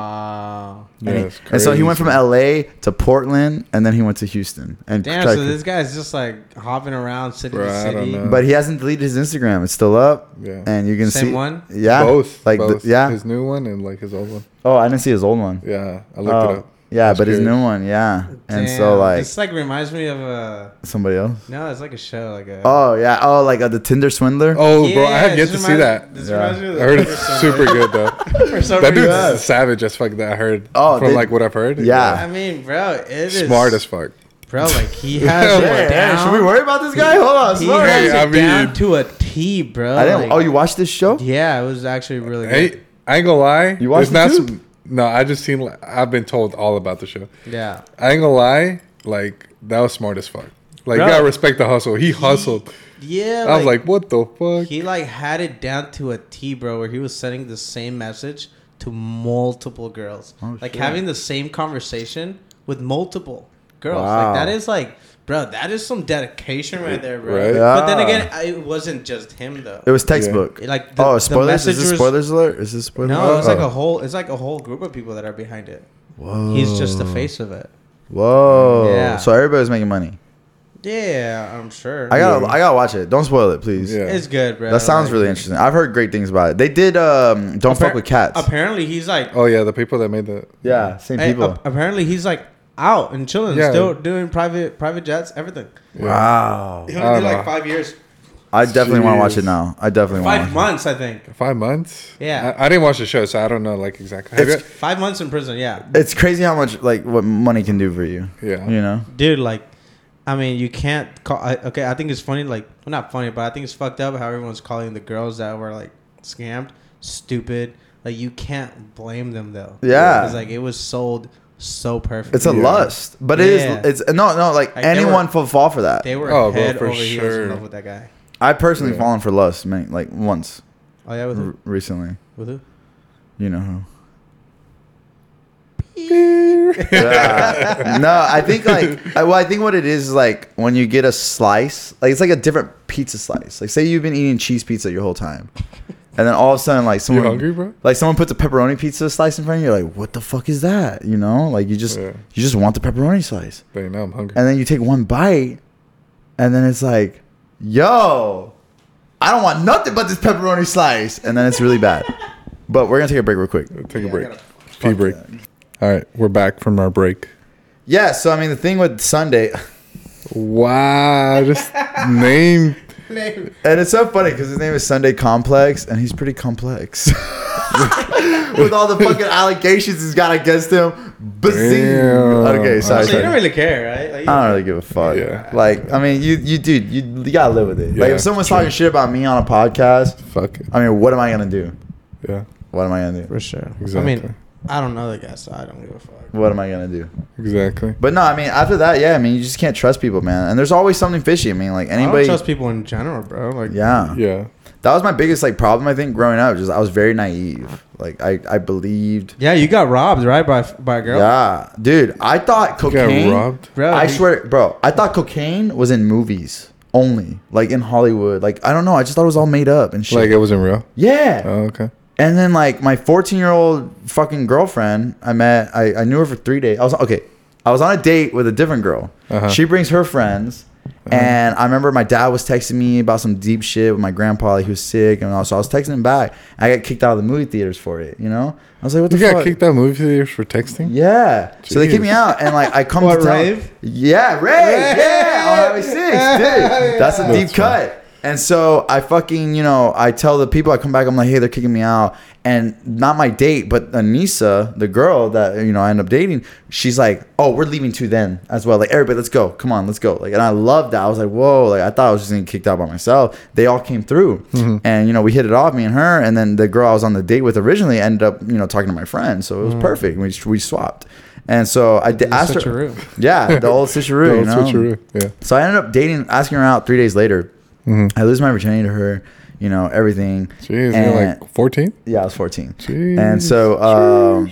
Speaker 3: wow.
Speaker 2: yeah,
Speaker 1: and, he-
Speaker 2: it's
Speaker 1: and so he
Speaker 2: crazy.
Speaker 1: went from L.A. to Portland, and then he went to Houston. And
Speaker 3: Damn.
Speaker 1: tried-
Speaker 3: So this guy's just like hopping around city
Speaker 2: Bro,
Speaker 3: to
Speaker 2: I don't
Speaker 3: city.
Speaker 2: know.
Speaker 1: but he hasn't deleted his Instagram. It's still up.
Speaker 2: Yeah.
Speaker 1: And you can
Speaker 3: Same
Speaker 1: see
Speaker 3: one?
Speaker 1: Yeah.
Speaker 2: both
Speaker 1: Like
Speaker 2: like
Speaker 1: the-
Speaker 2: both.
Speaker 1: yeah.
Speaker 2: his new one and like his old one
Speaker 1: oh, I didn't see his old one.
Speaker 2: yeah i looked it
Speaker 1: Oh,
Speaker 2: up
Speaker 1: yeah,
Speaker 2: That's
Speaker 1: but his
Speaker 2: crazy.
Speaker 1: new one, yeah. And so
Speaker 3: Damn,
Speaker 1: like
Speaker 3: this like reminds me of a
Speaker 1: somebody else.
Speaker 3: no, it's like a show like a.
Speaker 1: Oh yeah. Oh, like uh, the Tinder swindler.
Speaker 2: oh bro i
Speaker 3: Yeah,
Speaker 2: have yet
Speaker 3: this
Speaker 2: to see
Speaker 3: reminds-
Speaker 2: that
Speaker 3: This
Speaker 1: Yeah.
Speaker 3: reminds me
Speaker 2: i
Speaker 3: of the
Speaker 2: heard
Speaker 3: Tinder
Speaker 2: it's super
Speaker 3: swindler.
Speaker 2: good though
Speaker 3: For some
Speaker 2: that dude's
Speaker 3: reason.
Speaker 1: Yeah.
Speaker 2: savage as fuck that i heard
Speaker 1: Oh,
Speaker 2: from
Speaker 1: they-
Speaker 2: like what i've heard
Speaker 1: Yeah.
Speaker 3: I mean, bro, it is
Speaker 2: smart as fuck
Speaker 3: bro. Like he has
Speaker 2: Yeah,
Speaker 3: it
Speaker 1: Hey,
Speaker 3: down.
Speaker 1: should we worry about this guy? Hold on.
Speaker 3: He
Speaker 1: sorry.
Speaker 3: has
Speaker 2: Hey, I
Speaker 3: it down
Speaker 2: mean-
Speaker 3: to a T, bro.
Speaker 1: I didn't.
Speaker 3: Like,
Speaker 1: oh, you watched this show?
Speaker 3: Yeah, it was actually really good.
Speaker 2: hey I ain't gonna lie.
Speaker 1: You watched
Speaker 2: it's
Speaker 1: it
Speaker 2: not
Speaker 1: too?
Speaker 2: some- No, I just seen. like, I've been told all about the show.
Speaker 3: Yeah.
Speaker 2: I ain't gonna lie. Like that was smart as fuck. Like
Speaker 3: Bro.
Speaker 2: you gotta respect the hustle. He hustled.
Speaker 3: Yeah.
Speaker 2: I was like, what the fuck?
Speaker 3: uh, he like had it down to a T, bro, where he was sending the same message to multiple girls,
Speaker 1: Oh,
Speaker 3: like
Speaker 1: shit.
Speaker 3: having the same conversation with multiple girls.
Speaker 1: Wow.
Speaker 3: Like that is like, bro, that is some dedication right there, bro.
Speaker 2: Right?
Speaker 3: But then
Speaker 1: Yeah.
Speaker 3: again, I- it wasn't just him though.
Speaker 1: It was textbook.
Speaker 3: Like the-
Speaker 1: oh,
Speaker 3: the
Speaker 1: spoilers!
Speaker 3: message
Speaker 1: is this
Speaker 3: was-
Speaker 1: spoilers alert? Is this spoilers?
Speaker 3: no, it's like
Speaker 1: Oh.
Speaker 3: a whole, it's like a whole group of people that are behind it.
Speaker 1: Whoa.
Speaker 3: He's just the face of it.
Speaker 1: Whoa.
Speaker 3: Yeah.
Speaker 1: So everybody's making money.
Speaker 3: Yeah, I'm sure.
Speaker 1: I gotta, I gotta watch it. Don't spoil it, please.
Speaker 2: Yeah.
Speaker 3: It's good, bro.
Speaker 1: That sounds
Speaker 3: Like,
Speaker 1: really interesting. I've heard great things about it. They did um, "Don't Fuck
Speaker 3: appar-
Speaker 1: with Cats."
Speaker 3: Apparently, he's like
Speaker 2: Oh yeah, the people that made the
Speaker 1: yeah, same
Speaker 3: Hey,
Speaker 1: people.
Speaker 3: ap- apparently, he's like out and chilling,
Speaker 2: Yeah.
Speaker 3: still doing private private jets, everything.
Speaker 1: wow,
Speaker 3: He
Speaker 2: I
Speaker 3: only
Speaker 2: don't
Speaker 3: did
Speaker 2: know.
Speaker 3: like five years,
Speaker 1: I definitely want to watch
Speaker 2: Jeez.
Speaker 1: it now. I definitely want.
Speaker 3: five
Speaker 1: to.
Speaker 3: months, I think.
Speaker 2: five months.
Speaker 3: Yeah.
Speaker 2: I, I didn't watch the show, so I don't know like exactly. Have
Speaker 1: It's-
Speaker 2: you-
Speaker 3: Five months in prison, yeah,
Speaker 1: It's crazy how much like what money can do for you.
Speaker 2: Yeah.
Speaker 1: you know.
Speaker 3: dude. Like, I mean, you can't call. I, okay, I think it's funny. Like, well, not funny, but I think it's fucked up how everyone's calling the girls that were like scammed stupid. Like, you can't blame them though.
Speaker 1: Yeah.
Speaker 3: it's like it was sold so perfect.
Speaker 1: It's a
Speaker 2: Yeah.
Speaker 1: lust, but it
Speaker 3: Yeah.
Speaker 1: is. It's no, no. Like,
Speaker 3: Like, they
Speaker 1: anyone
Speaker 3: were-
Speaker 1: will fall for that.
Speaker 3: They were
Speaker 2: Oh, bro,
Speaker 3: head
Speaker 2: for
Speaker 3: over heels
Speaker 2: sure.
Speaker 3: in love with that guy.
Speaker 1: I personally
Speaker 2: Yeah.
Speaker 1: fallen for lust, many, like once
Speaker 3: Oh yeah, with
Speaker 1: r-
Speaker 3: who?
Speaker 1: recently.
Speaker 3: With who?
Speaker 1: You know who. Yeah. no, I think like I, well, I think what it is is like when you get a slice, like it's like a different pizza slice. Like say you've been eating cheese pizza your whole time, and then all of a sudden like someone
Speaker 2: hungry, bro?
Speaker 1: like someone puts a pepperoni pizza slice in front of you, you're like, what the fuck is that? You know, like you just
Speaker 2: Yeah.
Speaker 1: you just want the pepperoni slice,
Speaker 2: Dang, now I'm hungry.
Speaker 1: and then you take one bite, and then it's like, yo, I don't want nothing but this pepperoni slice, and then it's really bad. But we're gonna take a break real quick.
Speaker 2: Take a break. Pee break. All right, we're back from our break.
Speaker 1: Yeah, so I mean the thing with Sunday.
Speaker 2: Wow, just name.
Speaker 1: And it's so funny because his name is Sunday Complex, and he's pretty complex. With all the fucking allegations he's got against him, bazing.
Speaker 2: Damn.
Speaker 1: Okay, sorry.
Speaker 2: Honestly,
Speaker 3: So you
Speaker 1: sorry.
Speaker 3: don't really care, right? Like, you-
Speaker 1: I don't really give a fuck.
Speaker 2: Yeah.
Speaker 1: Like, I mean, you, you, dude, you, you gotta live with it. like,
Speaker 2: Yeah,
Speaker 1: if someone's talking shit about me on a podcast,
Speaker 2: Fuck it.
Speaker 1: I mean, what am I gonna do?
Speaker 2: Yeah,
Speaker 1: What am I gonna do?
Speaker 3: For sure. I
Speaker 2: Exactly.
Speaker 3: mean, I don't know the guy, so I don't give a fuck.
Speaker 1: What am I gonna do?
Speaker 2: exactly.
Speaker 1: But no, I mean, after that, yeah, I mean, you just can't trust people, man. And there's always something fishy. I mean, like
Speaker 3: I don't
Speaker 1: anybody.
Speaker 3: trust people in general, bro. Like,
Speaker 1: Yeah.
Speaker 2: Yeah.
Speaker 1: that was my biggest like problem. I think growing up, just I was very naive. Like I, I believed
Speaker 3: yeah, you got robbed, right, by by a girl.
Speaker 1: Yeah, dude. I thought
Speaker 2: You got
Speaker 1: cocaine.
Speaker 2: robbed?
Speaker 3: Bro,
Speaker 1: I
Speaker 3: he-
Speaker 1: swear, bro. I thought cocaine was in movies only, like in Hollywood. Like I don't know. I just thought it was all made up and shit.
Speaker 2: Like it wasn't real.
Speaker 1: yeah.
Speaker 2: Oh, okay.
Speaker 1: And then like my 14 year old fucking girlfriend, I met. I, I knew her for three days. I was okay. I was on a date with a different girl.
Speaker 2: Uh-huh.
Speaker 1: She brings her friends. And I remember my dad was texting me about some deep shit with my grandpa. Like he was sick, and all. So I was texting him back. I got kicked out of the movie theaters for it. You know, I was like, "What the
Speaker 2: You got
Speaker 1: fuck?"
Speaker 2: kicked out of movie theaters for texting?
Speaker 1: Yeah. So they kick me
Speaker 2: Jeez.
Speaker 1: out, and like I come
Speaker 3: What,
Speaker 1: to town.
Speaker 3: rave?
Speaker 1: Yeah, rave. Yeah, on Highway Six, dude. That's a deep
Speaker 2: That's
Speaker 1: cut. And so I fucking, you know, I tell the people I come back, I'm like, hey, they're kicking me out. And not my date, but Anissa, the girl that, you know, I end up dating, she's like, oh, we're leaving too then as well. Like, everybody, let's go. Come on, let's go. Like, and I loved that. I was like, whoa, like, I thought I was just getting kicked out by myself. They all came through. And, you know, we hit it off, me and her. And then the girl I was on the date with originally ended up, you know, talking to my friend. So it was perfect. We, we swapped. And so I did asked her.
Speaker 3: switcheroo.
Speaker 1: Yeah, the old switcheroo.
Speaker 2: No,
Speaker 1: you know?
Speaker 2: switcheroo. Yeah.
Speaker 1: So I ended up dating, asking her out three days later. I lose my virginity to her, you know, everything.
Speaker 2: Mm-hmm. Jeez,
Speaker 1: And-
Speaker 2: you're like 14?
Speaker 1: yeah, I was 14.
Speaker 2: Jeez.
Speaker 1: And so, um,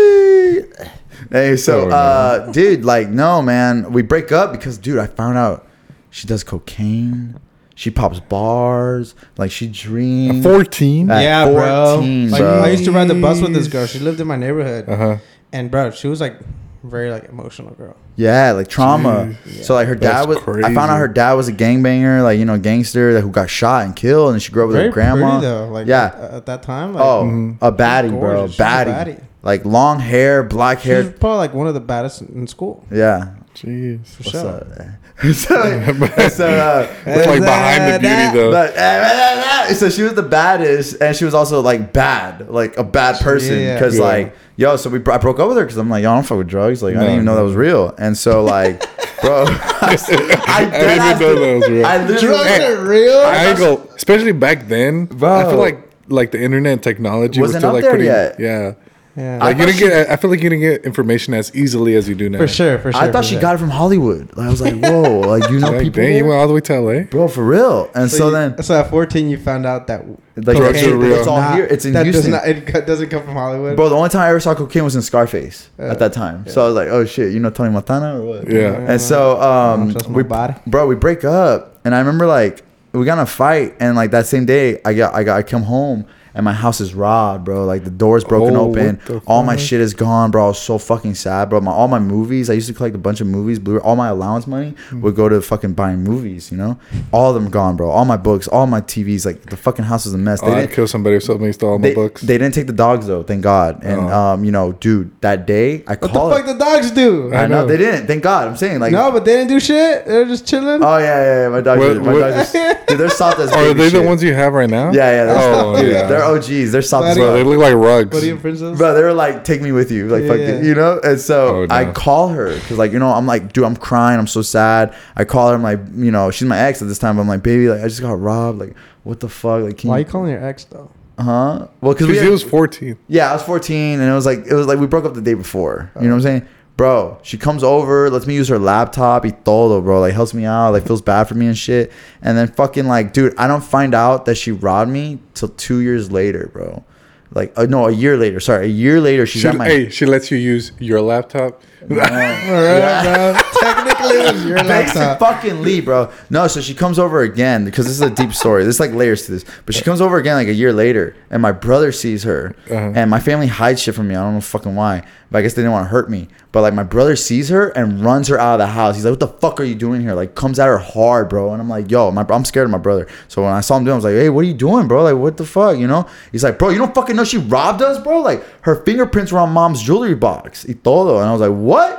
Speaker 1: jeez. Hey, so,
Speaker 2: Oh, no.
Speaker 1: uh, dude, like, no, man, we break up because, dude, I found out she does cocaine. She pops bars. Like, she dreams.
Speaker 2: 14?
Speaker 1: At
Speaker 3: yeah, bro.
Speaker 1: 14,
Speaker 3: Like,
Speaker 1: bro. Uh-huh.
Speaker 3: I used to ride the bus with this girl. She lived in my neighborhood,
Speaker 2: Uh huh.
Speaker 3: and bro, she was like very like emotional girl.
Speaker 1: Yeah, like trauma. So like her dad
Speaker 2: That's
Speaker 1: was. I
Speaker 2: crazy.
Speaker 1: found out her dad was a gangbanger, like you know, gangster that who got shot and killed, and she grew up with
Speaker 3: Very
Speaker 1: her grandma.
Speaker 3: pretty though. Like,
Speaker 1: yeah.
Speaker 3: at, at that time, like, mm-hmm.
Speaker 1: oh, a baddie, bro,
Speaker 3: gorgeous. She's a
Speaker 1: baddie.
Speaker 3: baddie.
Speaker 1: Like long hair, black
Speaker 3: she was
Speaker 1: hair.
Speaker 3: probably like one of the baddest in school.
Speaker 1: Yeah.
Speaker 2: Jeez.
Speaker 1: What's
Speaker 3: Sure.
Speaker 1: up? so, so, uh,
Speaker 2: It's like behind the beauty, though.
Speaker 1: but, eh, so she was the baddest, and she was also like bad, like a bad person.
Speaker 3: Yeah.
Speaker 1: Because
Speaker 2: Yeah.
Speaker 1: like, yo, so we bro- I broke up with her because I'm like, yo, I don't fuck with drugs. Like I
Speaker 2: No,
Speaker 1: didn't even know
Speaker 2: no.
Speaker 1: that was real. And so like, bro, I, I,
Speaker 2: I didn't even know that was real.
Speaker 1: I literally
Speaker 2: Drugs are
Speaker 3: real.
Speaker 2: I ain't go, especially back then. I feel like like the internet and technology
Speaker 1: Wasn't
Speaker 2: was still
Speaker 1: up
Speaker 2: like
Speaker 1: there
Speaker 2: pretty.
Speaker 1: yet.
Speaker 2: Yeah,
Speaker 3: Yeah,
Speaker 2: like you
Speaker 1: thought
Speaker 2: didn't get. I feel like you didn't get information as easily as you do now.
Speaker 3: for sure, for sure.
Speaker 1: I thought
Speaker 3: for
Speaker 1: she
Speaker 3: sure.
Speaker 1: got it from Hollywood. Like, I was like, whoa, like you know
Speaker 2: Like,
Speaker 1: people,
Speaker 2: dang, you
Speaker 1: there?
Speaker 2: went all the way to LA.
Speaker 1: bro, for real. And so,
Speaker 3: you-
Speaker 1: then,
Speaker 3: so at 14, you found out that
Speaker 1: like,
Speaker 2: drugs
Speaker 1: cocaine,
Speaker 2: are real.
Speaker 1: it's all
Speaker 3: not-
Speaker 1: here. It's in
Speaker 3: that does
Speaker 1: Houston.
Speaker 3: not- it co- doesn't come from Hollywood.
Speaker 1: Bro, the only time I ever saw cocaine was in Scarface
Speaker 3: Yeah.
Speaker 1: at that time. So I was like, oh shit, you know Tony Montana or what?
Speaker 2: Yeah.
Speaker 1: And so
Speaker 3: I
Speaker 1: um
Speaker 3: don't trust my
Speaker 1: we
Speaker 3: body.
Speaker 1: bro, we break up and I remember like we got in a fight and like that same day I got I got I come home and my house is robbed, bro. Like the door's broken
Speaker 2: Oh,
Speaker 1: open.
Speaker 2: what the
Speaker 1: All my shit is gone, bro. I was so fucking sad, bro. My all my movies, I used to collect a bunch of movies, Blu-ray, all my allowance money
Speaker 2: Hmm.
Speaker 1: would go to fucking buying movies, you know? All of them gone, bro. All my books, all my TVs, like the fucking house is a mess. They
Speaker 2: Oh, I'd
Speaker 1: didn't-
Speaker 2: kill somebody if somebody stole all my
Speaker 1: they,
Speaker 2: books.
Speaker 1: they didn't take the dogs though, thank God. And
Speaker 2: Oh.
Speaker 1: um, you know, dude, that day I
Speaker 3: what
Speaker 1: called.
Speaker 3: the fuck the dogs do?
Speaker 1: I know
Speaker 2: know.
Speaker 1: they didn't. Thank God. I'm saying like.
Speaker 3: no, but they didn't do shit. They're just chilling.
Speaker 1: oh yeah, yeah, yeah. My dogs.
Speaker 2: What-
Speaker 1: are- my
Speaker 2: what-
Speaker 1: dogs. Are, dude, they're soft as.
Speaker 2: Oh, are
Speaker 1: baby
Speaker 2: they the
Speaker 1: shit.
Speaker 2: ones you have right now?
Speaker 1: Yeah, yeah. They're,
Speaker 2: Oh,
Speaker 1: dude,
Speaker 2: yeah.
Speaker 1: they're OGs. They're soft as.
Speaker 3: Buddy.
Speaker 2: Bro, they
Speaker 1: Well.
Speaker 2: look like rugs.
Speaker 3: Buddy and princess.
Speaker 1: Bro, they were like, "Take me with you," like,
Speaker 3: Yeah,
Speaker 1: fuck
Speaker 3: yeah.
Speaker 1: it, you know. And so
Speaker 2: Oh, no.
Speaker 1: I call her because, like, you know, I'm like, dude, I'm crying, I'm so sad. I call her, I'm like, you know, she's my ex at this time. But I'm like, baby, like, I just got robbed. Like, what the fuck? Like, can
Speaker 3: Why are you
Speaker 1: you?
Speaker 3: calling your ex though?
Speaker 1: Huh? Well, because we
Speaker 2: Because
Speaker 1: had-
Speaker 2: he was 14.
Speaker 1: Yeah, I was 14, and it was like it was like we broke up the day before. You know what I'm saying, bro? She comes over, lets me use her laptop. He todo, bro. Like helps me out, like feels bad for me and shit. And then fucking like, dude, I don't find out that she robbed me till two years later, bro. Like uh, no, a year later. Sorry, a year later. She's
Speaker 2: She,
Speaker 1: at my. Uh,
Speaker 2: hey, she lets you use your laptop.
Speaker 3: All right, bro. Technically, it was your
Speaker 1: Basic
Speaker 3: laptop.
Speaker 1: fucking Lee, bro. No, so she comes over again because this is a deep story. There's like layers to this. But she comes over again like a year later, and my brother sees her,
Speaker 2: Uh-huh.
Speaker 1: and my family hides shit from me. I don't know fucking why, but I guess they didn't want to hurt me. But like my brother sees her and runs her out of the house. He's like, "What the fuck are you doing here?" Like comes at her hard, bro. And I'm like, "Yo, my, I'm scared of my brother." So when I saw him doing, it, I was like, "Hey, what are you doing, bro? Like, what the fuck?" You know? He's like, "Bro, you don't fucking know she robbed us, bro. Like her fingerprints were on mom's jewelry box." Y todo, and I was like, "What?"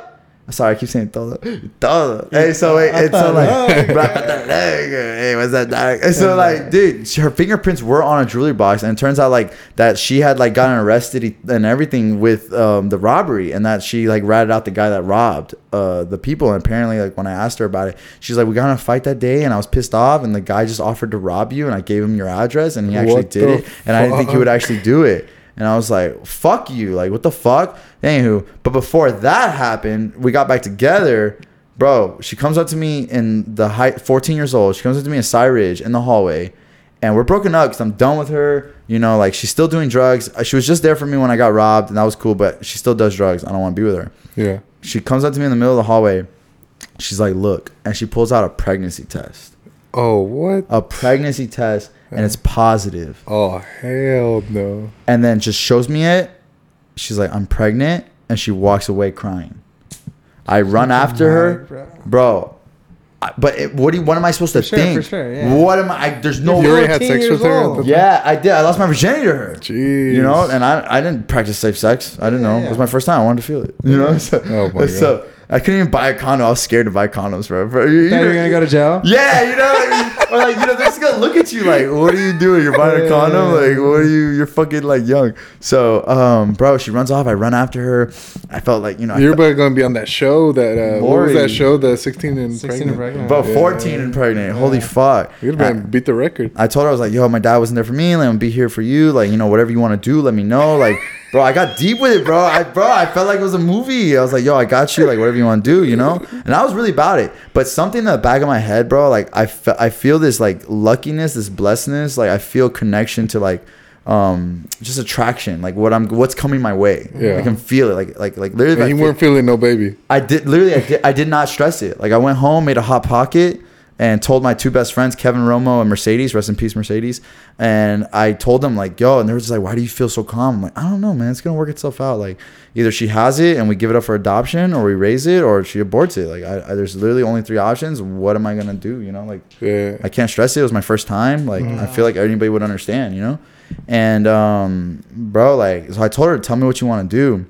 Speaker 1: Sorry, I keep saying todo. Todo. Hey, so wait, it's so like, hey, what's that? dog? And so like, dude, she- her fingerprints were on a jewelry box, and it turns out like that she had like gotten arrested e-, and everything with um, the robbery, and that she like ratted out the guy that robbed uh, the people. And apparently, like when I asked her about it, she's like, "We got in a fight that day, and I was pissed off, and the guy just offered to rob you, and I gave him your address, and he actually
Speaker 2: What
Speaker 1: did
Speaker 2: the
Speaker 1: it, and I didn't think he would
Speaker 2: fuck?
Speaker 1: actually do it." And I was like, fuck you. Like, what the fuck? Anywho, but before that happened, we got back together. Bro, she comes up to me in the height, 14 years old. She comes up to me in Cyridge in the hallway. And we're broken up because I'm done with her. You know, like, she's still doing drugs. Uh, She was just there for me when I got robbed, and that was cool, but she still does drugs. I don't want to be with her.
Speaker 2: Yeah.
Speaker 1: She comes up to me in the middle of the hallway. She's like, look. And she pulls out a pregnancy test.
Speaker 2: Oh, what?
Speaker 1: A pregnancy test, and it's positive
Speaker 2: Oh, hell no.
Speaker 1: and then just shows me it. She's like, I'm pregnant, and she walks away crying. I run after her,
Speaker 3: Bro.
Speaker 1: bro. I- But it, what do you, what am I supposed to
Speaker 3: sure,
Speaker 1: think?
Speaker 3: for sure, yeah.
Speaker 1: What am I? I there's no.
Speaker 2: You
Speaker 1: way.
Speaker 2: already had
Speaker 3: 14
Speaker 2: sex
Speaker 3: years
Speaker 2: with her? at
Speaker 3: old.
Speaker 2: the time?
Speaker 1: Yeah, I did. I lost my virginity to her.
Speaker 2: Jeez.
Speaker 1: You know, and I I didn't practice safe sex. I didn't know. It was
Speaker 3: yeah.
Speaker 1: my first time. I wanted to feel it. You know. So,
Speaker 2: Oh my God.
Speaker 1: so I couldn't even buy a condom. I was scared to buy condoms, bro. bro you,
Speaker 3: Thought you were gonna go to jail.
Speaker 1: yeah, you know, like, or like you know, they're just gonna look at you like, "What are you doing? You're buying a condom? Like, what are you? You're fucking like young." So, um, bro, she runs off. I run after her. I felt like you know, I
Speaker 2: You're
Speaker 1: felt,
Speaker 2: about going to be on that show that, uh, what was
Speaker 1: Lori.
Speaker 2: that show? The 16 and
Speaker 3: 16
Speaker 2: pregnant.
Speaker 3: and pregnant.
Speaker 1: about
Speaker 2: Yeah.
Speaker 1: 14 and pregnant. Holy fuck!
Speaker 2: You'd have been beat the record.
Speaker 1: I told her I was like, "Yo, my dad wasn't there for me. Like, I'm gonna be here for you. Like, you know, whatever you want to do, let me know." Like, bro, I got deep with it, bro. I, bro, I felt like it was a movie. I was like, "Yo, I got you. Like, whatever you want to do, you know." And I was really about it. But something in the back of my head, bro, like I, fe- I feel this like luckiness, this blessedness. Like, I feel connection to like, um, just attraction. Like, what I'm, what's coming my way.
Speaker 2: Yeah.
Speaker 1: I can feel it. Like, like, like literally.
Speaker 2: And
Speaker 1: I
Speaker 2: you
Speaker 1: feel-
Speaker 2: weren't feeling no baby.
Speaker 1: I did literally. I did, I did not stress it. Like I went home, made a hot pocket, and told my two best friends, Kevin Romo and Mercedes, rest in peace, Mercedes. And I told them like, "Yo," and they were just like, "Why do you feel so calm?" I'm like, "I don't know, man. It's gonna work itself out. Like, either she has it and we give it up for adoption, or we raise it, or she aborts it. Like, I, I, there's literally only three options. What am I gonna do? You know, like."
Speaker 2: Yeah.
Speaker 1: I can't stress it. It was my first time. Like I feel like anybody would understand, you know. And um, bro, like so I told her, tell me what you want to do.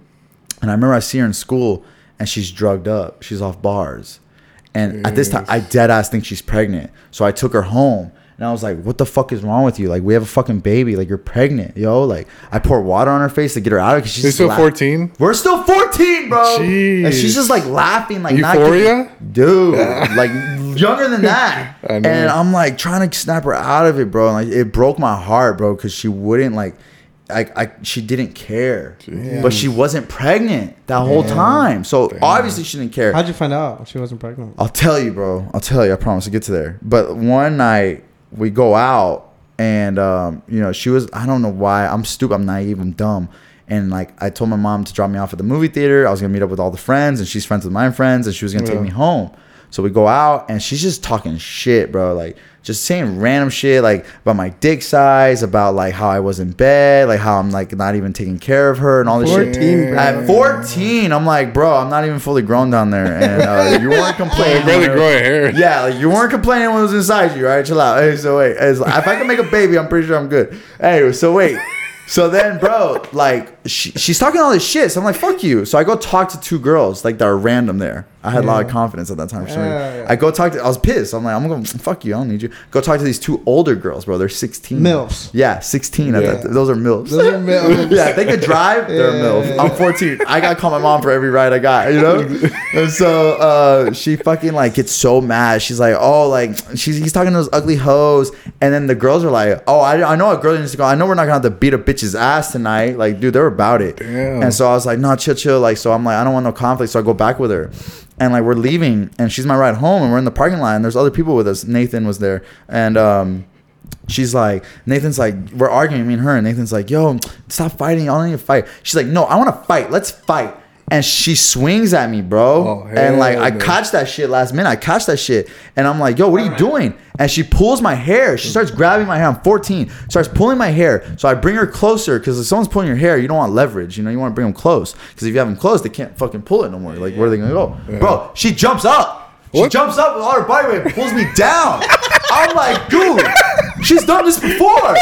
Speaker 1: And I remember I see her in school, and she's drugged up. She's off bars, and at this time I dead ass think she's pregnant. So I took her home. And I was like, "What the fuck is wrong with you? Like, we have a fucking baby. Like, you're pregnant, yo. Like, I pour water on her face to get her out of because she's
Speaker 2: She's still
Speaker 1: la-
Speaker 2: 14?
Speaker 1: We're still 14, bro. And she's
Speaker 2: Jeez.
Speaker 1: just like laughing, like not
Speaker 2: Euphoria?
Speaker 1: getting- dude. like younger than that.
Speaker 2: I know.
Speaker 1: and I'm like trying to snap her out of it, bro. And like it broke my heart, bro, because she wouldn't like, I, I, she didn't care. But she wasn't pregnant that whole time, so obviously she didn't care.
Speaker 3: How'd you find out she wasn't pregnant?
Speaker 1: I'll tell you, bro. I'll tell you. I promise. I'll get to there. But one night we go out, and um, you know she was. I don't know why. I'm stupid. I'm naive. I'm dumb. And like I told my mom to drop me off at the movie theater. I was gonna meet up with all the friends, and she's friends with my friends, and she was gonna take me home. So we go out, and she's just talking shit, bro. Like just saying random shit, like about my dick size, about like how I was in bed, like how I'm like not even taking care of her, and all this shit.
Speaker 2: 14, bro.
Speaker 1: At 14, I'm like, bro, I'm not even fully grown down there, and uh, you weren't complaining.
Speaker 2: barely growing hair.
Speaker 1: Yeah, like you weren't complaining when it was inside you, right? Chill out. Hey, so wait, it's like, if I can make a baby, I'm pretty sure I'm good. Anyway, so wait. So then, bro, like she, she's talking all this shit. So I'm like, fuck you. So I go talk to two girls, like that are random there. I had a lot of confidence at that time. For some reason.
Speaker 3: Yeah, yeah.
Speaker 1: I go talk to. I was pissed. I'm like, I'm gonna fuck you. I don't need you. Go talk to these two older girls, bro. They're 16.
Speaker 3: Milfs.
Speaker 1: Yeah, 16. At
Speaker 3: Yeah.
Speaker 1: that, those are milfs.
Speaker 3: Those are milfs.
Speaker 1: yeah, if they could drive. They're
Speaker 3: Yeah,
Speaker 1: milfs.
Speaker 3: yeah, yeah.
Speaker 1: I'm 14. I got to call my mom for every ride I got, you know? And so uh, she fucking like gets so mad. She's like, oh, like she's he's talking to those ugly hoes. And then the girls are like, oh, I, I know a girl needs to go. I know we're not gonna have to beat a bitch's ass tonight. Like, dude, they're about it.
Speaker 2: Damn.
Speaker 1: And so I was like, no, chill, chill. Like, so I'm like, I don't want no conflict. So I go back with her. And like we're leaving, and she's my ride home, and we're in the parking lot, and there's other people with us. Nathan was there, and um, She's like, Nathan's like, we're arguing, me and her. And Nathan's like, yo, stop fighting. I don't need to fight. She's like, no, I want to fight. Let's fight. And she swings at me, bro.
Speaker 2: Oh,
Speaker 1: and like,
Speaker 2: hell
Speaker 1: I
Speaker 2: no.
Speaker 1: catch that shit last minute. I catch that shit. And I'm like, yo, what are you doing? And she pulls my hair. She starts grabbing my hair. I'm 14. Starts pulling my hair. So I bring her closer because if someone's pulling your hair, you don't want leverage. You know, you want to bring them close. Because if you have them close, they can't fucking pull it no more. Like, where are they going to go? Bro, she jumps up. She
Speaker 2: What?
Speaker 1: jumps up with all her body weight, pulls me down. I'm like, dude, she's done this before.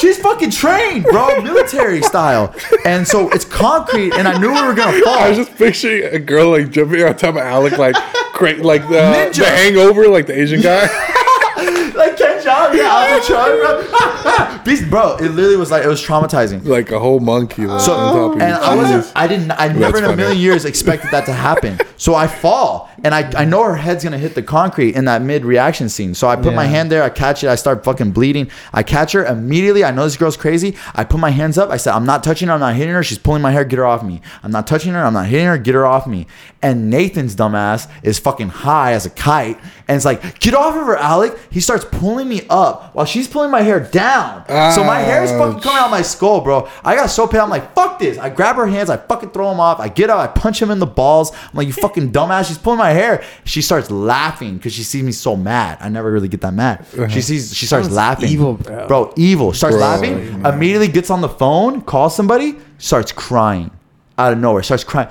Speaker 1: She's fucking trained, bro, military style. And so it's concrete, and I knew we were gonna
Speaker 2: I was
Speaker 1: fall.
Speaker 2: just picturing a girl like jumping on top of Alec, like great, like the,
Speaker 1: Ninja.
Speaker 2: the Hangover, like the Asian guy.
Speaker 1: Like Ken John, yeah, I was trying, bro. Ah, ah. Beast- bro, it literally was like it was traumatizing.
Speaker 2: like a whole monkey. Like,
Speaker 1: So
Speaker 2: on top of
Speaker 1: and I
Speaker 2: you.
Speaker 1: wasn't,
Speaker 2: Jesus.
Speaker 1: I didn't, I never in a
Speaker 2: funny.
Speaker 1: million years expected that to happen. So I fall, and I, I know her head's gonna hit the concrete in that mid reaction scene. So I put my
Speaker 3: Yeah.
Speaker 1: hand there, I catch it, I start fucking bleeding. I catch her immediately. I know this girl's crazy. I put my hands up. I said, I'm not touching her, I'm not hitting her. She's pulling my hair, get her off me. I'm not touching her, I'm not hitting her, get her off me. And Nathan's dumbass is fucking high as a kite, and it's like, get off of her, Alec. He starts pulling me up while she's pulling my hair down. So my hair's fucking
Speaker 2: Ouch.
Speaker 1: coming out my skull, bro. I got so pale. I'm like, fuck this. I grab her hands. I fucking throw them off. I get up. I punch him in the balls. I'm like, you fucking dumbass. She's pulling my hair. She starts laughing because she sees me so mad. I never really get that mad. She sees. She starts
Speaker 3: Sounds
Speaker 1: laughing.
Speaker 3: evil, bro.
Speaker 1: Bro, evil. Starts
Speaker 2: Bro,
Speaker 1: laughing. Immediately gets on the phone. Calls somebody. Starts crying out of nowhere. Starts crying.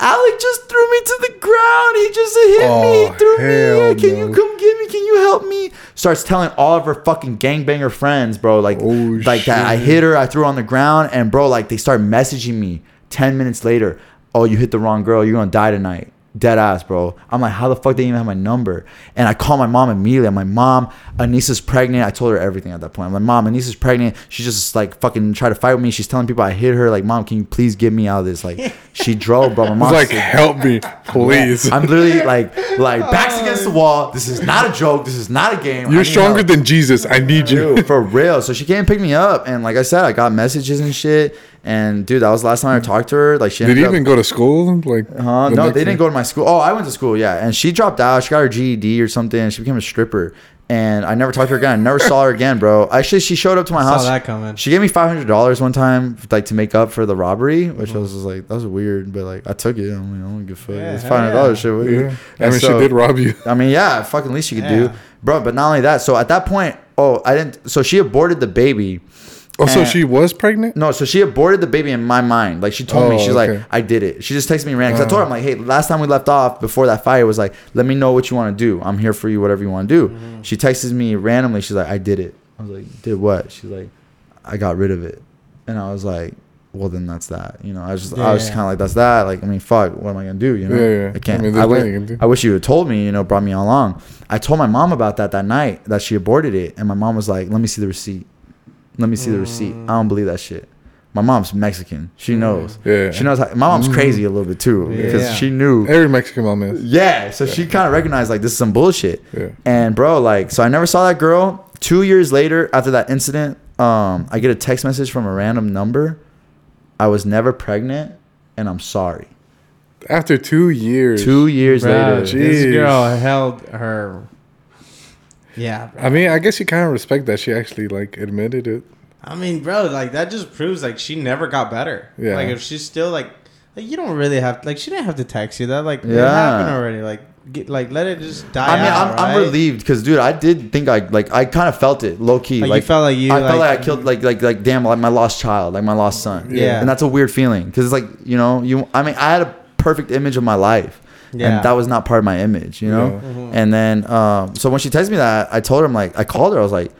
Speaker 1: Alec just threw me to the ground. He just hit me.
Speaker 2: Oh,
Speaker 1: He threw me.
Speaker 2: hell
Speaker 1: Yeah, Can you
Speaker 2: no.
Speaker 1: come get me? Can you help me? Starts telling all of her fucking gangbanger friends, bro. Like,
Speaker 2: Oh,
Speaker 1: like that. I
Speaker 2: shit.
Speaker 1: hit her. I threw her on the ground, and bro, like they start messaging me ten minutes later. Oh, you hit the wrong girl. You're gonna die tonight. Dead ass, bro. I'm like, how the fuck they even have my number? And I call my mom immediately. I'm like, mom, Anissa's pregnant. I told her everything at that point. I'm like, mom, Anissa's pregnant. She just like fucking tried to fight with me. She's telling people I hit her. Like, mom, can you please get me out of this? Like, she drove, bro. My
Speaker 2: I
Speaker 1: mom's
Speaker 2: was like, help me, please.
Speaker 1: I'm literally like, like backs against the wall. This is not a joke. This is not a game. I
Speaker 2: Oh. You're
Speaker 1: need
Speaker 2: stronger
Speaker 1: help."
Speaker 2: than Jesus. I need you.
Speaker 1: Dude, for real. So she came and picked me up, and like I said, I got messages and shit. And dude, that was the last time I talked to her. Like she
Speaker 2: Did
Speaker 1: ended
Speaker 2: he
Speaker 1: up-
Speaker 2: even go to school? Like,
Speaker 1: Huh?
Speaker 2: the
Speaker 1: Uh-huh. No,
Speaker 2: next
Speaker 1: they
Speaker 2: day?
Speaker 1: didn't go to my school. Oh, I went to school, yeah. And she dropped out. She got her GED or something. And she became a stripper. And I never talked to her again. I never saw her again, bro. Actually, she showed up to my
Speaker 3: Saw
Speaker 1: house.
Speaker 3: that coming.
Speaker 1: She gave me five hundred dollars one time, like to make up for the robbery, which I was just like, that was weird, but like I took it. I'm like, I don't give a fuck.
Speaker 3: Mm-hmm. Yeah,
Speaker 1: it's
Speaker 3: hell
Speaker 1: five hundred dollars,
Speaker 3: yeah.
Speaker 1: shit. What do you-
Speaker 2: Yeah. I
Speaker 1: And
Speaker 2: mean,
Speaker 1: so-
Speaker 2: she did rob you.
Speaker 1: I mean, yeah, fucking least you could do,
Speaker 3: Yeah.
Speaker 1: bro. But not only that. So at that point, oh, I didn't. So she aborted the baby.
Speaker 2: Oh, so
Speaker 1: And-
Speaker 2: she was pregnant?
Speaker 1: No, so she aborted the baby in my mind. Like she told me,
Speaker 2: Oh,
Speaker 1: she's like,
Speaker 2: okay. Oh.
Speaker 1: I did it. She just texted me random. Cause I told her, I'm like, hey, last time we left off before that fight, it was like, let me know what you want to do. I'm here for you, whatever you want to do.
Speaker 2: Mm-hmm.
Speaker 1: She texts me randomly. She's like, I did it. I was like, did what? She's like, I got rid of it. And I was like, well, then that's that. You know, I was just, I was
Speaker 3: Yeah.
Speaker 1: kind of like, that's that. Like, I mean, fuck, what am I gonna do? You know,
Speaker 2: Yeah, yeah.
Speaker 1: I can't.
Speaker 2: I
Speaker 1: I,
Speaker 2: mean, there's
Speaker 1: wi-
Speaker 2: nothing you can do.
Speaker 1: I wish you had told me. You know, brought me along. I told my mom about that that night that she aborted it, and my mom was like, let me see the receipt. Let me see the receipt. I don't believe that shit. My mom's Mexican. She knows.
Speaker 2: Yeah.
Speaker 1: She knows. How, my mom's crazy a little bit too because
Speaker 3: Mm. Yeah.
Speaker 1: she knew.
Speaker 2: Every Mexican mom is.
Speaker 1: Yeah, so she kind of recognized like this is some bullshit.
Speaker 2: Yeah.
Speaker 1: And bro, like, so I never saw that girl. Two years later, after that incident, um, I get a text message from a random number. I was never pregnant, and I'm sorry.
Speaker 2: After two years.
Speaker 1: Two years
Speaker 3: Bro,
Speaker 1: later,
Speaker 2: Jeez.
Speaker 3: this girl held her. Yeah, bro.
Speaker 2: I mean, I guess you kind of respect that she actually like admitted it.
Speaker 3: I mean, bro, like that just proves like she never got better.
Speaker 2: Yeah.
Speaker 3: Like if she's still like, like you don't really have like she didn't have to text you that like it
Speaker 1: Yeah.
Speaker 3: happened already. Like get like let it just die.
Speaker 1: I mean, I'm,
Speaker 3: out,
Speaker 1: I'm
Speaker 3: right?
Speaker 1: relieved because, dude, I did think I like I kind of felt it low key.
Speaker 3: Like,
Speaker 1: Like,
Speaker 3: you felt like you.
Speaker 1: I felt like I killed like like like damn like my lost child, like my lost son.
Speaker 3: Yeah.
Speaker 1: and that's a weird feeling because it's like you know you. I mean, I had a perfect image of my life,
Speaker 3: Yeah. Mm-hmm.
Speaker 1: and that was not part of my image, you know.
Speaker 2: Yeah.
Speaker 1: And then um, so when she texted me that, I told her I'm like I called her. I was like,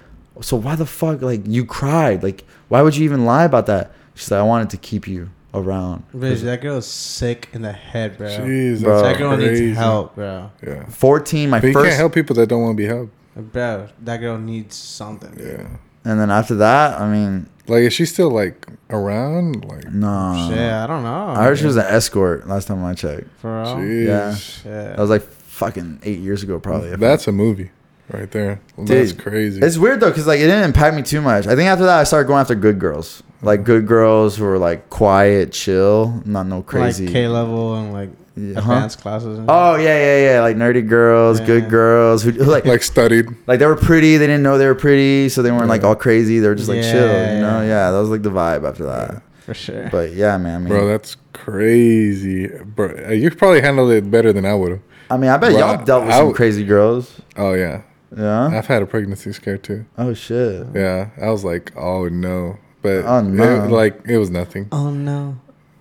Speaker 1: so why the fuck like you cried? Like why would you even lie about that? She's like, I wanted to keep you around.
Speaker 3: Bitch, that girl is sick in the head, bro.
Speaker 2: Jeez,
Speaker 1: Bro.
Speaker 2: that's
Speaker 3: That girl
Speaker 2: crazy.
Speaker 3: needs help, bro.
Speaker 2: Yeah,
Speaker 1: Fourteen, my
Speaker 2: but you can can't
Speaker 1: first,
Speaker 2: help people that don't want to be helped.
Speaker 3: Bro, that girl needs something.
Speaker 2: Yeah,
Speaker 1: and then after that, I mean,
Speaker 2: like is she still like around? Like,
Speaker 1: no.
Speaker 3: Shit, I don't know.
Speaker 1: I heard she was an escort last time I checked.
Speaker 3: for real.
Speaker 2: jeez,
Speaker 3: Shit.
Speaker 1: That was like fucking eight years ago, probably.
Speaker 2: that's a movie right there. that's
Speaker 1: Dude,
Speaker 2: crazy.
Speaker 1: It's weird though, because like it didn't impact me too much. I think after that, I started going after good girls, like good girls who were like quiet, chill, not no crazy.
Speaker 3: Like K level and like
Speaker 1: Yeah, huh?
Speaker 3: advanced classes. And
Speaker 1: Oh yeah, yeah, yeah, like nerdy girls,
Speaker 3: Yeah.
Speaker 1: good girls who who, like, like
Speaker 2: Like studied.
Speaker 1: they were pretty. They didn't know they were pretty, so they weren't like all crazy. They were just like chill,
Speaker 3: Yeah.
Speaker 1: you know? Yeah, that was like the vibe after that.
Speaker 3: for sure.
Speaker 1: But yeah, man. I mean,
Speaker 2: Bro, that's crazy. Bro, uh, you probably handled it better than I would have.
Speaker 1: I mean, I bet
Speaker 2: bro,
Speaker 1: y'all dealt with
Speaker 2: I
Speaker 1: some
Speaker 2: would-
Speaker 1: crazy girls.
Speaker 2: Oh yeah,
Speaker 1: Yeah.
Speaker 2: I've had a pregnancy scare too.
Speaker 1: Oh shit.
Speaker 2: Yeah, I was like, oh no, but
Speaker 1: Oh, no.
Speaker 2: it- like it was nothing.
Speaker 3: oh no.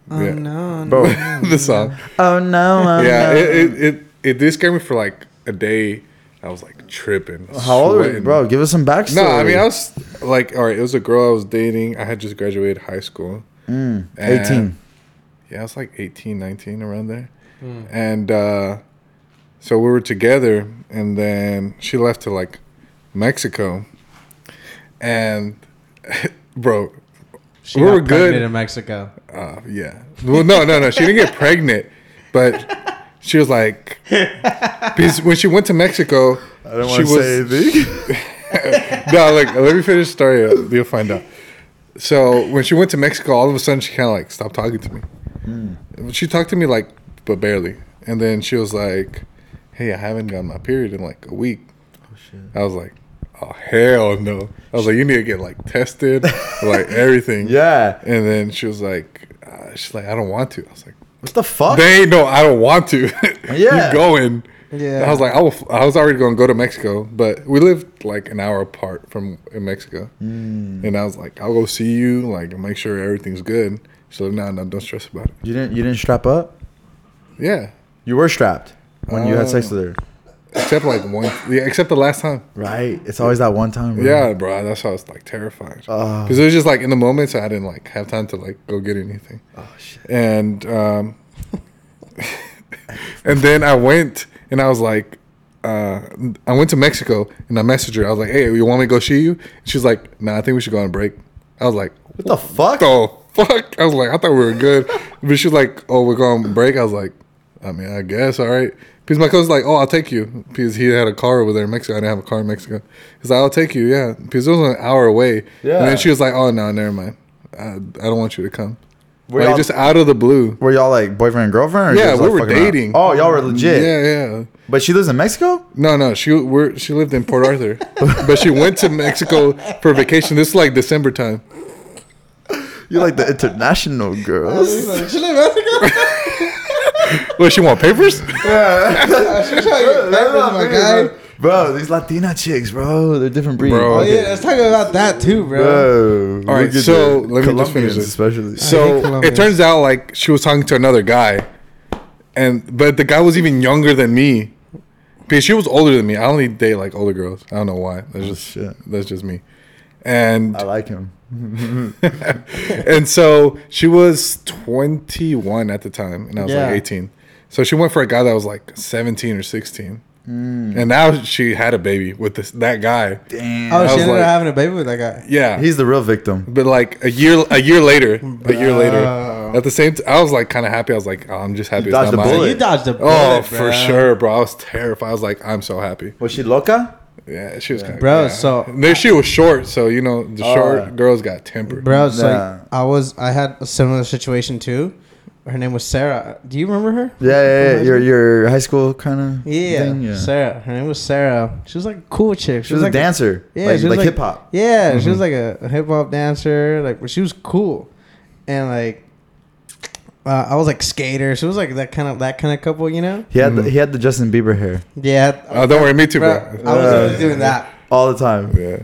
Speaker 3: Oh
Speaker 2: Yeah.
Speaker 3: no.
Speaker 1: Bro.
Speaker 2: the song.
Speaker 1: Oh no. oh,
Speaker 2: yeah,
Speaker 1: no.
Speaker 2: it, it it it did scare me for like a day. I was like tripping.
Speaker 1: How old were you,
Speaker 2: sweating.
Speaker 1: bro? Give us some backstory.
Speaker 2: No, I mean I was like, all right, it was a girl I was dating. I had just graduated high school.
Speaker 1: Mm,
Speaker 2: And-
Speaker 1: 18.
Speaker 2: Yeah, I was like 18, 19 around there.
Speaker 1: Hmm.
Speaker 2: And uh, so we were together, and then she left to like Mexico. And bro,
Speaker 3: She
Speaker 2: we
Speaker 3: got
Speaker 2: were good.
Speaker 3: pregnant in Mexico.
Speaker 2: uh, yeah. Well, no, no, no. She didn't get pregnant, but she was like, because when she went to Mexico, I
Speaker 1: don't
Speaker 2: she
Speaker 1: wanna say
Speaker 2: anything. no, like let me finish the story. uh, You'll find out. So when she went to Mexico, all of a sudden she kind of like stopped talking to me. She talked to me like, but barely. And then she was like, "Hey, I haven't gotten my period in like a week." I was like, "Oh hell no!" I was like, "You need to get like tested, like everything."
Speaker 1: Yeah.
Speaker 2: And then she was like, uh, she's like, I don't want to. I was like,
Speaker 1: What the fuck?
Speaker 2: they no, I don't want to.
Speaker 1: Yeah.
Speaker 2: you going?
Speaker 3: Yeah.
Speaker 2: I was like, I, will, I was already going to go to Mexico, but we lived like an hour apart from in Mexico,
Speaker 1: Mm.
Speaker 2: and I was like, I'll go see you, like, and make sure everything's good. She's like, No, no, don't stress about it.
Speaker 1: You didn't you didn't strap up?
Speaker 2: Yeah,
Speaker 1: You were strapped when you had sex
Speaker 2: Oh.
Speaker 1: with her.
Speaker 2: except like one, yeah, except the last time.
Speaker 1: Right? It's always that one time. bro.
Speaker 2: Yeah, bro, that's why I was like terrified
Speaker 1: Mm. Ah.
Speaker 2: because it was just like in the moment, so I didn't like have time to like go get anything.
Speaker 1: Oh shit.
Speaker 2: and um, and then I went and I was like, uh, I went to Mexico and I messaged her. I was like, "Hey, you want me to go see you?" She's like, "Nah, I think we should go on a break." I was like,
Speaker 1: What the fuck?
Speaker 2: "Oh fuck!" I was like, "I thought we were good," but she's like, "Oh, we're going on break." I was like, "I mean, I guess all right." Because my cousin's like, "Oh, I'll take you," because he had a car over there in Mexico. I didn't have a car in Mexico. He's like, "I'll take you," yeah, because it was an hour away. And
Speaker 1: Yeah.
Speaker 2: then she was like, "Oh no, never mind. I, I don't want you to come."
Speaker 1: Were
Speaker 2: like
Speaker 1: y'all,
Speaker 2: just out of the blue.
Speaker 1: were y'all like boyfriend and girlfriend?
Speaker 2: Yeah,
Speaker 1: just,
Speaker 2: we
Speaker 1: like,
Speaker 2: were
Speaker 1: fucking around?
Speaker 2: dating.
Speaker 1: Oh, y'all were legit.
Speaker 2: Yeah, yeah.
Speaker 1: But she lives in Mexico?
Speaker 2: No, no. She we're, she lived in Port Arthur, but she went to Mexico for vacation. This is like December time.
Speaker 1: You're like the international girls.
Speaker 3: she live in Mexico?
Speaker 2: What she want papers?
Speaker 3: my guy.
Speaker 1: Bro, these Latina chicks, bro. They're different breeds.
Speaker 2: Bro.
Speaker 3: Oh yeah, let's talk about that too, bro.
Speaker 1: Bro.
Speaker 2: All right,
Speaker 1: look at
Speaker 2: so
Speaker 1: the
Speaker 2: let me just finish
Speaker 1: Colombians
Speaker 2: this.
Speaker 1: Especially.
Speaker 2: So
Speaker 3: Colombians.
Speaker 2: it turns out like she was talking to another guy, and but the guy was even younger than me, because she was older than me. I only date like older girls. I don't know why. That's just
Speaker 1: Oh, shit.
Speaker 2: that's just me. And
Speaker 1: I like him. Oh.
Speaker 2: and so she was 21 at the time, and I was
Speaker 3: Yeah.
Speaker 2: like 18. So she went for a guy that was like 17 or 16.
Speaker 1: Mm.
Speaker 2: And now she had a baby with this that guy.
Speaker 1: Damn.
Speaker 3: Oh,
Speaker 2: I
Speaker 3: she
Speaker 2: was
Speaker 3: ended
Speaker 2: like-
Speaker 3: up having a baby with that guy.
Speaker 2: Yeah.
Speaker 1: He's the real victim.
Speaker 2: but like a year a year later, a year
Speaker 3: Bro.
Speaker 2: later, at the same time, I was like kind of happy. I was like, oh, I'm just happy.
Speaker 1: You
Speaker 2: it's
Speaker 1: dodged
Speaker 2: not
Speaker 1: a
Speaker 2: mine.
Speaker 1: bullet.
Speaker 3: You dodged a bullet,
Speaker 2: Oh,
Speaker 3: bro.
Speaker 2: for sure, bro. I was terrified. I was like, I'm so happy.
Speaker 1: Was she loca?
Speaker 2: Yeah, she was kind of
Speaker 3: Bro, so-
Speaker 2: there she was short, so you know the
Speaker 3: Oh,
Speaker 2: short girls got temper.
Speaker 3: Bro, it's
Speaker 1: Nah.
Speaker 3: like I was. I had a similar situation too. Her name was Sarah. Do you remember her?
Speaker 1: Yeah, yeah, yeah. Your your high school kind of
Speaker 3: Yeah, Sarah. Her name was Sarah. She was like a cool chick.
Speaker 1: She was a
Speaker 3: like
Speaker 1: dancer.
Speaker 3: Yeah,
Speaker 1: like,
Speaker 3: she
Speaker 1: like
Speaker 3: was like-
Speaker 1: hip hop.
Speaker 3: Yeah, she was like a, a hip hop dancer. Like, but she was cool, and like, uh, I was like skater. She was like that kind of that kind of couple, you know?
Speaker 1: He had the, he had the Justin Bieber hair
Speaker 3: Yeah.
Speaker 2: Oh, don't worry, me too,
Speaker 3: bro,
Speaker 2: bro.
Speaker 3: I was
Speaker 1: Uh,
Speaker 3: always doing that.
Speaker 1: all the time.
Speaker 2: yeah,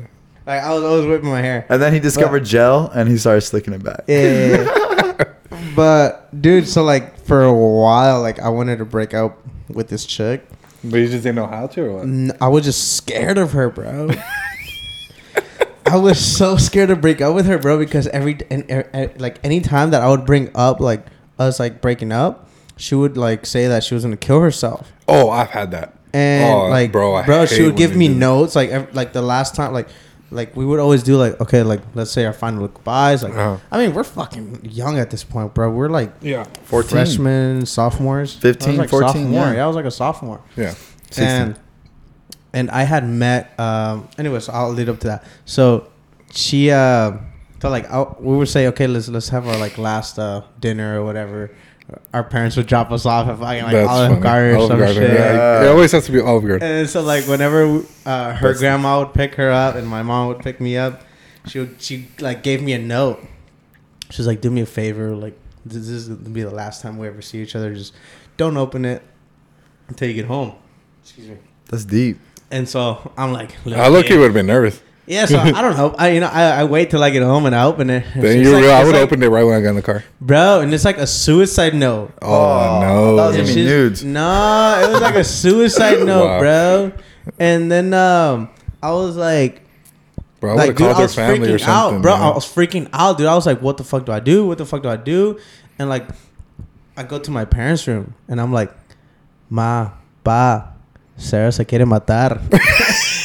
Speaker 3: Like, I was always whipping my hair.
Speaker 1: And then he discovered gel and he started slicking it back.
Speaker 3: Yeah. yeah, yeah. but dude, so like for a while, like I wanted to break up with this chick.
Speaker 2: but you just didn't know how to, or what?
Speaker 3: N- I was just scared of her, bro. I was so scared to break up with her, bro, because every and, er- er- like any time that I would bring up like us like breaking up, she would like say that she was gonna kill herself,
Speaker 2: Oh, I've had that.
Speaker 3: and
Speaker 2: Oh,
Speaker 3: like bro,
Speaker 2: I
Speaker 3: she
Speaker 2: hate
Speaker 3: would
Speaker 2: when
Speaker 3: give
Speaker 2: they
Speaker 3: me
Speaker 2: do that.
Speaker 3: notes like ev- like the last time like like we would always do like okay like let's say our final goodbyes like
Speaker 2: Uh-huh.
Speaker 3: I mean we're fucking young at this point, bro. We're like
Speaker 2: Yeah,
Speaker 1: 14.
Speaker 3: freshmen, sophomores, I was,
Speaker 1: 15,
Speaker 3: like,
Speaker 1: 14,
Speaker 3: sophomore.
Speaker 1: yeah.
Speaker 3: yeah, I was like a sophomore.
Speaker 2: yeah.
Speaker 3: And and I had met. Um, anyways, I'll lead up to that. So she, uh, so like I, we would say, okay, let's let's have our like last uh, dinner or whatever. Our parents would drop us off at fucking like
Speaker 2: That's
Speaker 3: Olive
Speaker 2: funny.
Speaker 3: Garden or
Speaker 2: Olive
Speaker 3: some
Speaker 2: Garden,
Speaker 3: shit.
Speaker 2: Yeah. It always has to be Olive Garden.
Speaker 3: And so like whenever uh, her grandma would pick her up and my mom would pick me up, she would, she like gave me a note. She's like, "Do me a favor, like this this is gonna be the last time we ever see each other. Just don't open it until you get home." Excuse me.
Speaker 1: That's deep.
Speaker 3: And so I'm like,
Speaker 2: I look, he
Speaker 3: yeah.
Speaker 2: would have been nervous.
Speaker 3: Yeah, so I don't know. I you know I, I wait till I get home and I open it. And
Speaker 2: Then
Speaker 3: she's
Speaker 2: you,
Speaker 3: like-
Speaker 2: real- I
Speaker 3: it's
Speaker 2: would
Speaker 3: like,
Speaker 2: have opened it right when I got in the car.
Speaker 3: bro, and it's like a suicide note.
Speaker 2: Oh,
Speaker 1: that was
Speaker 2: no,
Speaker 1: gonna
Speaker 3: And
Speaker 1: be
Speaker 3: she's-
Speaker 1: nudes.
Speaker 3: No, it was like a suicide note,
Speaker 2: Wow.
Speaker 3: bro. And then um, I was like,
Speaker 2: bro! I would
Speaker 3: like
Speaker 2: have
Speaker 3: dude,
Speaker 2: called
Speaker 3: I
Speaker 2: their
Speaker 3: was
Speaker 2: family or
Speaker 3: freaking
Speaker 2: something,
Speaker 3: out, bro. I
Speaker 2: man.
Speaker 3: was freaking out, dude. I was like, what the fuck do I do? What the fuck do I do? And like, I go to my parents' room and I'm like, ma, pa, Sarah se quiere matar.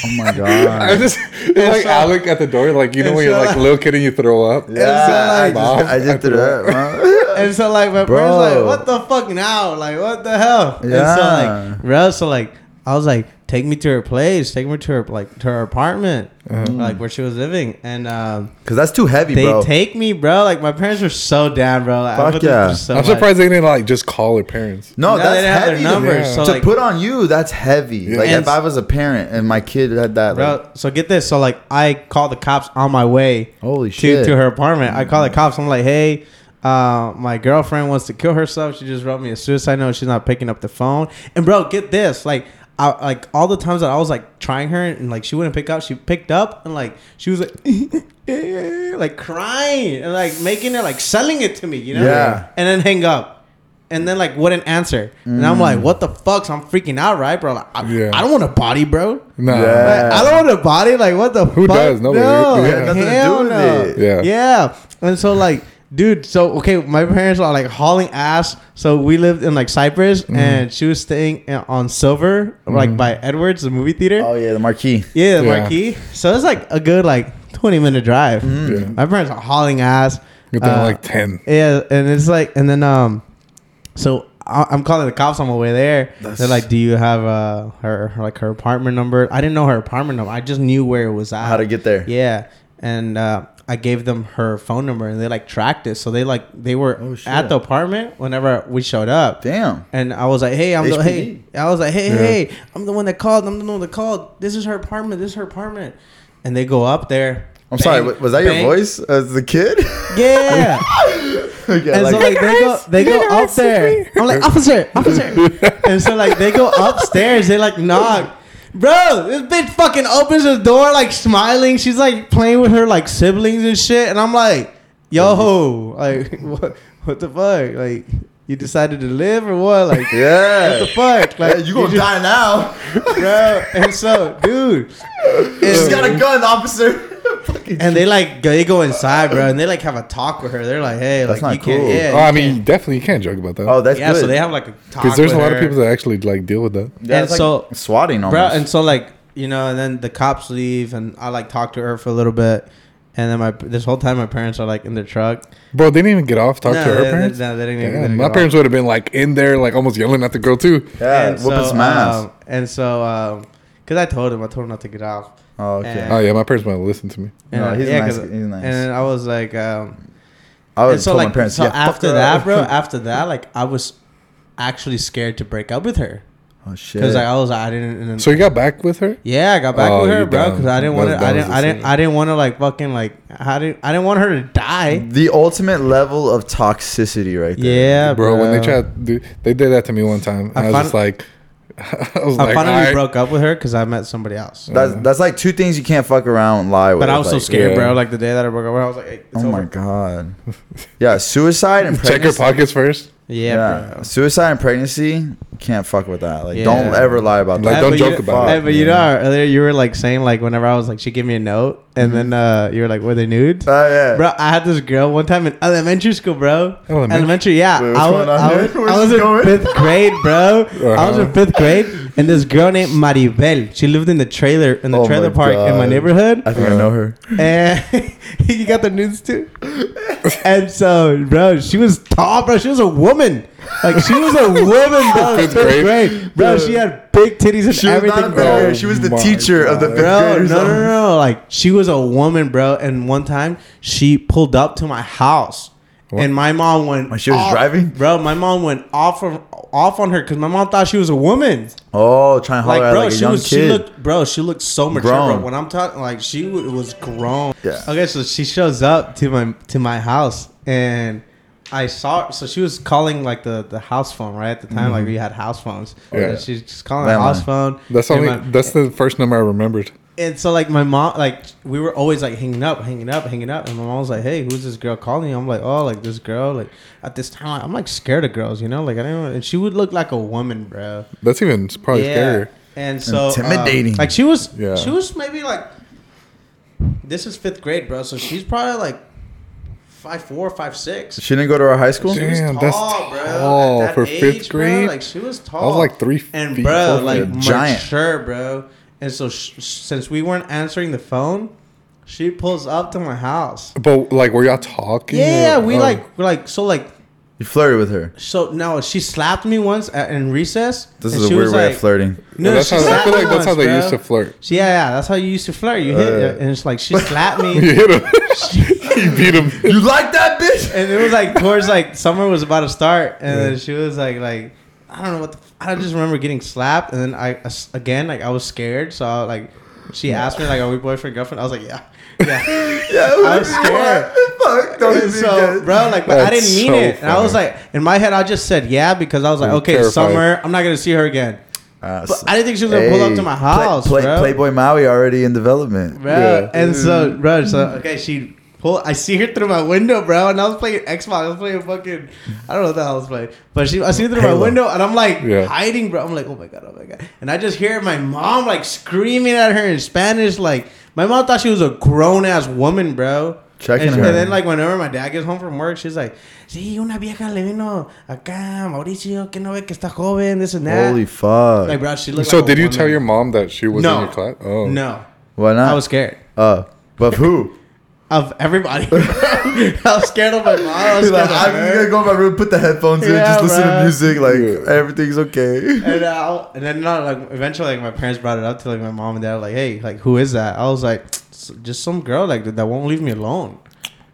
Speaker 1: Oh my
Speaker 2: I
Speaker 1: god.
Speaker 2: just it's like Alec at the door, like you know when you're like little kid and you throw up.
Speaker 1: Yeah, I
Speaker 3: It's
Speaker 1: just, I just threw that. huh?
Speaker 3: and so like my
Speaker 1: Bro.
Speaker 3: parents like, what the fuck now? Like what the hell? And so
Speaker 1: Yeah.
Speaker 3: like bro, so like I was like, take me to her place, take me to her like to her apartment, like where she was living, and um,
Speaker 1: Cause that's too heavy,
Speaker 3: they
Speaker 1: Mm-hmm. bro.
Speaker 3: take me, bro. Like my parents were so down, bro. Like, I
Speaker 1: Fuck
Speaker 3: put them
Speaker 1: yeah.
Speaker 3: through so
Speaker 2: I'm
Speaker 3: much.
Speaker 2: surprised they didn't like just call their parents.
Speaker 1: no,
Speaker 3: No, they
Speaker 1: that's
Speaker 3: didn't have their
Speaker 1: heavy.
Speaker 3: numbers,
Speaker 1: To,
Speaker 3: so,
Speaker 1: to
Speaker 3: like-
Speaker 1: put on you, that's heavy. Like
Speaker 3: And-
Speaker 1: if I was a parent and my kid had that, like,
Speaker 3: Bro, so get this. So like, I call the cops on my way.
Speaker 1: Holy
Speaker 3: to,
Speaker 1: shit. Mm-hmm.
Speaker 3: To her apartment, I call the cops. I'm like, hey, uh, my girlfriend wants to kill herself. She just wrote me a suicide note. She's not picking up the phone. And bro, get this. Like, I like all the times that I was like trying her and like she wouldn't pick up. She picked up and like she was like. Like crying and like making it like selling it to me, you know?
Speaker 1: Yeah.
Speaker 3: And then hang up. And then like wouldn't answer. And I'm
Speaker 1: Mm.
Speaker 3: like, what the fuck? So I'm freaking out, right, bro? Like, I,
Speaker 2: Yeah.
Speaker 3: I don't want a body, bro.
Speaker 2: No,
Speaker 1: Yeah.
Speaker 3: Like, I don't want a body. Like, what the
Speaker 2: Who
Speaker 3: fuck?
Speaker 2: does? Nobody.
Speaker 3: No.
Speaker 2: We had
Speaker 1: nothing to
Speaker 3: Hell
Speaker 1: do with
Speaker 3: no.
Speaker 1: it.
Speaker 2: Yeah.
Speaker 3: Yeah. And so, like, dude, so, okay, my parents are like hauling ass. So we lived in like Cyprus
Speaker 2: Mm-hmm.
Speaker 3: and she was staying in- on Silver, like by Edwards, the movie theater.
Speaker 1: oh yeah, the marquee.
Speaker 3: Yeah, the
Speaker 2: Yeah.
Speaker 3: marquee. So it's like a good, like, 20 minute drive.
Speaker 1: Mm-hmm.
Speaker 2: Yeah.
Speaker 3: My parents are hauling ass.
Speaker 2: Get them
Speaker 3: Uh,
Speaker 2: like ten.
Speaker 3: yeah, and it's like, and then um, so I, I'm calling the cops on my way there. They're like, "Do you have uh her, her like her apartment number?" I didn't know her apartment number. I just knew where it was at.
Speaker 1: How to get there?
Speaker 3: Yeah, and uh, I gave them her phone number, and they like tracked it. So they like they were
Speaker 1: Oh, shit.
Speaker 3: at the apartment whenever we showed up.
Speaker 1: Damn.
Speaker 3: And I was like, hey, I'm the hey.
Speaker 1: HPD.
Speaker 3: I was like, hey, hey, I'm the one that called. I'm the one that called. This is her apartment. This is her apartment. And they go up there.
Speaker 1: I'm sorry.
Speaker 3: Bang,
Speaker 1: wa- Was that your
Speaker 3: bang.
Speaker 1: voice as the kid?
Speaker 3: Yeah.
Speaker 1: Okay,
Speaker 3: And
Speaker 1: like-
Speaker 3: so like they go they go up there. I'm like officer, officer. and so like they go upstairs. They like knock. Bro, this bitch fucking opens the door like smiling. She's like playing with her like siblings and shit. And I'm like, yo, like what what the fuck? Like you decided to live or what? Like
Speaker 1: yeah.
Speaker 3: what the fuck?
Speaker 1: Like,
Speaker 3: Like
Speaker 1: you gonna
Speaker 3: just-
Speaker 1: die now.
Speaker 3: bro. And so, dude,
Speaker 1: She's
Speaker 3: and-
Speaker 1: got a gun, officer.
Speaker 3: and they like they go inside, bro, and they like have a talk with her. They're like, hey,
Speaker 1: That's
Speaker 3: like
Speaker 1: not
Speaker 3: you can't.
Speaker 1: cool.
Speaker 3: Yeah,
Speaker 2: oh,
Speaker 3: you
Speaker 2: I mean,
Speaker 3: can't-
Speaker 2: definitely you can't joke about that.
Speaker 1: Oh, that's
Speaker 3: yeah.
Speaker 1: good.
Speaker 3: So they have like a talk
Speaker 2: because there's a
Speaker 3: with
Speaker 2: lot of
Speaker 3: her.
Speaker 2: people that actually like deal with that.
Speaker 1: Yeah, it's
Speaker 3: and
Speaker 1: like
Speaker 3: so-
Speaker 1: swatting
Speaker 3: bro.
Speaker 1: almost.
Speaker 3: And so like you know, and then the cops leave, and I like talk to her for a little bit, and then my this whole time my parents are like in their truck.
Speaker 2: Bro, they didn't even get off. Talk
Speaker 3: No,
Speaker 2: to her
Speaker 3: they-
Speaker 2: parents.
Speaker 3: no, they didn't even-
Speaker 2: Damn,
Speaker 3: they didn't
Speaker 2: my
Speaker 3: get off.
Speaker 2: parents would have been like in there, like almost yelling at the girl too.
Speaker 1: yeah,
Speaker 3: and
Speaker 1: whoop
Speaker 3: so,
Speaker 1: his ass.
Speaker 3: um, and so, um, cause I told him, I told him not to get off.
Speaker 1: oh, okay.
Speaker 3: and-
Speaker 2: Oh yeah, my parents might listen to me.
Speaker 3: And
Speaker 1: No,
Speaker 3: I-
Speaker 1: he's
Speaker 3: yeah,
Speaker 1: nice.
Speaker 3: 'cause-
Speaker 1: He's nice.
Speaker 3: And then I was like, um,
Speaker 1: I would
Speaker 3: and so
Speaker 1: tell
Speaker 3: like,
Speaker 1: my parents.
Speaker 3: so
Speaker 1: yeah, fuck
Speaker 3: after
Speaker 1: her Oh,
Speaker 3: that,
Speaker 1: up.
Speaker 3: bro, after that, like I was actually scared to break up with her
Speaker 1: Oh shit.
Speaker 3: because like, I was, I didn't. And then,
Speaker 2: So you got back with her?
Speaker 3: yeah, I got back
Speaker 2: Oh,
Speaker 3: with her,
Speaker 2: you
Speaker 3: bro,
Speaker 2: dumb.
Speaker 3: because I didn't want to,
Speaker 2: That-
Speaker 3: I
Speaker 2: that was
Speaker 3: didn't,
Speaker 2: the
Speaker 3: I didn't,
Speaker 2: scene.
Speaker 3: I didn't want to like fucking like, I didn't, I didn't want her to die.
Speaker 1: the ultimate level of toxicity, right there.
Speaker 3: Yeah,
Speaker 2: bro, when they tried, to do, they did that to me one time. And
Speaker 3: I
Speaker 2: I, was
Speaker 3: fin-
Speaker 2: just like, I was
Speaker 3: I
Speaker 2: like,
Speaker 3: finally
Speaker 2: alright.
Speaker 3: broke up with her because I met somebody else.
Speaker 1: That's that's like two things you can't fuck around and lie with.
Speaker 3: But I was so
Speaker 1: like-
Speaker 3: scared,
Speaker 2: yeah.
Speaker 3: bro. Like the day that I broke up, with her, I was like, hey, it's
Speaker 1: Oh
Speaker 3: over.
Speaker 1: my god. Yeah, suicide and
Speaker 2: check your
Speaker 1: pregnancy.
Speaker 2: pockets first.
Speaker 3: Yeah,
Speaker 1: Yeah,
Speaker 3: bro.
Speaker 1: suicide and pregnancy can't fuck with that. Like,
Speaker 3: Yeah.
Speaker 1: don't ever lie about
Speaker 2: Like,
Speaker 1: that.
Speaker 2: don't
Speaker 3: but
Speaker 2: joke
Speaker 3: you,
Speaker 2: about
Speaker 3: hey,
Speaker 2: it.
Speaker 3: But you know, how earlier you were like saying like whenever I was like, she gave me a note, and
Speaker 1: Mm-hmm.
Speaker 3: then uh, you were like, were they nude?
Speaker 1: Oh yeah,
Speaker 3: Bro, I had this girl one time in elementary school, bro.
Speaker 2: Elementary?
Speaker 3: Elementary, yeah.
Speaker 1: Wait, what's
Speaker 3: I
Speaker 1: going on
Speaker 3: was, I
Speaker 1: here?
Speaker 3: was,
Speaker 1: Where's
Speaker 3: I was
Speaker 1: this
Speaker 3: in
Speaker 1: going?
Speaker 3: fifth grade, bro. I was
Speaker 2: Uh-huh.
Speaker 3: in fifth grade, and this girl named Maribel. She lived in the trailer in the
Speaker 1: Oh my
Speaker 3: trailer park in my
Speaker 1: God.
Speaker 3: neighborhood.
Speaker 1: I think I know her.
Speaker 3: And you got the nudes too. And so, bro, she was tall, bro. She was a woman. Like she was a woman, bro.
Speaker 2: Fifth
Speaker 3: Fifth
Speaker 2: grade.
Speaker 3: grade, bro. She had big titties and
Speaker 1: She was
Speaker 3: everything,
Speaker 1: not a
Speaker 3: bro.
Speaker 1: bear. she was the
Speaker 2: Oh my
Speaker 1: teacher of the
Speaker 2: God.
Speaker 1: fifth
Speaker 3: Bro, no,
Speaker 1: graders.
Speaker 3: no, no, no. Like she was a woman, bro. And one time she pulled up to my house, and my mom went.
Speaker 1: When she was
Speaker 3: off-
Speaker 1: driving?
Speaker 3: bro. My mom went off of, off on her because my mom thought she was a woman.
Speaker 1: Oh, trying to holler
Speaker 3: Like,
Speaker 1: at
Speaker 3: bro,
Speaker 1: like a
Speaker 3: she
Speaker 1: young
Speaker 3: was. She
Speaker 1: kid.
Speaker 3: looked, bro. She looked so mature,
Speaker 1: Grown.
Speaker 3: bro. When I'm talking, like she w- was grown.
Speaker 1: Yeah.
Speaker 3: Okay, so she shows up to my to my house, and I saw. So she was calling like the the house phone, right? At the time, like we had house phones.
Speaker 2: Yeah.
Speaker 3: And she's just calling
Speaker 1: Mm-hmm. Landline.
Speaker 3: the house phone.
Speaker 2: That's
Speaker 3: And
Speaker 2: only.
Speaker 3: my-
Speaker 2: that's the first number I remembered.
Speaker 3: and so like my mom like we were always like hanging up hanging up hanging up and my mom was like hey who's this girl calling i'm like oh like this girl like at this time i'm like scared of girls you know like i don't know and she would look like a woman bro
Speaker 2: That's even probably
Speaker 3: yeah
Speaker 2: scarier.
Speaker 3: and so um,
Speaker 1: Intimidating.
Speaker 3: like she was
Speaker 2: Yeah.
Speaker 3: she was maybe like this is fifth grade bro so she's probably like five four five six
Speaker 1: She didn't go to our high school.
Speaker 2: She-
Speaker 3: she was
Speaker 2: Damn, that's
Speaker 3: tall, bro. At
Speaker 2: tall
Speaker 3: that
Speaker 2: for
Speaker 3: age,
Speaker 2: fifth
Speaker 3: bro,
Speaker 2: grade.
Speaker 3: like she was tall.
Speaker 2: I was like three
Speaker 3: and
Speaker 2: feet,
Speaker 3: bro,
Speaker 2: four
Speaker 3: like
Speaker 1: feet. Giant.
Speaker 3: mature, bro. And so sh- since we weren't answering the phone, she pulls up to my house.
Speaker 2: But like, were y'all talking? or-
Speaker 3: Yeah, we
Speaker 2: oh.
Speaker 3: like we're like so like
Speaker 1: You flirted with her.
Speaker 3: so no, she slapped me once at, in recess.
Speaker 1: This
Speaker 3: and
Speaker 1: is a
Speaker 3: she
Speaker 1: weird
Speaker 3: was
Speaker 1: way
Speaker 3: like-
Speaker 1: of flirting.
Speaker 2: Yeah, that's
Speaker 3: she
Speaker 2: how, I
Speaker 3: slapped
Speaker 2: feel
Speaker 3: me
Speaker 2: like that's how
Speaker 3: once,
Speaker 2: they
Speaker 3: bro.
Speaker 2: used to flirt.
Speaker 3: She- yeah, yeah, that's how you used to flirt. You hit,
Speaker 1: Uh.
Speaker 3: and it's like she slapped
Speaker 2: You
Speaker 3: me,
Speaker 2: hit him. you beat him.
Speaker 1: You like that bitch?
Speaker 3: and it was like towards like summer was about to start, and then she was like like I don't know what the, f- I just remember getting slapped, and then I as- again like I was scared, so I, like she asked me like are we boyfriend girlfriend? I was like yeah, yeah.
Speaker 1: Yeah,
Speaker 3: I was scared.
Speaker 1: Fuck, don't
Speaker 3: And
Speaker 1: even
Speaker 3: so
Speaker 1: so,
Speaker 3: bro, like but I
Speaker 2: That's
Speaker 3: didn't mean
Speaker 2: so
Speaker 3: it, and I was
Speaker 2: funny.
Speaker 3: like in my head I just said yeah because I was like
Speaker 2: You're
Speaker 3: okay
Speaker 2: terrified.
Speaker 3: summer I'm not gonna see her again, but I didn't think she was gonna pull up to my house, bro.
Speaker 1: Playboy Maui already in development.
Speaker 3: bro.
Speaker 2: Yeah.
Speaker 3: And so, bro, so okay, she pull. I see her through my window, bro, and I was playing Xbox. I was playing fucking. I don't know what the hell I was playing, but she. I see her through
Speaker 1: Halo.
Speaker 3: my window, and I'm like
Speaker 2: Yeah.
Speaker 3: hiding, bro. I'm like, oh my god, oh my god, and I just hear my mom like screaming at her in Spanish, like. My mom thought she was a grown ass woman, bro.
Speaker 1: Checking
Speaker 3: and,
Speaker 1: her.
Speaker 3: and then like whenever my dad gets home from work, she's like, "Sí, una vieja le vino acá, Mauricio, que no ve que está joven, this and that."
Speaker 1: Holy fuck.
Speaker 3: like, bro, she looked
Speaker 2: So
Speaker 3: like a
Speaker 2: did you
Speaker 3: woman.
Speaker 2: tell your mom that she was
Speaker 3: No.
Speaker 2: in your class? Oh
Speaker 3: No,
Speaker 1: Why not?
Speaker 3: I was scared.
Speaker 1: Uh, but who?
Speaker 3: of everybody. I was scared of my mom. I
Speaker 1: He's
Speaker 3: was
Speaker 1: like,
Speaker 3: scared of
Speaker 1: I'm just gonna
Speaker 3: her.
Speaker 1: go in my room, put the headphones in,
Speaker 3: Yeah,
Speaker 1: just listen to
Speaker 3: bro.
Speaker 1: music. Like
Speaker 2: Yeah.
Speaker 1: everything's okay.
Speaker 3: And, uh, and then not like eventually like my parents brought it up to like my mom and dad like hey like who is that I was like "S- just some girl like that won't leave me alone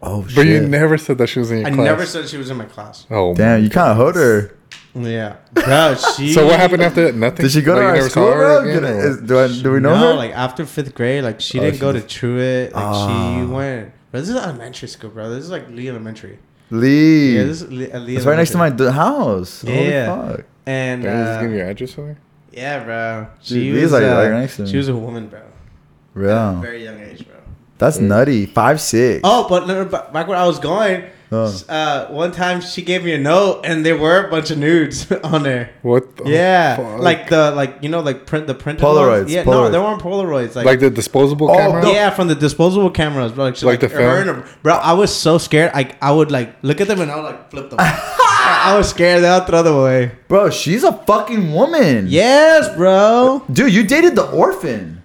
Speaker 1: Oh shit!
Speaker 2: But you never said that she was in your
Speaker 3: I
Speaker 2: class.
Speaker 3: never said she was in my class
Speaker 2: Oh
Speaker 1: Damn, you kind of hoed her.
Speaker 3: yeah bro she
Speaker 2: So what happened after that? Nothing.
Speaker 1: Did she go to
Speaker 2: Like, you
Speaker 1: our
Speaker 2: never saw
Speaker 1: school,
Speaker 2: her
Speaker 1: bro?
Speaker 2: again,
Speaker 1: Did-
Speaker 2: or what?
Speaker 1: is- do, I, do we know
Speaker 3: no
Speaker 1: her?
Speaker 3: like after fifth grade like she
Speaker 1: Oh,
Speaker 3: didn't
Speaker 1: she
Speaker 3: go to
Speaker 1: just-
Speaker 3: Truett like
Speaker 1: Ah.
Speaker 3: she went bro this is elementary school bro this is like Lee Elementary
Speaker 1: Lee.
Speaker 3: yeah this is Lee, uh, Lee
Speaker 1: it's right next to my
Speaker 3: Elementary.
Speaker 1: d- house. Holy
Speaker 3: Yeah.
Speaker 1: fuck.
Speaker 3: and
Speaker 2: Damn, just give me
Speaker 3: uh,
Speaker 2: your address or something?
Speaker 3: yeah bro she
Speaker 1: Dude, Lee's
Speaker 3: was
Speaker 1: like
Speaker 3: uh,
Speaker 1: right next to Oh. me.
Speaker 3: she was a woman bro at a
Speaker 1: Real.
Speaker 3: very young age bro.
Speaker 1: That's nutty. Five six.
Speaker 3: Oh, but no, no, ba- back where I was going, Uh, one time she gave me a note and there were a bunch of nudes on there.
Speaker 2: What? the
Speaker 3: yeah,
Speaker 2: fuck?
Speaker 3: like the like you know like print the printed
Speaker 1: Oh, Polaroids,
Speaker 3: Ones? Yeah, no,
Speaker 1: Polaroids.
Speaker 3: there weren't Polaroids. Like,
Speaker 2: like the disposable
Speaker 1: Oh,
Speaker 2: camera.
Speaker 1: no.
Speaker 3: yeah, from the disposable cameras, bro. Like, she,
Speaker 2: Like
Speaker 3: like,
Speaker 2: the film?
Speaker 3: her and her- bro. I was so scared. Like I would like look at them and I would like flip them. I I was scared. Then I'll throw them away.
Speaker 1: Bro, she's a fucking woman.
Speaker 3: Yes, bro.
Speaker 1: Dude, you dated the orphan.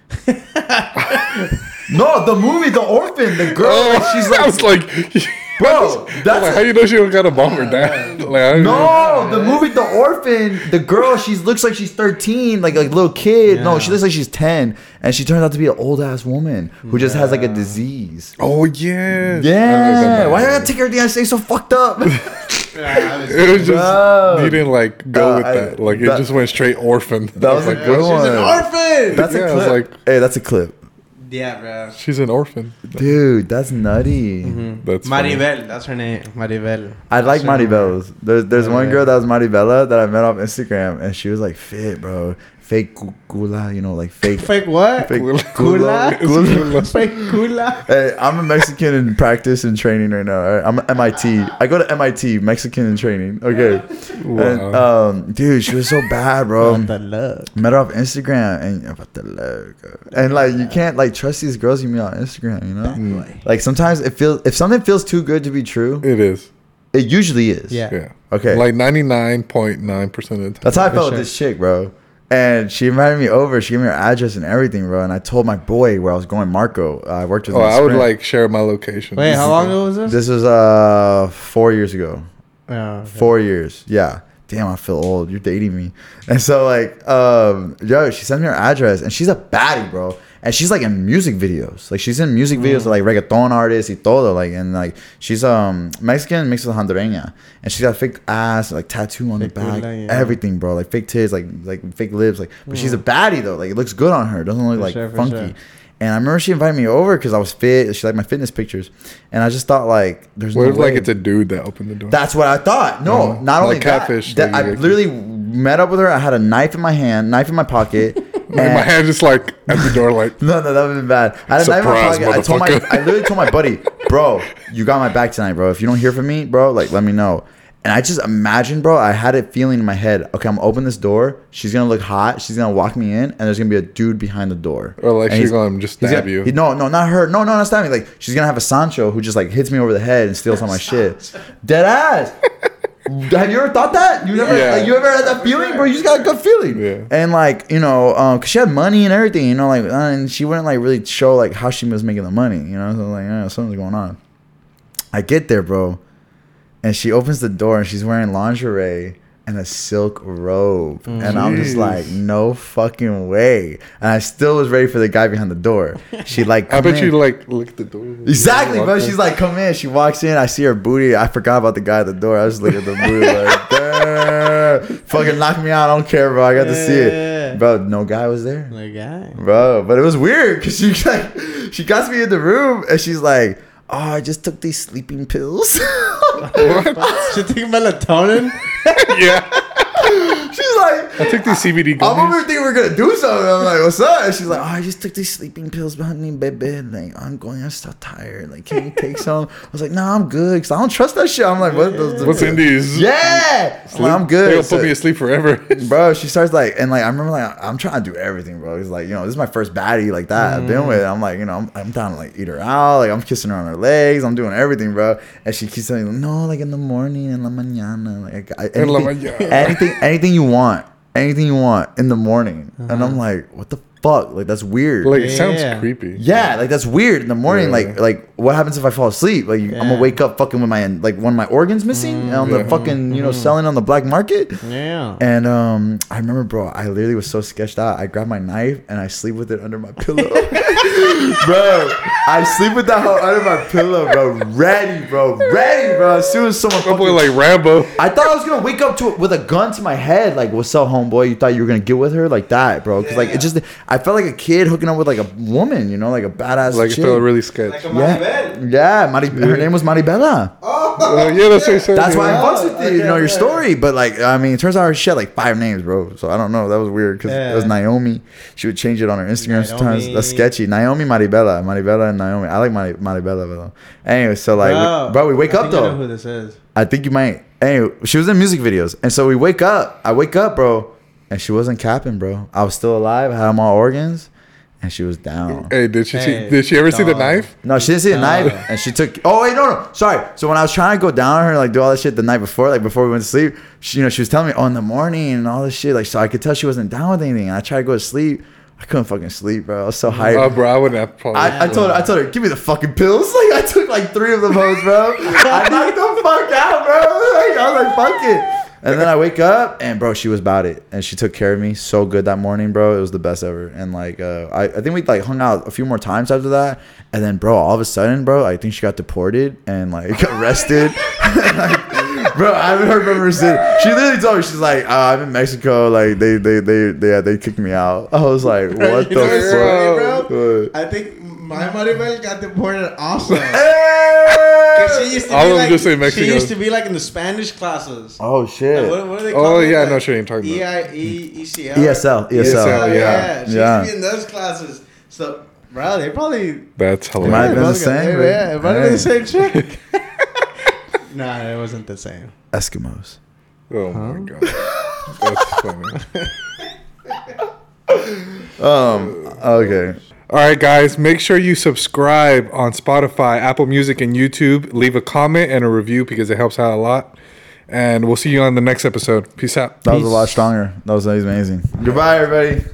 Speaker 1: no, the movie, the orphan, the girl.
Speaker 2: Oh,
Speaker 1: like, she's like,
Speaker 2: I was like,
Speaker 1: bro,
Speaker 2: I'm like,
Speaker 1: that's
Speaker 2: how you know she don't got a bomber down? like, I don't know.
Speaker 1: no. The movie, the orphan, the girl. She looks like she's thirteen, like like little kid. No, she looks like she's ten, and she turns out to be an old ass woman who just has like a disease.
Speaker 2: Oh yeah.
Speaker 1: Yeah, why did I take her to the stay so fucked up?
Speaker 2: It was just
Speaker 1: Bro.
Speaker 2: you didn't like go
Speaker 1: Uh,
Speaker 2: with
Speaker 1: I-
Speaker 2: that. Like it
Speaker 1: that-
Speaker 2: just went straight orphan.
Speaker 1: That was a good
Speaker 3: She's an
Speaker 1: one.
Speaker 3: orphan.
Speaker 1: That's
Speaker 2: Yeah,
Speaker 1: a
Speaker 2: I was
Speaker 1: clip. hey, that's a clip,
Speaker 3: yeah, bro.
Speaker 2: She's an orphan.
Speaker 1: dude. That's nutty.
Speaker 2: That's funny.
Speaker 3: Maribel, that's her name. Maribel.
Speaker 1: I like
Speaker 3: That's her name.
Speaker 1: Maribel's. There's there's one girl that was Maribela that I met on Instagram, and she was like fit, bro, fake cu- cula, you know, like fake.
Speaker 3: Fake what?
Speaker 1: Fake
Speaker 3: Cula?
Speaker 1: cula. cula.
Speaker 3: Fake cula.
Speaker 1: Hey, I'm a Mexican in practice and training right now. All right? I'm MIT. I go to MIT, Mexican in training. Okay, and,
Speaker 3: uh,
Speaker 2: Wow.
Speaker 1: um, dude, she was so bad,
Speaker 2: Um,
Speaker 1: bro.
Speaker 3: the love.
Speaker 1: Met her off Instagram and about the logo. And like you can't like trust these girls you meet on Instagram, you
Speaker 2: Mm.
Speaker 1: know? Like sometimes it feels if something feels too good to be true,
Speaker 2: It is.
Speaker 1: it usually is.
Speaker 3: Yeah.
Speaker 2: Yeah.
Speaker 1: Okay.
Speaker 2: Like ninety nine point nine percent of the time.
Speaker 1: That's how I
Speaker 3: For
Speaker 1: felt
Speaker 3: sure.
Speaker 1: with this chick, bro. And she invited me over. She gave me her address and everything, bro. And I told my boy where I was going, Marco. I worked with
Speaker 2: Oh,
Speaker 1: him. at
Speaker 2: I would
Speaker 1: Sprint.
Speaker 2: like share my location.
Speaker 3: Wait, how long ago was this?
Speaker 1: This was uh four years ago.
Speaker 3: Oh, okay.
Speaker 1: Four years. Yeah. Damn, I feel old. You're dating me. And so like, um, yo, she sent me her address and she's a baddie, bro. And she's like in music videos. Like she's in music videos of
Speaker 3: Mm.
Speaker 1: like reggaeton artists y todo. Like and like she's um Mexican mixed with Hondureña. And she's got a fake ass, like tattoo on
Speaker 3: Fake
Speaker 1: the back,
Speaker 3: culo, yeah. Mm.
Speaker 1: everything, bro. Like fake tits, like like fake lips, like but she's a baddie though. Like it looks good on her. It doesn't look
Speaker 3: For
Speaker 1: like
Speaker 3: sure, for
Speaker 1: funky.
Speaker 3: sure.
Speaker 1: And I remember she invited me over because I was fit. She liked my fitness pictures, and I just thought like, "There's
Speaker 2: What
Speaker 1: no
Speaker 2: if like
Speaker 1: way.
Speaker 2: it's a dude that opened the door?
Speaker 1: That's what I thought. No,
Speaker 2: Oh,
Speaker 1: not
Speaker 2: like
Speaker 1: only catfish.
Speaker 2: catfish
Speaker 1: That,
Speaker 2: that
Speaker 1: I
Speaker 2: you like-
Speaker 1: literally met up with her. I had a knife in my hand, knife in my pocket.
Speaker 2: and my
Speaker 1: and-
Speaker 2: hand just like at the door, like
Speaker 1: No, no, that would have been bad. I had a knife in
Speaker 2: Surprise,
Speaker 1: my pocket. I told my,
Speaker 2: motherfucker.
Speaker 1: I literally told my buddy, bro, you got my back tonight, bro. If you don't hear from me, bro, like let me know. And I just imagine, bro, I had it feeling in my head. Okay, I'm gonna open this door. She's gonna look hot. She's gonna walk me in, and there's gonna be a dude behind the door.
Speaker 2: or like
Speaker 1: And he's-
Speaker 2: she's gonna just
Speaker 1: He's
Speaker 2: stab
Speaker 1: gonna-
Speaker 2: you.
Speaker 1: he- no, no, not her. No, no, not stabbing. Like she's gonna have a Sancho who just like hits me over the head and steals all my shit. Dead ass. have you ever thought that? You never.
Speaker 2: Yeah.
Speaker 1: Like, you ever had that feeling, bro? You just got a good feeling.
Speaker 2: Yeah.
Speaker 1: And like you know, um, 'cause she had money and everything, you know, like uh, and she wouldn't like really show like how she was making the money, you know. So like, uh, something's going on. I get there, bro, and she opens the door and she's wearing lingerie and a silk robe. And I'm just
Speaker 2: Jeez.
Speaker 1: like, no fucking way. And I still was ready for the guy behind the door. She like,
Speaker 2: I
Speaker 1: come
Speaker 2: bet
Speaker 1: in.
Speaker 2: you like look at the door.
Speaker 1: Exactly,
Speaker 2: Walk
Speaker 1: bro.
Speaker 2: in.
Speaker 1: She's like, come in. She walks in. I see her booty. I forgot about the guy at the door. I was just looking at the booty like, "Damn." fucking knock me out. I don't care, bro. I got to see
Speaker 3: Yeah.
Speaker 1: it, bro. No guy was there
Speaker 3: The guy.
Speaker 1: bro. But it was weird because she like she got me in the room and she's like, "Oh, I just took these sleeping pills."
Speaker 3: she took melatonin.
Speaker 2: yeah.
Speaker 1: she's like.
Speaker 2: I took these CBD
Speaker 1: I'm
Speaker 2: gummies.
Speaker 1: over here thinking we're gonna do something. I'm like, what's up? And she's like, oh, I just took these sleeping pills behind me, baby. Like, I'm going, I'm so tired. Like, can you take some? I was like, no, I'm good, cause I don't trust that shit. I'm like, what? Those,
Speaker 2: What's in these?
Speaker 1: Yeah, I'm, like, I'm
Speaker 2: They'll
Speaker 1: good.
Speaker 2: put me
Speaker 1: So-
Speaker 2: asleep forever.
Speaker 1: bro she starts like and like i remember like i'm trying to do everything bro it's like you know this is my first baddie like that i've been with
Speaker 2: Mm.
Speaker 1: i'm like you know I'm, I'm down to like eat her out like i'm kissing her on her legs i'm doing everything bro and she keeps saying no like in the morning in la mañana like I, anything,
Speaker 2: In la mañana.
Speaker 1: anything anything you want anything you want in the morning and i'm like what the fuck like that's weird
Speaker 2: Uh-huh. like it sounds
Speaker 3: Yeah.
Speaker 2: creepy.
Speaker 1: yeah, like that's weird in the morning.
Speaker 2: Yeah.
Speaker 1: Like, like what happens if I fall asleep? Like, I'm
Speaker 3: Yeah.
Speaker 1: gonna wake up fucking with my like one of my organs missing and on
Speaker 2: Mm, Yeah. Mm-hmm.
Speaker 1: the fucking you know selling on the black market.
Speaker 3: Yeah.
Speaker 1: And um, I remember, bro, I literally was so sketched out. I grabbed my knife and I sleep with it under my pillow. bro, I sleep with that hoe under my pillow, bro. Ready, bro. Ready, bro. As soon as someone
Speaker 2: My boy
Speaker 1: fucking-
Speaker 2: like Rambo.
Speaker 1: I thought I was gonna wake up to it with a gun to my head, like "What's up, homeboy? You thought you were gonna get with her like that, bro? Because like it just, I felt like a kid hooking up with like a woman, you know, like a badass.
Speaker 2: Like it
Speaker 1: chick.
Speaker 2: felt really sketch.
Speaker 3: Like a
Speaker 1: yeah,
Speaker 3: Maribel.
Speaker 1: yeah. Mari- her name was Maribela.
Speaker 3: Oh,
Speaker 2: Uh, yeah, that's what I said.
Speaker 1: That's
Speaker 2: yeah.
Speaker 1: why I fucks with you, you
Speaker 3: okay,
Speaker 1: know your
Speaker 3: yeah.
Speaker 1: story. But like, I mean, it turns out she had like five names, bro. So I don't know. That was weird because it was
Speaker 3: Yeah.
Speaker 1: Naomi. She would change it on her Instagram sometimes. That's
Speaker 3: Naomi.
Speaker 1: sketchy. Naomi Maribela, Maribela and Naomi. I like Mari- Maribela though. Anyway, so like,
Speaker 3: Bro,
Speaker 1: we, bro, we wake
Speaker 3: I
Speaker 1: up
Speaker 3: think I know
Speaker 1: though.
Speaker 3: who this is?
Speaker 1: I think you might. Anyway, she was in music videos, and so we wake up. I wake up, bro, and she wasn't capping, bro. I was still alive. I had my organs, and she was down.
Speaker 2: Hey, did she
Speaker 3: Hey,
Speaker 2: see, did she ever see the
Speaker 3: dog.
Speaker 2: knife?
Speaker 1: No, she didn't see the knife, and she took. Oh wait, no, no, sorry. So when I was trying to go down on her, like do all that shit the night before, like before we went to sleep, she, you know, she was telling me, oh, in the morning and all this shit, like so I could tell she wasn't down with anything. And I tried to go to sleep, I couldn't fucking sleep, bro. I was so hyped.
Speaker 2: Oh, bro, I wouldn't have probably.
Speaker 1: I, I told her, I told her, give me the fucking pills. Like I took like three of them hoes, bro. I knocked the fuck out, bro. Like, I was like, fuck it. And then I wake up and bro, she was about it, and she took care of me so good that morning, bro. It was the best ever. And like, uh, I, I think we like hung out a few more times after that. And then, bro, all of a sudden, bro, I think she got deported and like arrested. Bro, I haven't heard from her since. She literally told me she's like, oh, I'm in Mexico. Like they, they, they, they, yeah, they kicked me out. I was like, what
Speaker 3: You know what's
Speaker 1: the
Speaker 3: funny,
Speaker 1: fuck? What?
Speaker 3: I think my Maribel got deported also.
Speaker 1: Hey!
Speaker 3: she used to
Speaker 2: All of
Speaker 3: be
Speaker 2: them
Speaker 3: like,
Speaker 2: just say
Speaker 3: She
Speaker 2: Mexico.
Speaker 3: used to be like in the Spanish classes.
Speaker 1: Oh
Speaker 3: Like,
Speaker 1: shit. E
Speaker 3: what, what do they call E
Speaker 2: oh
Speaker 3: it?
Speaker 2: yeah, I
Speaker 3: Like,
Speaker 2: know she ain't talking about.
Speaker 3: E-I-E-E-C-L?
Speaker 1: ESL, ESL.
Speaker 2: ESL. yeah.
Speaker 3: Oh, She
Speaker 1: Yeah.
Speaker 3: used to be in those classes. So, bro, they probably
Speaker 2: That's
Speaker 1: Might have
Speaker 2: hilarious.
Speaker 1: been the
Speaker 3: both got-
Speaker 1: same,
Speaker 3: Yeah,
Speaker 1: but-
Speaker 3: yeah, it might have
Speaker 1: Hey.
Speaker 3: been the same chick. nah, it wasn't the same.
Speaker 1: Eskimos.
Speaker 2: Oh my god, that's funny.
Speaker 1: Um. Okay.
Speaker 2: All right, guys, make sure you subscribe on Spotify, Apple Music, and YouTube. Leave a comment and a review because it helps out a lot. And we'll see you on the next episode. Peace out.
Speaker 1: That was a lot stronger. That was amazing. Goodbye, everybody.